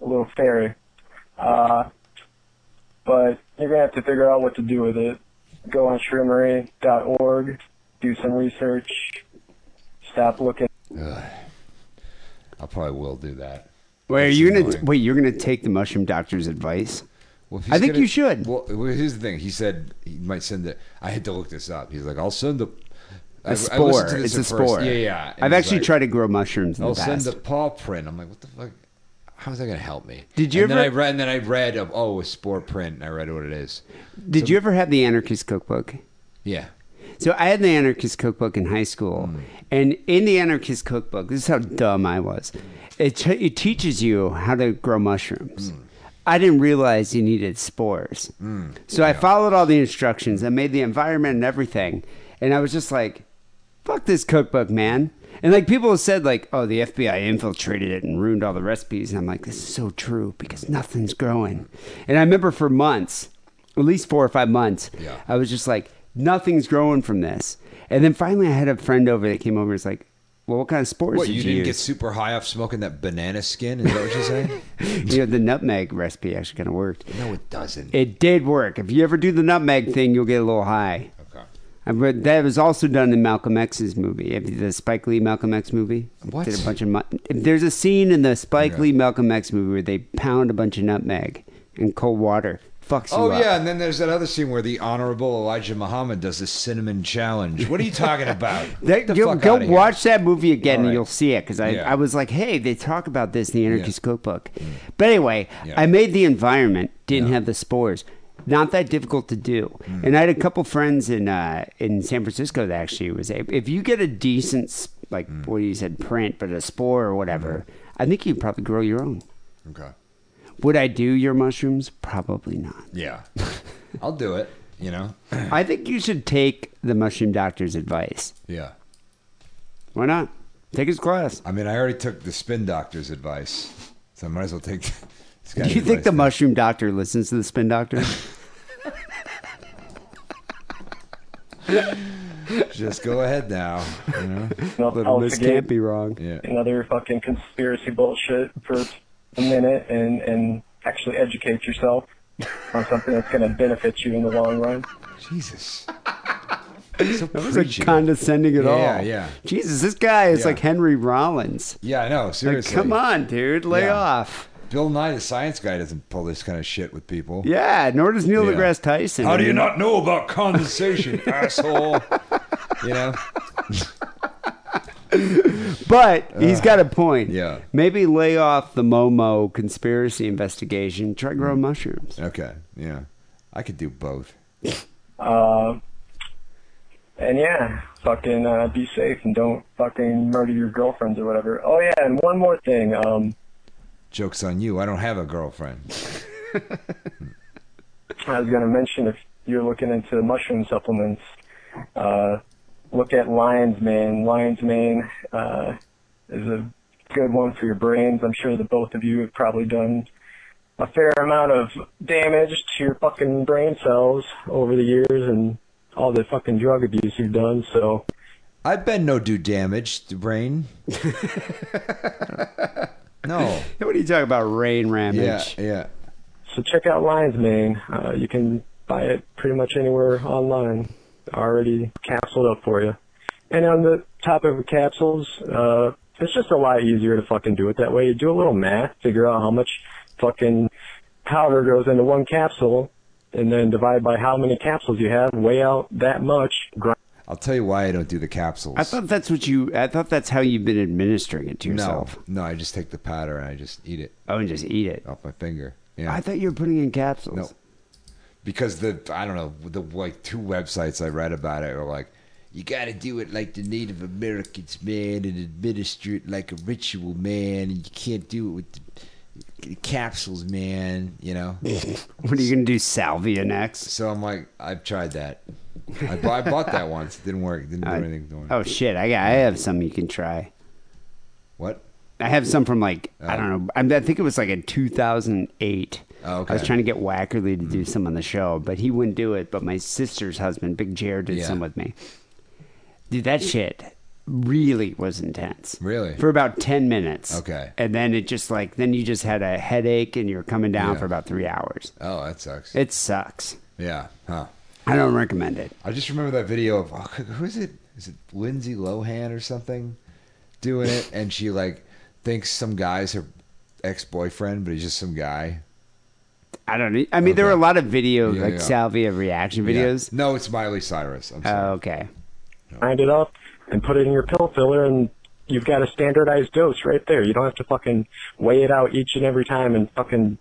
[SPEAKER 9] a little fairy. Uh, but you're gonna have to figure out what to do with it. Go on shroomery.org, do some research, stop looking.
[SPEAKER 5] I probably will do that.
[SPEAKER 4] Wait, are
[SPEAKER 5] That's
[SPEAKER 4] you gonna
[SPEAKER 5] annoying.
[SPEAKER 4] wait? You're gonna take the mushroom doctor's advice?
[SPEAKER 5] Well, if
[SPEAKER 4] I
[SPEAKER 5] he's
[SPEAKER 4] think you should.
[SPEAKER 5] Well, well, here's the thing. He said he might send it. I had to look this up. He's like, I'll send the
[SPEAKER 4] A spore. it's a spore.
[SPEAKER 5] Yeah, yeah. And
[SPEAKER 4] I've
[SPEAKER 5] he's
[SPEAKER 4] actually
[SPEAKER 5] like,
[SPEAKER 4] tried to grow mushrooms in
[SPEAKER 5] I'll
[SPEAKER 4] the
[SPEAKER 5] send
[SPEAKER 4] past.
[SPEAKER 5] the paw print. I'm like, what the fuck? How's that gonna help me?
[SPEAKER 4] Did you
[SPEAKER 5] and
[SPEAKER 4] ever-
[SPEAKER 5] Then I read, and then I read of oh, a spore print, and I read what it is.
[SPEAKER 4] Did you ever have the anarchist cookbook?
[SPEAKER 5] Yeah.
[SPEAKER 4] So I had the anarchist cookbook in high school, and in the anarchist cookbook, this is how dumb I was. It t- it teaches you how to grow mushrooms. I didn't realize you needed spores. So I followed all the instructions. I made the environment and everything, and I was just like, "Fuck this cookbook, man." And like people said, like, "Oh, the FBI infiltrated it and ruined all the recipes," and I'm like, "This is so true because nothing's growing." And I remember for months, at least four or five months,
[SPEAKER 5] Yeah.
[SPEAKER 4] I was just like, nothing's growing from this. And then finally, I had a friend over that came over. and was like, well, what kind of spores
[SPEAKER 5] What
[SPEAKER 4] did
[SPEAKER 5] you,
[SPEAKER 4] you,
[SPEAKER 5] didn't get
[SPEAKER 4] use?
[SPEAKER 5] super high off smoking that banana skin? Is that what you're saying?
[SPEAKER 4] you know, the nutmeg recipe actually kind of worked.
[SPEAKER 5] no, it doesn't.
[SPEAKER 4] It did work. If you ever do the nutmeg thing, you'll get a little high.
[SPEAKER 5] okay.
[SPEAKER 4] I read that was also done in Malcolm X's movie, Have you- the Spike Lee Malcolm X movie.
[SPEAKER 5] What?
[SPEAKER 4] Did a bunch of mu- there's a scene in the Spike
[SPEAKER 5] Okay.
[SPEAKER 4] Lee Malcolm X movie where they pound a bunch of nutmeg in cold water. Fucks
[SPEAKER 5] Oh
[SPEAKER 4] you up.
[SPEAKER 5] yeah, and then there's that other scene where the honorable Elijah Muhammad does the cinnamon challenge. What are you talking about?
[SPEAKER 4] That,
[SPEAKER 5] Get the
[SPEAKER 4] you'll
[SPEAKER 5] fuck
[SPEAKER 4] go
[SPEAKER 5] outta here.
[SPEAKER 4] watch that movie again
[SPEAKER 5] All
[SPEAKER 4] and
[SPEAKER 5] right.
[SPEAKER 4] you'll see it because I,
[SPEAKER 5] Yeah. Mm.
[SPEAKER 4] I was like, hey, they talk about this in the Anarchist Cookbook. But anyway,
[SPEAKER 5] Yeah.
[SPEAKER 4] I made the environment, didn't have the spores. Not that difficult to do.
[SPEAKER 5] Mm.
[SPEAKER 4] And I had a couple friends in uh, in San Francisco that actually was able, if you get a decent, s- like
[SPEAKER 5] Mm.
[SPEAKER 4] what you said, print, but a spore or whatever, I think you can probably grow your own.
[SPEAKER 5] Okay.
[SPEAKER 4] Would I do your mushrooms? Probably not.
[SPEAKER 5] Yeah. I'll do it. You know.
[SPEAKER 4] I think you should take the mushroom doctor's advice.
[SPEAKER 5] Yeah.
[SPEAKER 4] Why not? Take his class.
[SPEAKER 5] I mean, I already took the spin doctor's advice, so I might as well take. This
[SPEAKER 4] Do
[SPEAKER 5] guy's
[SPEAKER 4] you think
[SPEAKER 5] advice
[SPEAKER 4] the
[SPEAKER 5] now.
[SPEAKER 4] mushroom doctor listens to the spin doctor?
[SPEAKER 5] Just go ahead now. You know?
[SPEAKER 9] Little
[SPEAKER 4] be wrong.
[SPEAKER 5] Yeah.
[SPEAKER 9] another fucking conspiracy bullshit for a minute and, and actually educate yourself on something that's going to benefit you in the long run.
[SPEAKER 5] Jesus. So
[SPEAKER 4] That was
[SPEAKER 5] preachy.
[SPEAKER 4] like condescending at
[SPEAKER 5] Yeah,
[SPEAKER 4] all.
[SPEAKER 5] yeah, yeah.
[SPEAKER 4] Jesus, this guy is
[SPEAKER 5] Yeah.
[SPEAKER 4] like Henry Rollins.
[SPEAKER 5] yeah, I know.
[SPEAKER 4] Like,
[SPEAKER 5] Seriously,
[SPEAKER 4] come on, dude, lay
[SPEAKER 5] Yeah.
[SPEAKER 4] off.
[SPEAKER 5] Bill Nye, the science guy, doesn't pull this kind of shit with people.
[SPEAKER 4] Yeah, nor does Neil
[SPEAKER 5] Yeah.
[SPEAKER 4] deGrasse Tyson.
[SPEAKER 5] How do you
[SPEAKER 4] I mean,
[SPEAKER 5] not know about condensation, asshole? You know?
[SPEAKER 4] But he's got a point.
[SPEAKER 5] Uh, yeah.
[SPEAKER 4] Maybe lay off the Momo conspiracy investigation. Try grow
[SPEAKER 5] Hmm.
[SPEAKER 4] mushrooms.
[SPEAKER 5] Okay. Yeah. I could do both.
[SPEAKER 9] Uh, and yeah, fucking uh, be safe and don't fucking murder your girlfriends or whatever. Oh yeah, and one more thing. Um,
[SPEAKER 5] Joke's on you. I don't have a girlfriend.
[SPEAKER 9] I was going to mention if you're looking into mushroom supplements, uh, look at lion's mane. Lion's mane uh, is a good one for your brains. I'm sure the both of you have probably done a fair amount of damage to your fucking brain cells over the years and all the fucking drug abuse you've done. So
[SPEAKER 5] I've been no do damage to brain. no.
[SPEAKER 4] What are you talking about, rain
[SPEAKER 5] Yeah.
[SPEAKER 4] ramage?
[SPEAKER 5] Yeah.
[SPEAKER 9] so check out lion's mane. Uh, you can buy it pretty much anywhere online, already capsuled up for you. And on the top of the capsules, uh, it's just a lot easier to fucking do it that way. You do a little math, figure out how much fucking powder goes into one capsule, and then divide by how many capsules you have, weigh out that much, grind
[SPEAKER 5] I'll tell you why I don't do the capsules.
[SPEAKER 4] I thought that's what you. I thought that's how you've been administering it to
[SPEAKER 5] no.
[SPEAKER 4] yourself.
[SPEAKER 5] No, I just take the powder and I just eat it
[SPEAKER 4] Oh, and just eat it.
[SPEAKER 5] off my finger. Yeah.
[SPEAKER 4] I thought you were putting in capsules.
[SPEAKER 5] No. because the I don't know the like two websites I read about it are like you got to do it like the Native Americans, man, and administer it like a ritual, man, and you can't do it with the, the capsules, man. You know.
[SPEAKER 4] What are you gonna do, salvia next?
[SPEAKER 5] so I'm like, I've tried that. I, bu- I bought that once. It didn't work. It didn't do
[SPEAKER 4] I-
[SPEAKER 5] anything. To
[SPEAKER 4] Oh shit! I got. I have some you can try.
[SPEAKER 5] What?
[SPEAKER 4] I have some from like I don't know. I, mean, I think it was like in 2008.
[SPEAKER 5] Oh, okay. Mm-hmm.
[SPEAKER 4] I was trying to get Wackerly to do some on the show, but he wouldn't do it. But my sister's husband, Big Jared, did
[SPEAKER 5] Yeah.
[SPEAKER 4] some with me. Dude, that shit really was intense.
[SPEAKER 5] Really?
[SPEAKER 4] For about 10 minutes.
[SPEAKER 5] Okay.
[SPEAKER 4] And then it just like then you just had a headache and you're coming down
[SPEAKER 5] Yeah.
[SPEAKER 4] for about 3 hours.
[SPEAKER 5] Oh, that sucks.
[SPEAKER 4] It sucks.
[SPEAKER 5] yeah. Huh.
[SPEAKER 4] I don't recommend it.
[SPEAKER 5] I just remember that video of oh, who is it? Is it Lindsay Lohan or something doing it? And she like thinks some guy's her ex boyfriend, but he's just some guy.
[SPEAKER 4] I don't e, I mean there
[SPEAKER 5] Okay.
[SPEAKER 4] were a lot of video
[SPEAKER 5] Yeah,
[SPEAKER 4] like
[SPEAKER 5] yeah.
[SPEAKER 4] salvia reaction videos.
[SPEAKER 5] Yeah. No, it's Miley Cyrus. I'm sorry.
[SPEAKER 4] Oh, okay.
[SPEAKER 9] it up, and put it in your pill filler, and you've got a standardized dose right there. You don't have to fucking weigh it out each and every time and fucking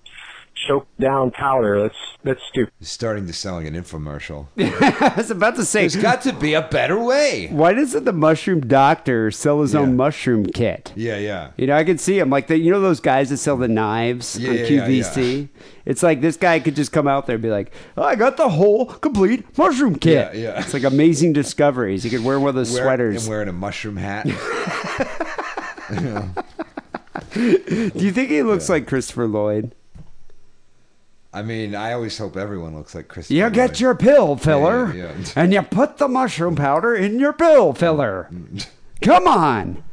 [SPEAKER 9] choke down powder. That's that's stupid.
[SPEAKER 5] It's starting to sound like an infomercial.
[SPEAKER 4] I was about to say
[SPEAKER 5] There's got to be a better way.
[SPEAKER 4] why doesn't the mushroom doctor sell his
[SPEAKER 5] Yeah.
[SPEAKER 4] own mushroom kit?
[SPEAKER 5] Yeah, yeah.
[SPEAKER 4] You know, I could see him like the, you know those guys that sell the knives
[SPEAKER 5] Yeah,
[SPEAKER 4] on
[SPEAKER 5] yeah,
[SPEAKER 4] QVC. It's like this guy could just come out there and be like, oh, "I got the whole complete mushroom kit."
[SPEAKER 5] Yeah, yeah.
[SPEAKER 4] It's like amazing discoveries. He could wear one of those
[SPEAKER 5] Wear-
[SPEAKER 4] sweaters.
[SPEAKER 5] And wearing a mushroom hat.
[SPEAKER 4] Do you think he looks like Christopher Lloyd?
[SPEAKER 5] I mean, I always hope everyone looks like Christopher.
[SPEAKER 4] You
[SPEAKER 5] Lloyd.
[SPEAKER 4] get your pill filler,
[SPEAKER 5] yeah, yeah.
[SPEAKER 4] and you put the mushroom powder in your pill filler. Come on.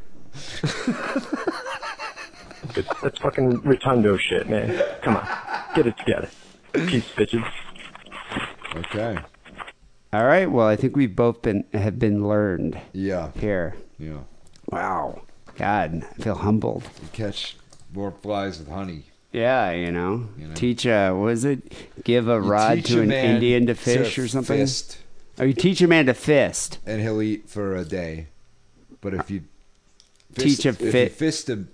[SPEAKER 9] That's fucking rotundo shit, man. Come on, get it together, peace bitches.
[SPEAKER 5] Okay.
[SPEAKER 4] All right. Well, I think we've both been have been learned
[SPEAKER 5] Yeah.
[SPEAKER 4] here.
[SPEAKER 5] Yeah.
[SPEAKER 4] Wow. God, I feel humbled.
[SPEAKER 5] You catch more flies with honey.
[SPEAKER 4] Yeah, you know,
[SPEAKER 5] You know?
[SPEAKER 4] teach a was it give a
[SPEAKER 5] You
[SPEAKER 4] rod
[SPEAKER 5] teach
[SPEAKER 4] to
[SPEAKER 5] a
[SPEAKER 4] an
[SPEAKER 5] man
[SPEAKER 4] Indian to
[SPEAKER 5] to
[SPEAKER 4] fish or something?
[SPEAKER 5] fist.
[SPEAKER 4] Oh, you teach a man to fist.
[SPEAKER 5] and he'll eat for a day. But if you
[SPEAKER 4] Teach a
[SPEAKER 5] if you
[SPEAKER 4] fit-
[SPEAKER 5] fist him,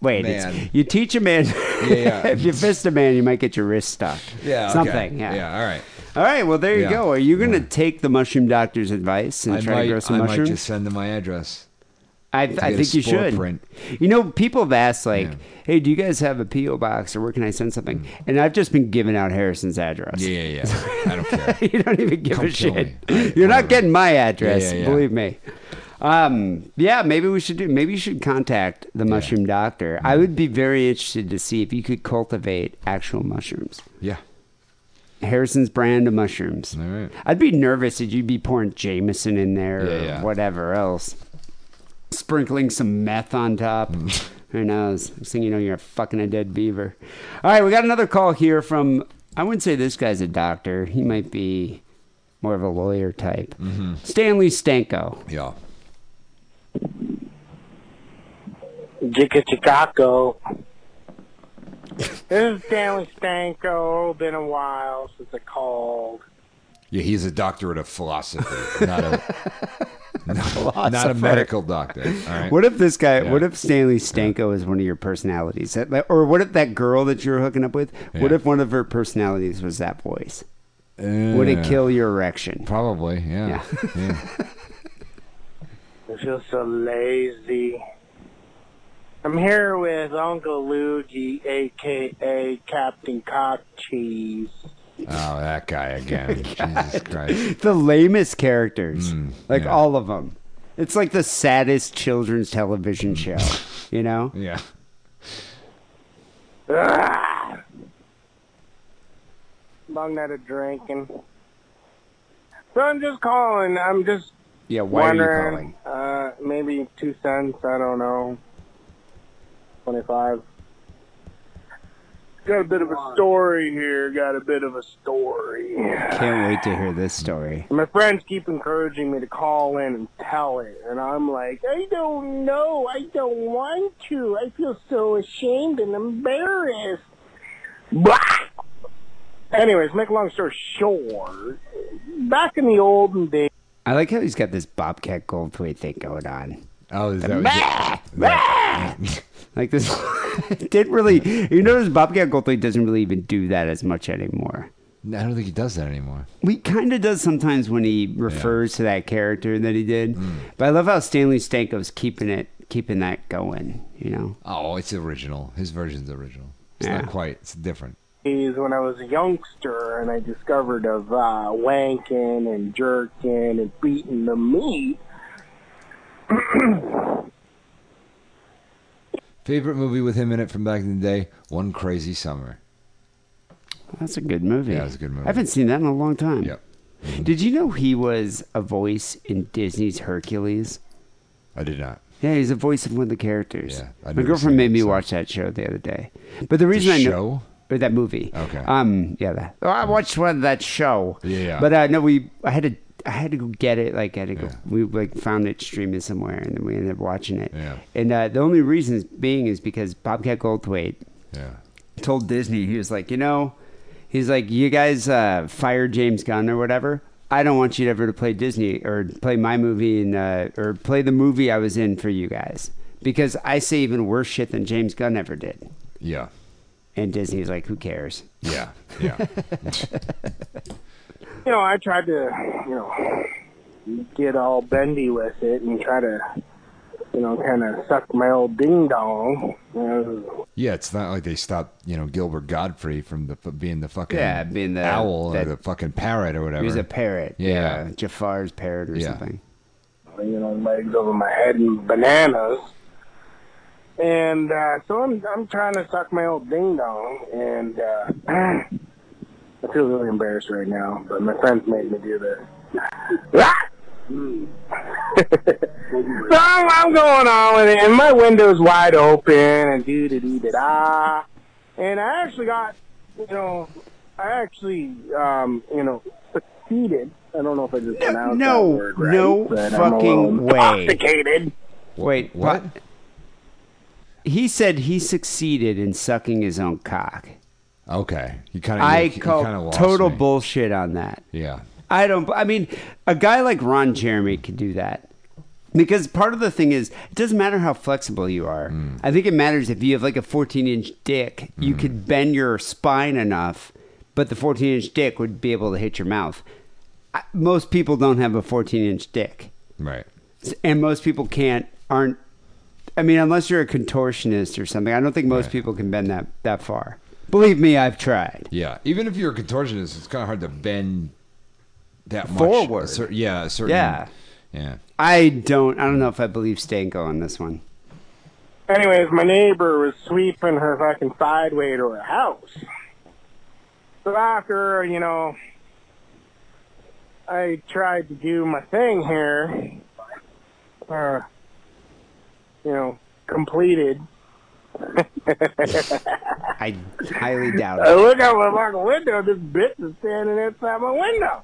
[SPEAKER 4] Wait, it's,
[SPEAKER 5] Man.
[SPEAKER 4] you teach a man.
[SPEAKER 5] yeah.
[SPEAKER 4] if you fist a man, you might get your wrist stuck.
[SPEAKER 5] yeah, okay.
[SPEAKER 4] something. Yeah.
[SPEAKER 5] yeah, all right.
[SPEAKER 4] All right. Well, there you
[SPEAKER 5] Yeah.
[SPEAKER 4] go. Are you gonna take the mushroom doctor's advice and
[SPEAKER 5] I
[SPEAKER 4] try
[SPEAKER 5] might,
[SPEAKER 4] to grow some
[SPEAKER 5] I might
[SPEAKER 4] mushrooms?
[SPEAKER 5] just send them my address.
[SPEAKER 4] I,
[SPEAKER 5] to
[SPEAKER 4] I
[SPEAKER 5] get a
[SPEAKER 4] think you
[SPEAKER 5] spore
[SPEAKER 4] should.
[SPEAKER 5] print.
[SPEAKER 4] You know, people have asked, like,
[SPEAKER 5] Yeah. Mm.
[SPEAKER 4] hey, do you guys have a P.O. box or where can I send something? And I've just been giving out Harrison's address.
[SPEAKER 5] Yeah, yeah, yeah. I don't care.
[SPEAKER 4] you don't even give
[SPEAKER 5] Come
[SPEAKER 4] a
[SPEAKER 5] kill
[SPEAKER 4] shit.
[SPEAKER 5] me. Alright,
[SPEAKER 4] You're
[SPEAKER 5] whatever.
[SPEAKER 4] not getting my address,
[SPEAKER 5] Yeah, yeah, yeah.
[SPEAKER 4] believe me. Um, yeah, maybe we should do. Maybe you should contact the mushroom doctor. I would be very interested to see if you could cultivate actual mushrooms.
[SPEAKER 5] Yeah.
[SPEAKER 4] Harrison's brand of mushrooms.
[SPEAKER 5] All right.
[SPEAKER 4] I'd be nervous if you'd be pouring Jameson in there
[SPEAKER 5] Yeah,
[SPEAKER 4] or
[SPEAKER 5] yeah.
[SPEAKER 4] whatever else, sprinkling some meth on top.
[SPEAKER 5] Mm.
[SPEAKER 4] Who knows? Next thing you know, you're fucking a dead beaver. All right, we got another call here from. I wouldn't say this guy's a doctor. He might be more of a lawyer type.
[SPEAKER 5] Mm-hmm.
[SPEAKER 4] Stanley Stanko.
[SPEAKER 5] Yeah.
[SPEAKER 10] Jicka Chicago. this is Stanley Stanko. Been a while since I called.
[SPEAKER 5] Yeah, he's a doctorate of philosophy, not a, not, not a medical doctor. All right.
[SPEAKER 4] What if this guy?
[SPEAKER 5] Yeah.
[SPEAKER 4] What if Stanley Stanko is one of your personalities? That- that- or what if that girl that you're hooking up with? What
[SPEAKER 5] Yeah.
[SPEAKER 4] if one of her personalities was that voice? Would it
[SPEAKER 5] Yeah.
[SPEAKER 4] kill your erection?
[SPEAKER 5] Probably, yeah. Yeah.
[SPEAKER 10] I feel so lazy. I'm here with Uncle Luigi, aka Captain Cock Cheese.
[SPEAKER 5] Oh, that guy again. Jesus Christ.
[SPEAKER 4] The lamest characters, like
[SPEAKER 5] Hmm, yeah.
[SPEAKER 4] all of them. It's like the saddest children's television show. You know?
[SPEAKER 5] Yeah.
[SPEAKER 10] Ah! Long night of drinking. So I'm just calling. I'm just
[SPEAKER 4] Yeah. Why are you
[SPEAKER 10] wondering.
[SPEAKER 4] calling?
[SPEAKER 10] Uh, maybe two cents. I don't know. Twenty-five. Got a bit of a story here. Got a bit of a story.
[SPEAKER 4] Can't wait to hear this story.
[SPEAKER 10] My friends keep encouraging me to call in and tell it, and I'm like, I don't know. I don't want to. I feel so ashamed and embarrassed. Blah! Anyways, make a long story short, back in the olden days,
[SPEAKER 4] I like how he's got this Bobcat Goldthwait thing going on.
[SPEAKER 5] Oh, is that was it? That-
[SPEAKER 4] Like this didn't really. You notice Bobcat Goldthwait doesn't really even do that as much anymore.
[SPEAKER 5] I don't think he does that anymore.
[SPEAKER 4] We kind of does sometimes when he refers to that character that he did.
[SPEAKER 5] Mm.
[SPEAKER 4] But I love how Stanley Stanko's keeping it, keeping that going. You know,
[SPEAKER 5] Oh, it's original. His version's original. It's
[SPEAKER 4] Yeah.
[SPEAKER 5] not quite. It's different.
[SPEAKER 10] when I was a youngster, and I discovered of uh, wanking and jerking and beating the meat.
[SPEAKER 5] Favorite movie with him in it from back in the day? One Crazy Summer.
[SPEAKER 4] that's a good movie.
[SPEAKER 5] Yeah, it's a good movie.
[SPEAKER 4] I haven't seen that in a long time.
[SPEAKER 5] Yep.
[SPEAKER 4] Did you know he was a voice in Disney's Hercules?
[SPEAKER 5] I did not.
[SPEAKER 4] Yeah, he's the voice of one of the characters.
[SPEAKER 5] Yeah, I've
[SPEAKER 4] my
[SPEAKER 5] never
[SPEAKER 4] girlfriend
[SPEAKER 5] seen
[SPEAKER 4] made
[SPEAKER 5] it,
[SPEAKER 4] me
[SPEAKER 5] so-
[SPEAKER 4] watch that show the other day. But the reason I know
[SPEAKER 5] show?
[SPEAKER 4] or that movie.
[SPEAKER 5] Okay.
[SPEAKER 4] Um. Yeah. That. Oh, I watched one of that show.
[SPEAKER 5] Yeah.
[SPEAKER 4] But uh, no, we. I had to. I had to go get it. Like I had to go.
[SPEAKER 5] Yeah.
[SPEAKER 4] We like found it streaming somewhere, and then we ended up watching it.
[SPEAKER 5] Yeah.
[SPEAKER 4] And uh, the only reason being is because Bobcat Goldthwait
[SPEAKER 5] Yeah.
[SPEAKER 4] told Disney he was like, you know, he's like, you guys uh, fired James Gunn or whatever. I don't want you to ever to play Disney or play my movie in uh, or play the movie I was in for you guys because I say even worse shit than James Gunn ever did.
[SPEAKER 5] Yeah.
[SPEAKER 4] And Disney's like, who cares?
[SPEAKER 5] Yeah. Yeah.
[SPEAKER 10] you know, I tried to, you know, get all bendy with it and try to, you know, kind of suck my old ding dong.
[SPEAKER 5] yeah. It's not like they stopped, you know, Gilbert Godfrey from the f- being the fucking
[SPEAKER 4] Yeah, being the-
[SPEAKER 5] owl
[SPEAKER 4] that-
[SPEAKER 5] or the fucking parrot or whatever.
[SPEAKER 4] He was a parrot. Uh,
[SPEAKER 5] Yeah.
[SPEAKER 4] Jafar's parrot or
[SPEAKER 5] Yeah.
[SPEAKER 4] something.
[SPEAKER 10] You know, legs over my head and bananas. And uh, so I'm, I'm trying to suck my old ding dong, and uh, I feel really embarrassed right now. But my friends made me do this. Ah! so I'm, I'm going on with it, and my window's wide open, and doo da doo da da. And I actually got, you know, I actually, um, you know, succeeded. I don't know if I just pronounced
[SPEAKER 4] no,
[SPEAKER 10] that word right.
[SPEAKER 4] no
[SPEAKER 10] but I'm a
[SPEAKER 4] fucking
[SPEAKER 10] little
[SPEAKER 4] way.
[SPEAKER 10] Intoxicated.
[SPEAKER 4] Wait,
[SPEAKER 5] What?
[SPEAKER 4] but- He said he succeeded in sucking his own cock.
[SPEAKER 5] Okay. You kind of.
[SPEAKER 4] I
[SPEAKER 5] you, kind of
[SPEAKER 4] call
[SPEAKER 5] lost
[SPEAKER 4] total
[SPEAKER 5] me.
[SPEAKER 4] bullshit on that.
[SPEAKER 5] Yeah.
[SPEAKER 4] I don't. I mean, a guy like Ron Jeremy could do that. Because part of the thing is, it doesn't matter how flexible you are. I think it matters if you have like a 14 inch dick, you could bend your spine enough, but the 14 inch dick would be able to hit your mouth. I, most people don't have a 14 inch dick.
[SPEAKER 5] Right.
[SPEAKER 4] and most people can't aren't i mean unless you're a contortionist or something i don't think most
[SPEAKER 5] Right.
[SPEAKER 4] people can bend that that far believe me i've tried
[SPEAKER 5] Yeah. Even if you're a contortionist, it's kind of hard to bend that much.
[SPEAKER 4] Forward.
[SPEAKER 5] A cer- yeah. A certain.
[SPEAKER 4] Yeah.
[SPEAKER 5] Yeah.
[SPEAKER 4] i don't i don't know if i believe stanko on this one
[SPEAKER 10] Anyways, my neighbor was sweeping her fucking sideway to her house. So after, you know, I tried to do my thing here, uh, you know, completed.
[SPEAKER 4] i highly doubt
[SPEAKER 10] I
[SPEAKER 4] it
[SPEAKER 10] look out my fucking window, this bitch is standing outside my window.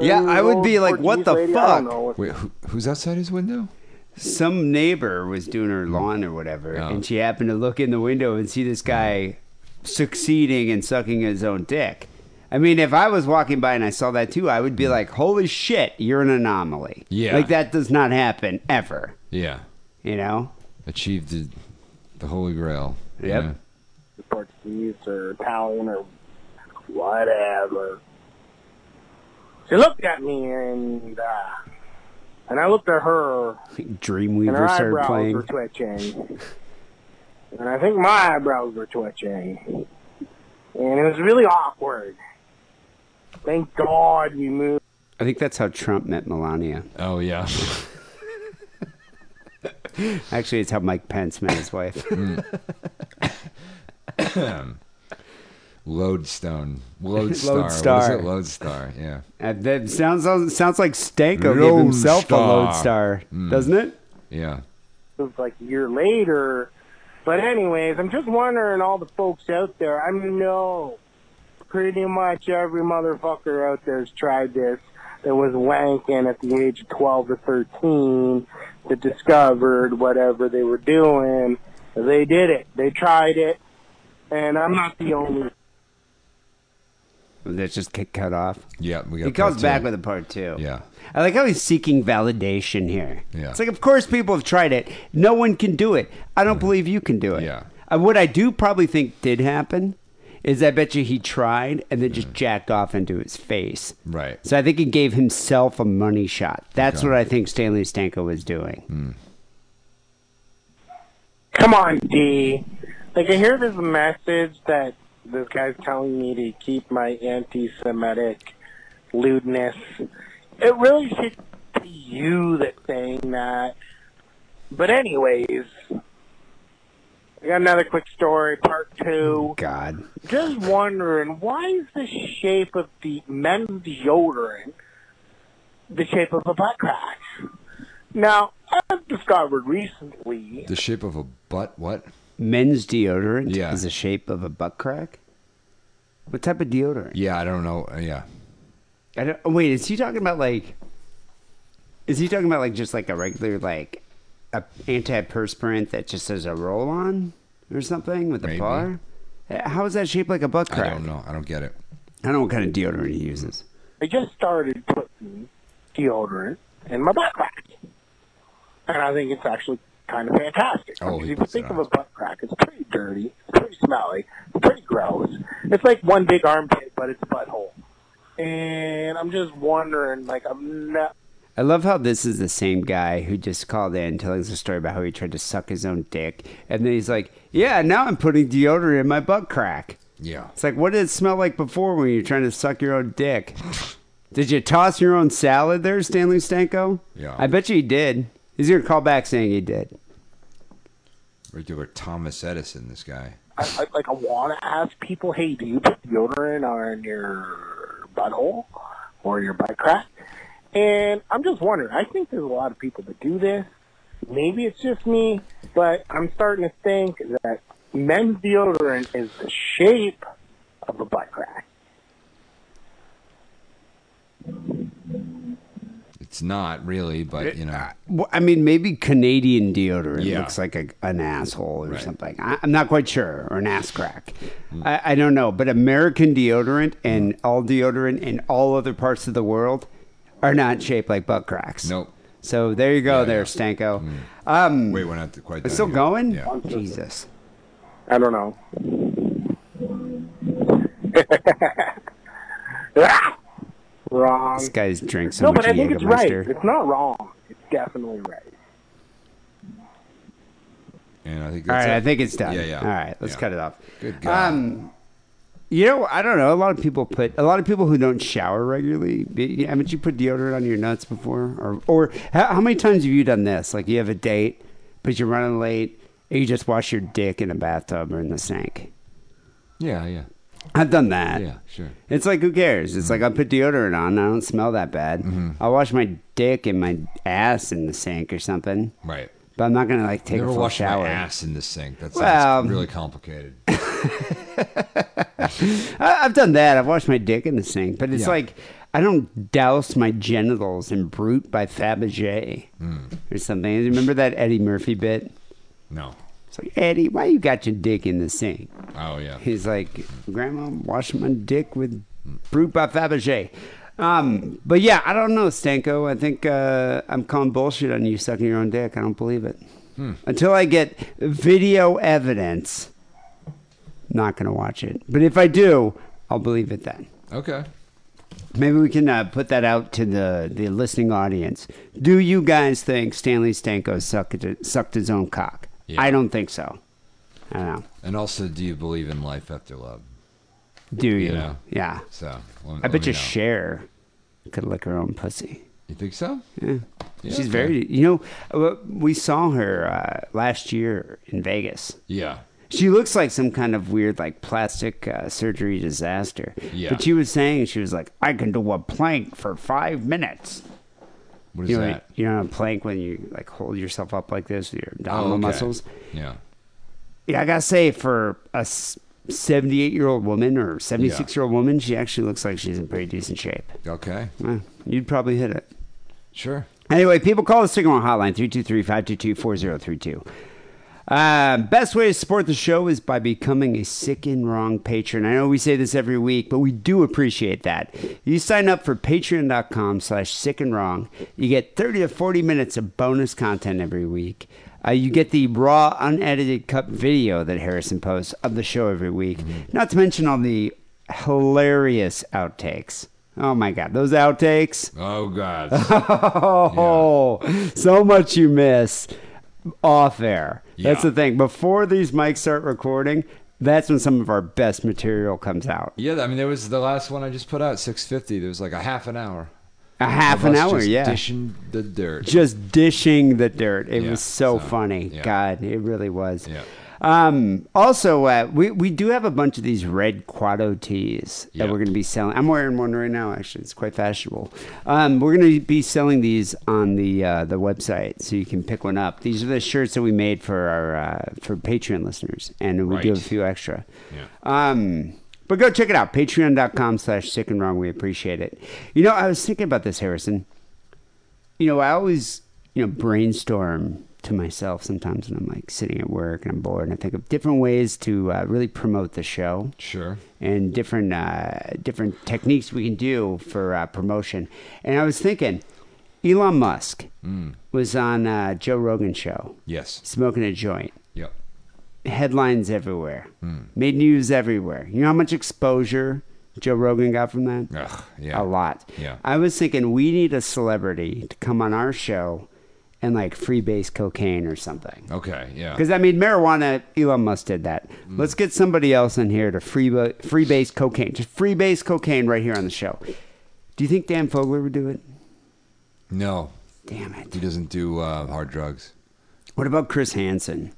[SPEAKER 4] Yeah, I would be
[SPEAKER 10] old
[SPEAKER 4] like, what
[SPEAKER 10] Portuguese
[SPEAKER 4] the
[SPEAKER 10] lady, I don't know
[SPEAKER 4] fuck?
[SPEAKER 10] what-
[SPEAKER 5] Wait, who, who's outside his window?
[SPEAKER 4] Some neighbor was doing her lawn or whatever,
[SPEAKER 5] Oh.
[SPEAKER 4] and she happened to look in the window and see this guy succeeding in sucking his own dick. I mean, if I was walking by and I saw that too, I would be like, holy shit, you're an anomaly.
[SPEAKER 5] Hmm. Yeah.
[SPEAKER 4] Like, that does not happen ever,
[SPEAKER 5] Yeah,
[SPEAKER 4] you know?
[SPEAKER 5] achieved the, the holy grail. you
[SPEAKER 4] Yep.
[SPEAKER 5] know?
[SPEAKER 10] Portuguese or Italian or whatever. She looked at me and uh, and I looked at her and her
[SPEAKER 4] Dreamweaver started
[SPEAKER 10] eyebrows
[SPEAKER 4] playing.
[SPEAKER 10] were twitching. and I think my eyebrows were twitching. And it was really awkward. Thank God we moved.
[SPEAKER 4] I think that's how Trump met Melania.
[SPEAKER 5] Oh yeah.
[SPEAKER 4] Actually, it's how Mike Pence met his wife.
[SPEAKER 5] Lodestone. Lodestar. What
[SPEAKER 4] Lodestar.
[SPEAKER 5] is it? Lodestar. Yeah.
[SPEAKER 4] Uh, that sounds sounds like Stanko gave himself a
[SPEAKER 5] Lodestar.
[SPEAKER 4] lodestar,
[SPEAKER 5] Mm.
[SPEAKER 4] doesn't it?
[SPEAKER 5] Yeah.
[SPEAKER 10] moved like a year later. But anyways, I'm just wondering all the folks out there. I know pretty much every motherfucker out there's tried this that was wanking at the age of 12 or 13 that discovered whatever they were doing. They did it. They tried it. And I'm not the only
[SPEAKER 4] That just get cut off.
[SPEAKER 5] Yeah. We got
[SPEAKER 4] He comes
[SPEAKER 5] part two.
[SPEAKER 4] back with a part two.
[SPEAKER 5] Yeah.
[SPEAKER 4] I like how he's seeking validation here.
[SPEAKER 5] Yeah.
[SPEAKER 4] It's like, of course, people have tried it. No one can do it. I don't believe you can do it.
[SPEAKER 5] Yeah.
[SPEAKER 4] Uh, what I do probably think did happen is I bet you he tried and then just jacked off into his face.
[SPEAKER 5] Mm. Right.
[SPEAKER 4] So I think he gave himself a money shot. That's what I think Stanley Stanko was doing.
[SPEAKER 5] Mm.
[SPEAKER 10] Come on, D. Like, I hear this message that this guy's telling me to keep my anti Semitic lewdness. It really should be you that's saying that. But, anyways, I got another quick story, part two.
[SPEAKER 4] God.
[SPEAKER 10] Just wondering, why is the shape of the men's deodorant the shape of a butt crack? Now, I've discovered recently
[SPEAKER 5] The shape of a butt. What?
[SPEAKER 4] Men's deodorant
[SPEAKER 5] Yeah.
[SPEAKER 4] is the shape of a butt crack. What type of deodorant?
[SPEAKER 5] Yeah. I don't know. Uh, Yeah.
[SPEAKER 4] I don't, oh, wait, is he talking about like? Is he talking about like just like a regular like a antiperspirant that just says a roll on or something with a
[SPEAKER 5] Maybe.
[SPEAKER 4] bar? Uh, How is that shaped like a butt crack?
[SPEAKER 5] I don't know. I don't get it.
[SPEAKER 4] I don't know what kind of deodorant he uses.
[SPEAKER 10] I just started putting deodorant in my butt crack. And I think it's actually kind of fantastic.
[SPEAKER 5] Oh, he
[SPEAKER 10] because if you
[SPEAKER 5] puts it
[SPEAKER 10] think
[SPEAKER 5] on.
[SPEAKER 10] of a butt crack, it's pretty dirty, it's pretty smelly, it's pretty gross. It's like one big armpit, but it's a butthole. And I'm just wondering, like, I'm not.
[SPEAKER 4] I love how this is the same guy who just called in telling us a story about how he tried to suck his own dick, and then he's like, "Yeah, now I'm putting deodorant in my butt crack."
[SPEAKER 5] Yeah.
[SPEAKER 4] It's like, what did it smell like before when you're trying to suck your own dick? Did you toss your own salad there, Stanley Stanko?
[SPEAKER 5] Yeah.
[SPEAKER 4] I bet you he did. He's going to call back saying he did.
[SPEAKER 5] Regular Thomas Edison. This guy.
[SPEAKER 10] I, I, like, I want to ask people, hey, do you put deodorant on your butthole or your butt crack? And I'm just wondering, I think there's a lot of people that do this. Maybe it's just me, but I'm starting to think that men's deodorant is the shape of a butt crack.
[SPEAKER 5] It's not really, but you know.
[SPEAKER 4] Well, I mean, maybe Canadian deodorant
[SPEAKER 5] Yeah.
[SPEAKER 4] looks like a, an asshole or something. I, I'm not quite sure. Or an ass crack. I, I don't know. But American deodorant and all deodorant in all other parts of the world are not shaped like butt cracks.
[SPEAKER 5] Nope.
[SPEAKER 4] So there you go,
[SPEAKER 5] Yeah, Mm.
[SPEAKER 4] there,
[SPEAKER 5] yeah.
[SPEAKER 4] Stanko.
[SPEAKER 5] Wait, we're not quite. done
[SPEAKER 4] It's still
[SPEAKER 5] yet.
[SPEAKER 4] going?
[SPEAKER 5] Yeah.
[SPEAKER 4] Jesus.
[SPEAKER 10] I don't know. Wrong.
[SPEAKER 4] This guy's drank so
[SPEAKER 10] No,
[SPEAKER 4] much
[SPEAKER 10] but I think it's right.
[SPEAKER 4] Jägermeister.
[SPEAKER 10] It's not wrong. It's definitely right.
[SPEAKER 5] And I think.
[SPEAKER 4] All
[SPEAKER 5] That's
[SPEAKER 4] right,
[SPEAKER 5] it.
[SPEAKER 4] I think it's done.
[SPEAKER 5] Yeah. Yeah.
[SPEAKER 4] All right, let's
[SPEAKER 5] Yeah.
[SPEAKER 4] cut it off.
[SPEAKER 5] Good God.
[SPEAKER 4] Um, you know, I don't know. A lot of people put a lot of people who don't shower regularly. be- Haven't you put deodorant on your nuts before? Or, or how, how many times have you done this? Like you have a date, but you're running late, and you just wash your dick in a bathtub or in the sink.
[SPEAKER 5] Yeah. Yeah.
[SPEAKER 4] I've done that.
[SPEAKER 5] Yeah. Sure.
[SPEAKER 4] It's like who cares? It's like I put deodorant on. I don't smell that bad.
[SPEAKER 5] Mm-hmm.
[SPEAKER 4] I'll wash my dick and my ass in the sink or something.
[SPEAKER 5] Right.
[SPEAKER 4] But I'm not gonna like take
[SPEAKER 5] Never
[SPEAKER 4] a full
[SPEAKER 5] washed
[SPEAKER 4] shower.
[SPEAKER 5] my ass in this sink. That sounds
[SPEAKER 4] Well- um,
[SPEAKER 5] really complicated.
[SPEAKER 4] I, I've done that. I've washed my dick in the sink, but it's
[SPEAKER 5] Yeah.
[SPEAKER 4] like I don't douse my genitals in Brute by Fabergé or something. Remember that Eddie Murphy bit?
[SPEAKER 5] No.
[SPEAKER 4] It's like, Eddie, why you got your dick in the sink?
[SPEAKER 5] Oh yeah.
[SPEAKER 4] He's like, Grandma, washing my dick with Brute by Fabergé. Um, but yeah, I don't know, Stanko. I think uh, I'm calling bullshit on you sucking your own dick. I don't believe it.
[SPEAKER 5] Hmm.
[SPEAKER 4] Until I get video evidence, not going to watch it. But if I do, I'll believe it then.
[SPEAKER 5] Okay.
[SPEAKER 4] Maybe we can uh, put that out to the, the listening audience. Do you guys think Stanley Stanko sucked, sucked his own cock?
[SPEAKER 5] Yeah.
[SPEAKER 4] I don't think so. I don't know.
[SPEAKER 5] And also, do you believe in life after love?
[SPEAKER 4] Do you?
[SPEAKER 5] know.
[SPEAKER 4] Yeah.
[SPEAKER 5] So
[SPEAKER 4] I bet you
[SPEAKER 5] Oh,
[SPEAKER 4] Cher could lick her own pussy.
[SPEAKER 5] You think so?
[SPEAKER 4] Yeah.
[SPEAKER 5] Yeah,
[SPEAKER 4] She's
[SPEAKER 5] okay.
[SPEAKER 4] very, you know, uh, we saw her uh, last year in Vegas.
[SPEAKER 5] Yeah.
[SPEAKER 4] She looks like some kind of weird, like plastic uh, surgery disaster.
[SPEAKER 5] Yeah.
[SPEAKER 4] But she was saying, she was like, I can do a plank for five minutes.
[SPEAKER 5] What is
[SPEAKER 4] You know,
[SPEAKER 5] that?
[SPEAKER 4] you know, a plank when you like hold yourself up like this with your
[SPEAKER 5] Oh,
[SPEAKER 4] abdominal
[SPEAKER 5] okay.
[SPEAKER 4] muscles.
[SPEAKER 5] Yeah.
[SPEAKER 4] Yeah, I gotta say, for a 78 year old woman or 76 year old woman, she actually looks like she's in pretty decent shape.
[SPEAKER 5] Okay.
[SPEAKER 4] Well, you'd probably hit it.
[SPEAKER 5] Sure.
[SPEAKER 4] Anyway, people call the Signal Hotline 323 522 4032. Uh, best way to support the show is by becoming a sick and wrong patron. I know we say this every week, but we do appreciate that. You sign up for patreon.com slash sick and wrong. You get 30 to 40 minutes of bonus content every week. Uh, you get the raw, unedited cut video that Harrison posts of the show every week. Not to mention all the hilarious outtakes. Oh my God, those outtakes.
[SPEAKER 5] Oh God.
[SPEAKER 4] Oh, so much you miss off air. That's
[SPEAKER 5] Yeah.
[SPEAKER 4] the thing. Before these mics start recording, that's when some of our best material comes out.
[SPEAKER 5] yeah. I mean, there was the last one I just put out, six fifty. There was like a half an hour.
[SPEAKER 4] A half
[SPEAKER 5] of
[SPEAKER 4] an
[SPEAKER 5] us
[SPEAKER 4] hour,
[SPEAKER 5] just
[SPEAKER 4] yeah.
[SPEAKER 5] Dishing the dirt.
[SPEAKER 4] just dishing the dirt. It
[SPEAKER 5] Yeah,
[SPEAKER 4] was so,
[SPEAKER 5] so,
[SPEAKER 4] funny.
[SPEAKER 5] yeah.
[SPEAKER 4] God, it really was.
[SPEAKER 5] Yeah.
[SPEAKER 4] Um, also, uh, we, we do have a bunch of these red Quado tees that
[SPEAKER 5] Yeah.
[SPEAKER 4] we're going to be selling. I'm wearing one right now, actually. It's quite fashionable. Um, we're going to be selling these on the uh, the website, so you can pick one up. These are the shirts that we made for our uh, for Patreon listeners, and we do
[SPEAKER 5] Right.
[SPEAKER 4] have a few extra.
[SPEAKER 5] Yeah.
[SPEAKER 4] Um, but go check it out. Patreon.com slash sick and wrong. We appreciate it. You know, I was thinking about this, Harrison. You know, I always, you know, brainstorm to myself sometimes when I'm like sitting at work and I'm bored and I think of different ways to uh, really promote the show
[SPEAKER 5] Sure.
[SPEAKER 4] and different uh, different techniques we can do for uh, promotion. And I was thinking, Elon Musk was on uh, Joe Rogan show
[SPEAKER 5] Yes.
[SPEAKER 4] smoking a joint
[SPEAKER 5] Yep.
[SPEAKER 4] headlines everywhere, made news everywhere. You know how much exposure Joe Rogan got from that?
[SPEAKER 5] Ugh, yeah.
[SPEAKER 4] A lot.
[SPEAKER 5] Yeah.
[SPEAKER 4] I was thinking we need a celebrity to come on our show and like freebase cocaine or something.
[SPEAKER 5] Okay. Yeah.
[SPEAKER 4] Because I mean, marijuana, Elon Musk did that.
[SPEAKER 5] Mm.
[SPEAKER 4] Let's get somebody else in here to free freebase cocaine, just freebase cocaine right here on the show. Do you think Dan Fogler would do it?
[SPEAKER 5] No,
[SPEAKER 4] Damn it!
[SPEAKER 5] he doesn't do uh, hard drugs.
[SPEAKER 4] What about Chris Hansen?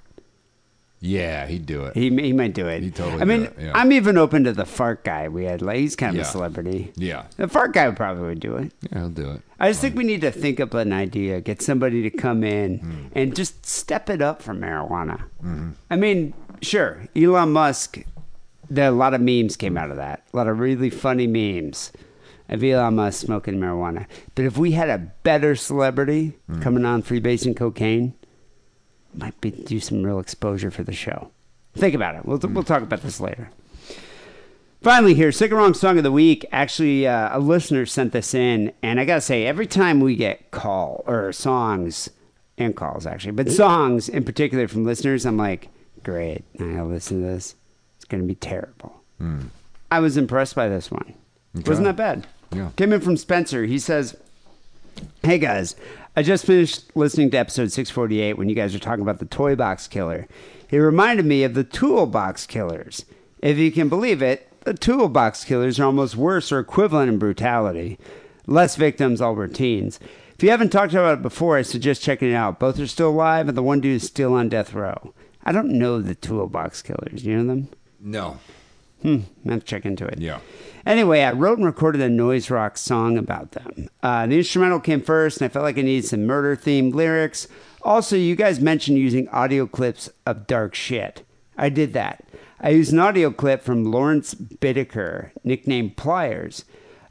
[SPEAKER 5] Yeah, he'd do it.
[SPEAKER 4] He, he might do it.
[SPEAKER 5] He'd totally
[SPEAKER 4] I mean,
[SPEAKER 5] do it, yeah.
[SPEAKER 4] I'm even open to the fart guy we had. Like, he's kind of
[SPEAKER 5] Yeah.
[SPEAKER 4] a celebrity.
[SPEAKER 5] yeah.
[SPEAKER 4] The fart guy would probably would do it.
[SPEAKER 5] Yeah, he'll do it.
[SPEAKER 4] I just think we need to think up an idea, get somebody to come in and just step it up for marijuana. I mean, sure, Elon Musk, there, a lot of memes came out of that. A lot of really funny memes of Elon Musk smoking marijuana. But if we had a better celebrity coming on freebasing cocaine, might be do some real exposure for the show. Think about it. We'll, we'll talk about this later. Finally, here, sick and wrong song of the week. Actually, uh, a listener sent this in, and I gotta say, every time we get call or songs and calls, actually, but songs in particular from listeners, I'm like, great, I gotta listen to this. It's gonna be terrible. I was impressed by this one. Wasn't that bad?
[SPEAKER 5] Yeah.
[SPEAKER 4] Came in from Spencer. He says, Hey guys, I just finished listening to episode 648 when you guys were talking about the toy box killer. It reminded me of the toolbox killers. If you can believe it, the toolbox killers are almost worse or equivalent in brutality. Less victims, all were teens. If you haven't talked about it before, I suggest checking it out. Both are still alive, and the one dude is still on death row. I don't know the toolbox killers. You know them?
[SPEAKER 5] No.
[SPEAKER 4] I have to check into it.
[SPEAKER 5] Yeah.
[SPEAKER 4] Anyway, I wrote and recorded a noise rock song about them. Uh, the instrumental came first, and I felt like I needed some murder themed lyrics. Also, you guys mentioned using audio clips of dark shit. I did that. I used an audio clip from Lawrence Bittaker, nicknamed Pliers.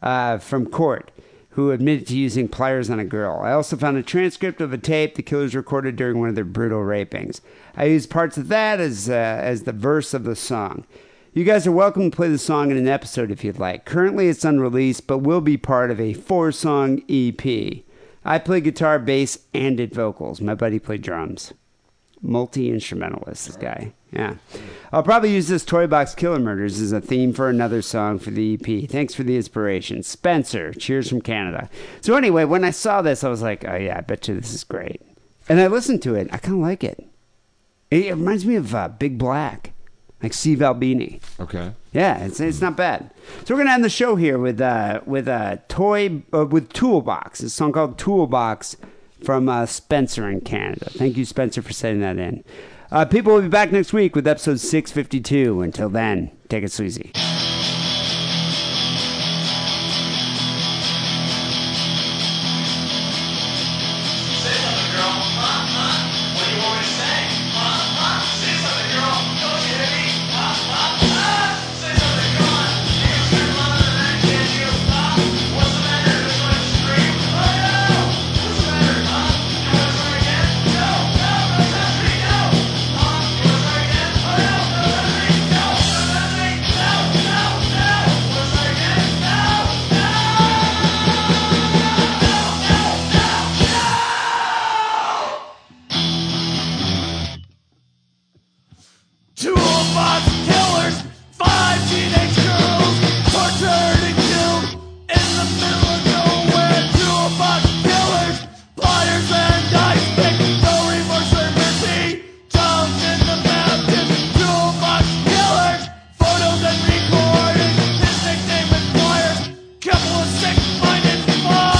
[SPEAKER 4] Uh, uh, from court who admitted to using pliers on a girl. I also found a transcript of a tape the killers recorded during one of their brutal rapings. I used parts of that as uh, as the verse of the song. You guys are welcome to play the song in an episode if you'd like. Currently, it's unreleased, but will be part of a four-song EP. I play guitar, bass, and did vocals. My buddy played drums. Multi instrumentalist, this guy. Yeah. I'll probably use this Toy Box Killer Murders as a theme for another song for the EP. Thanks for the inspiration. Spencer, cheers from Canada. So, anyway, when I saw this, I was like, oh, yeah, I bet you this is great. And I listened to it. I kind of like it. It it reminds me of uh, Big Black, like Steve Albini.
[SPEAKER 5] Okay.
[SPEAKER 4] Yeah, it's, it's not bad. So we're gonna end the show here with uh with a toy uh, with Toolbox. It's a song called Toolbox from uh, Spencer in Canada. Thank you, Spencer, for sending that in. Uh, people will be back next week with episode 652. Until then, take it sleazy.
[SPEAKER 11] Toolbox killers, five teenage girls, tortured and killed in the middle of nowhere. Toolbox killers, pliers and dice picks, no remorse or mercy, dumped in the mountains. Toolbox killers, photos and recordings, his nickname is Pliers, couple of sick-minded fucks.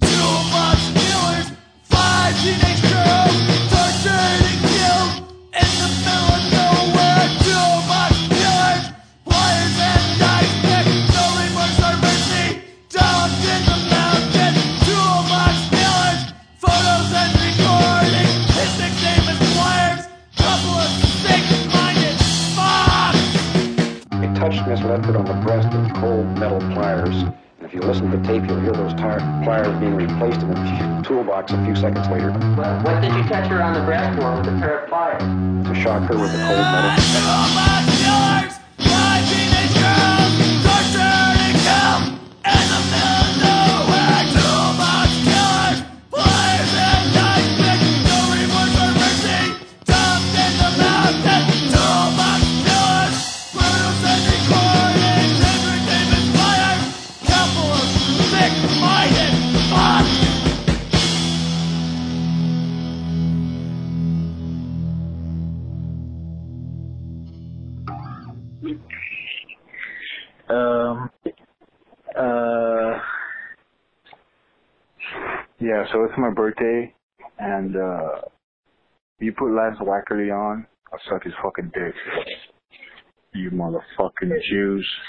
[SPEAKER 11] Toolbox killers, five teenage girls, tortured and killed in the middle of nowhere. Toolbox killers, pliers and dice picks, no remorse or mercy, down in the mountains. Toolbox killers, photos and recordings. His nickname is Pliers, couple of sick-minded fucks.
[SPEAKER 12] He touched Miss Ledford on the breast with cold metal pliers. And if you listen to the tape, you'll hear those tire pliers being replaced in the toolbox a few seconds later.
[SPEAKER 13] What did you touch her on the breast for with a pair of pliers?
[SPEAKER 12] To shock her with the cold metal.
[SPEAKER 14] Um, uh, yeah, so it's my birthday, and uh, you put Lance Wackerly on, I'll suck his fucking dick. You motherfucking Jews.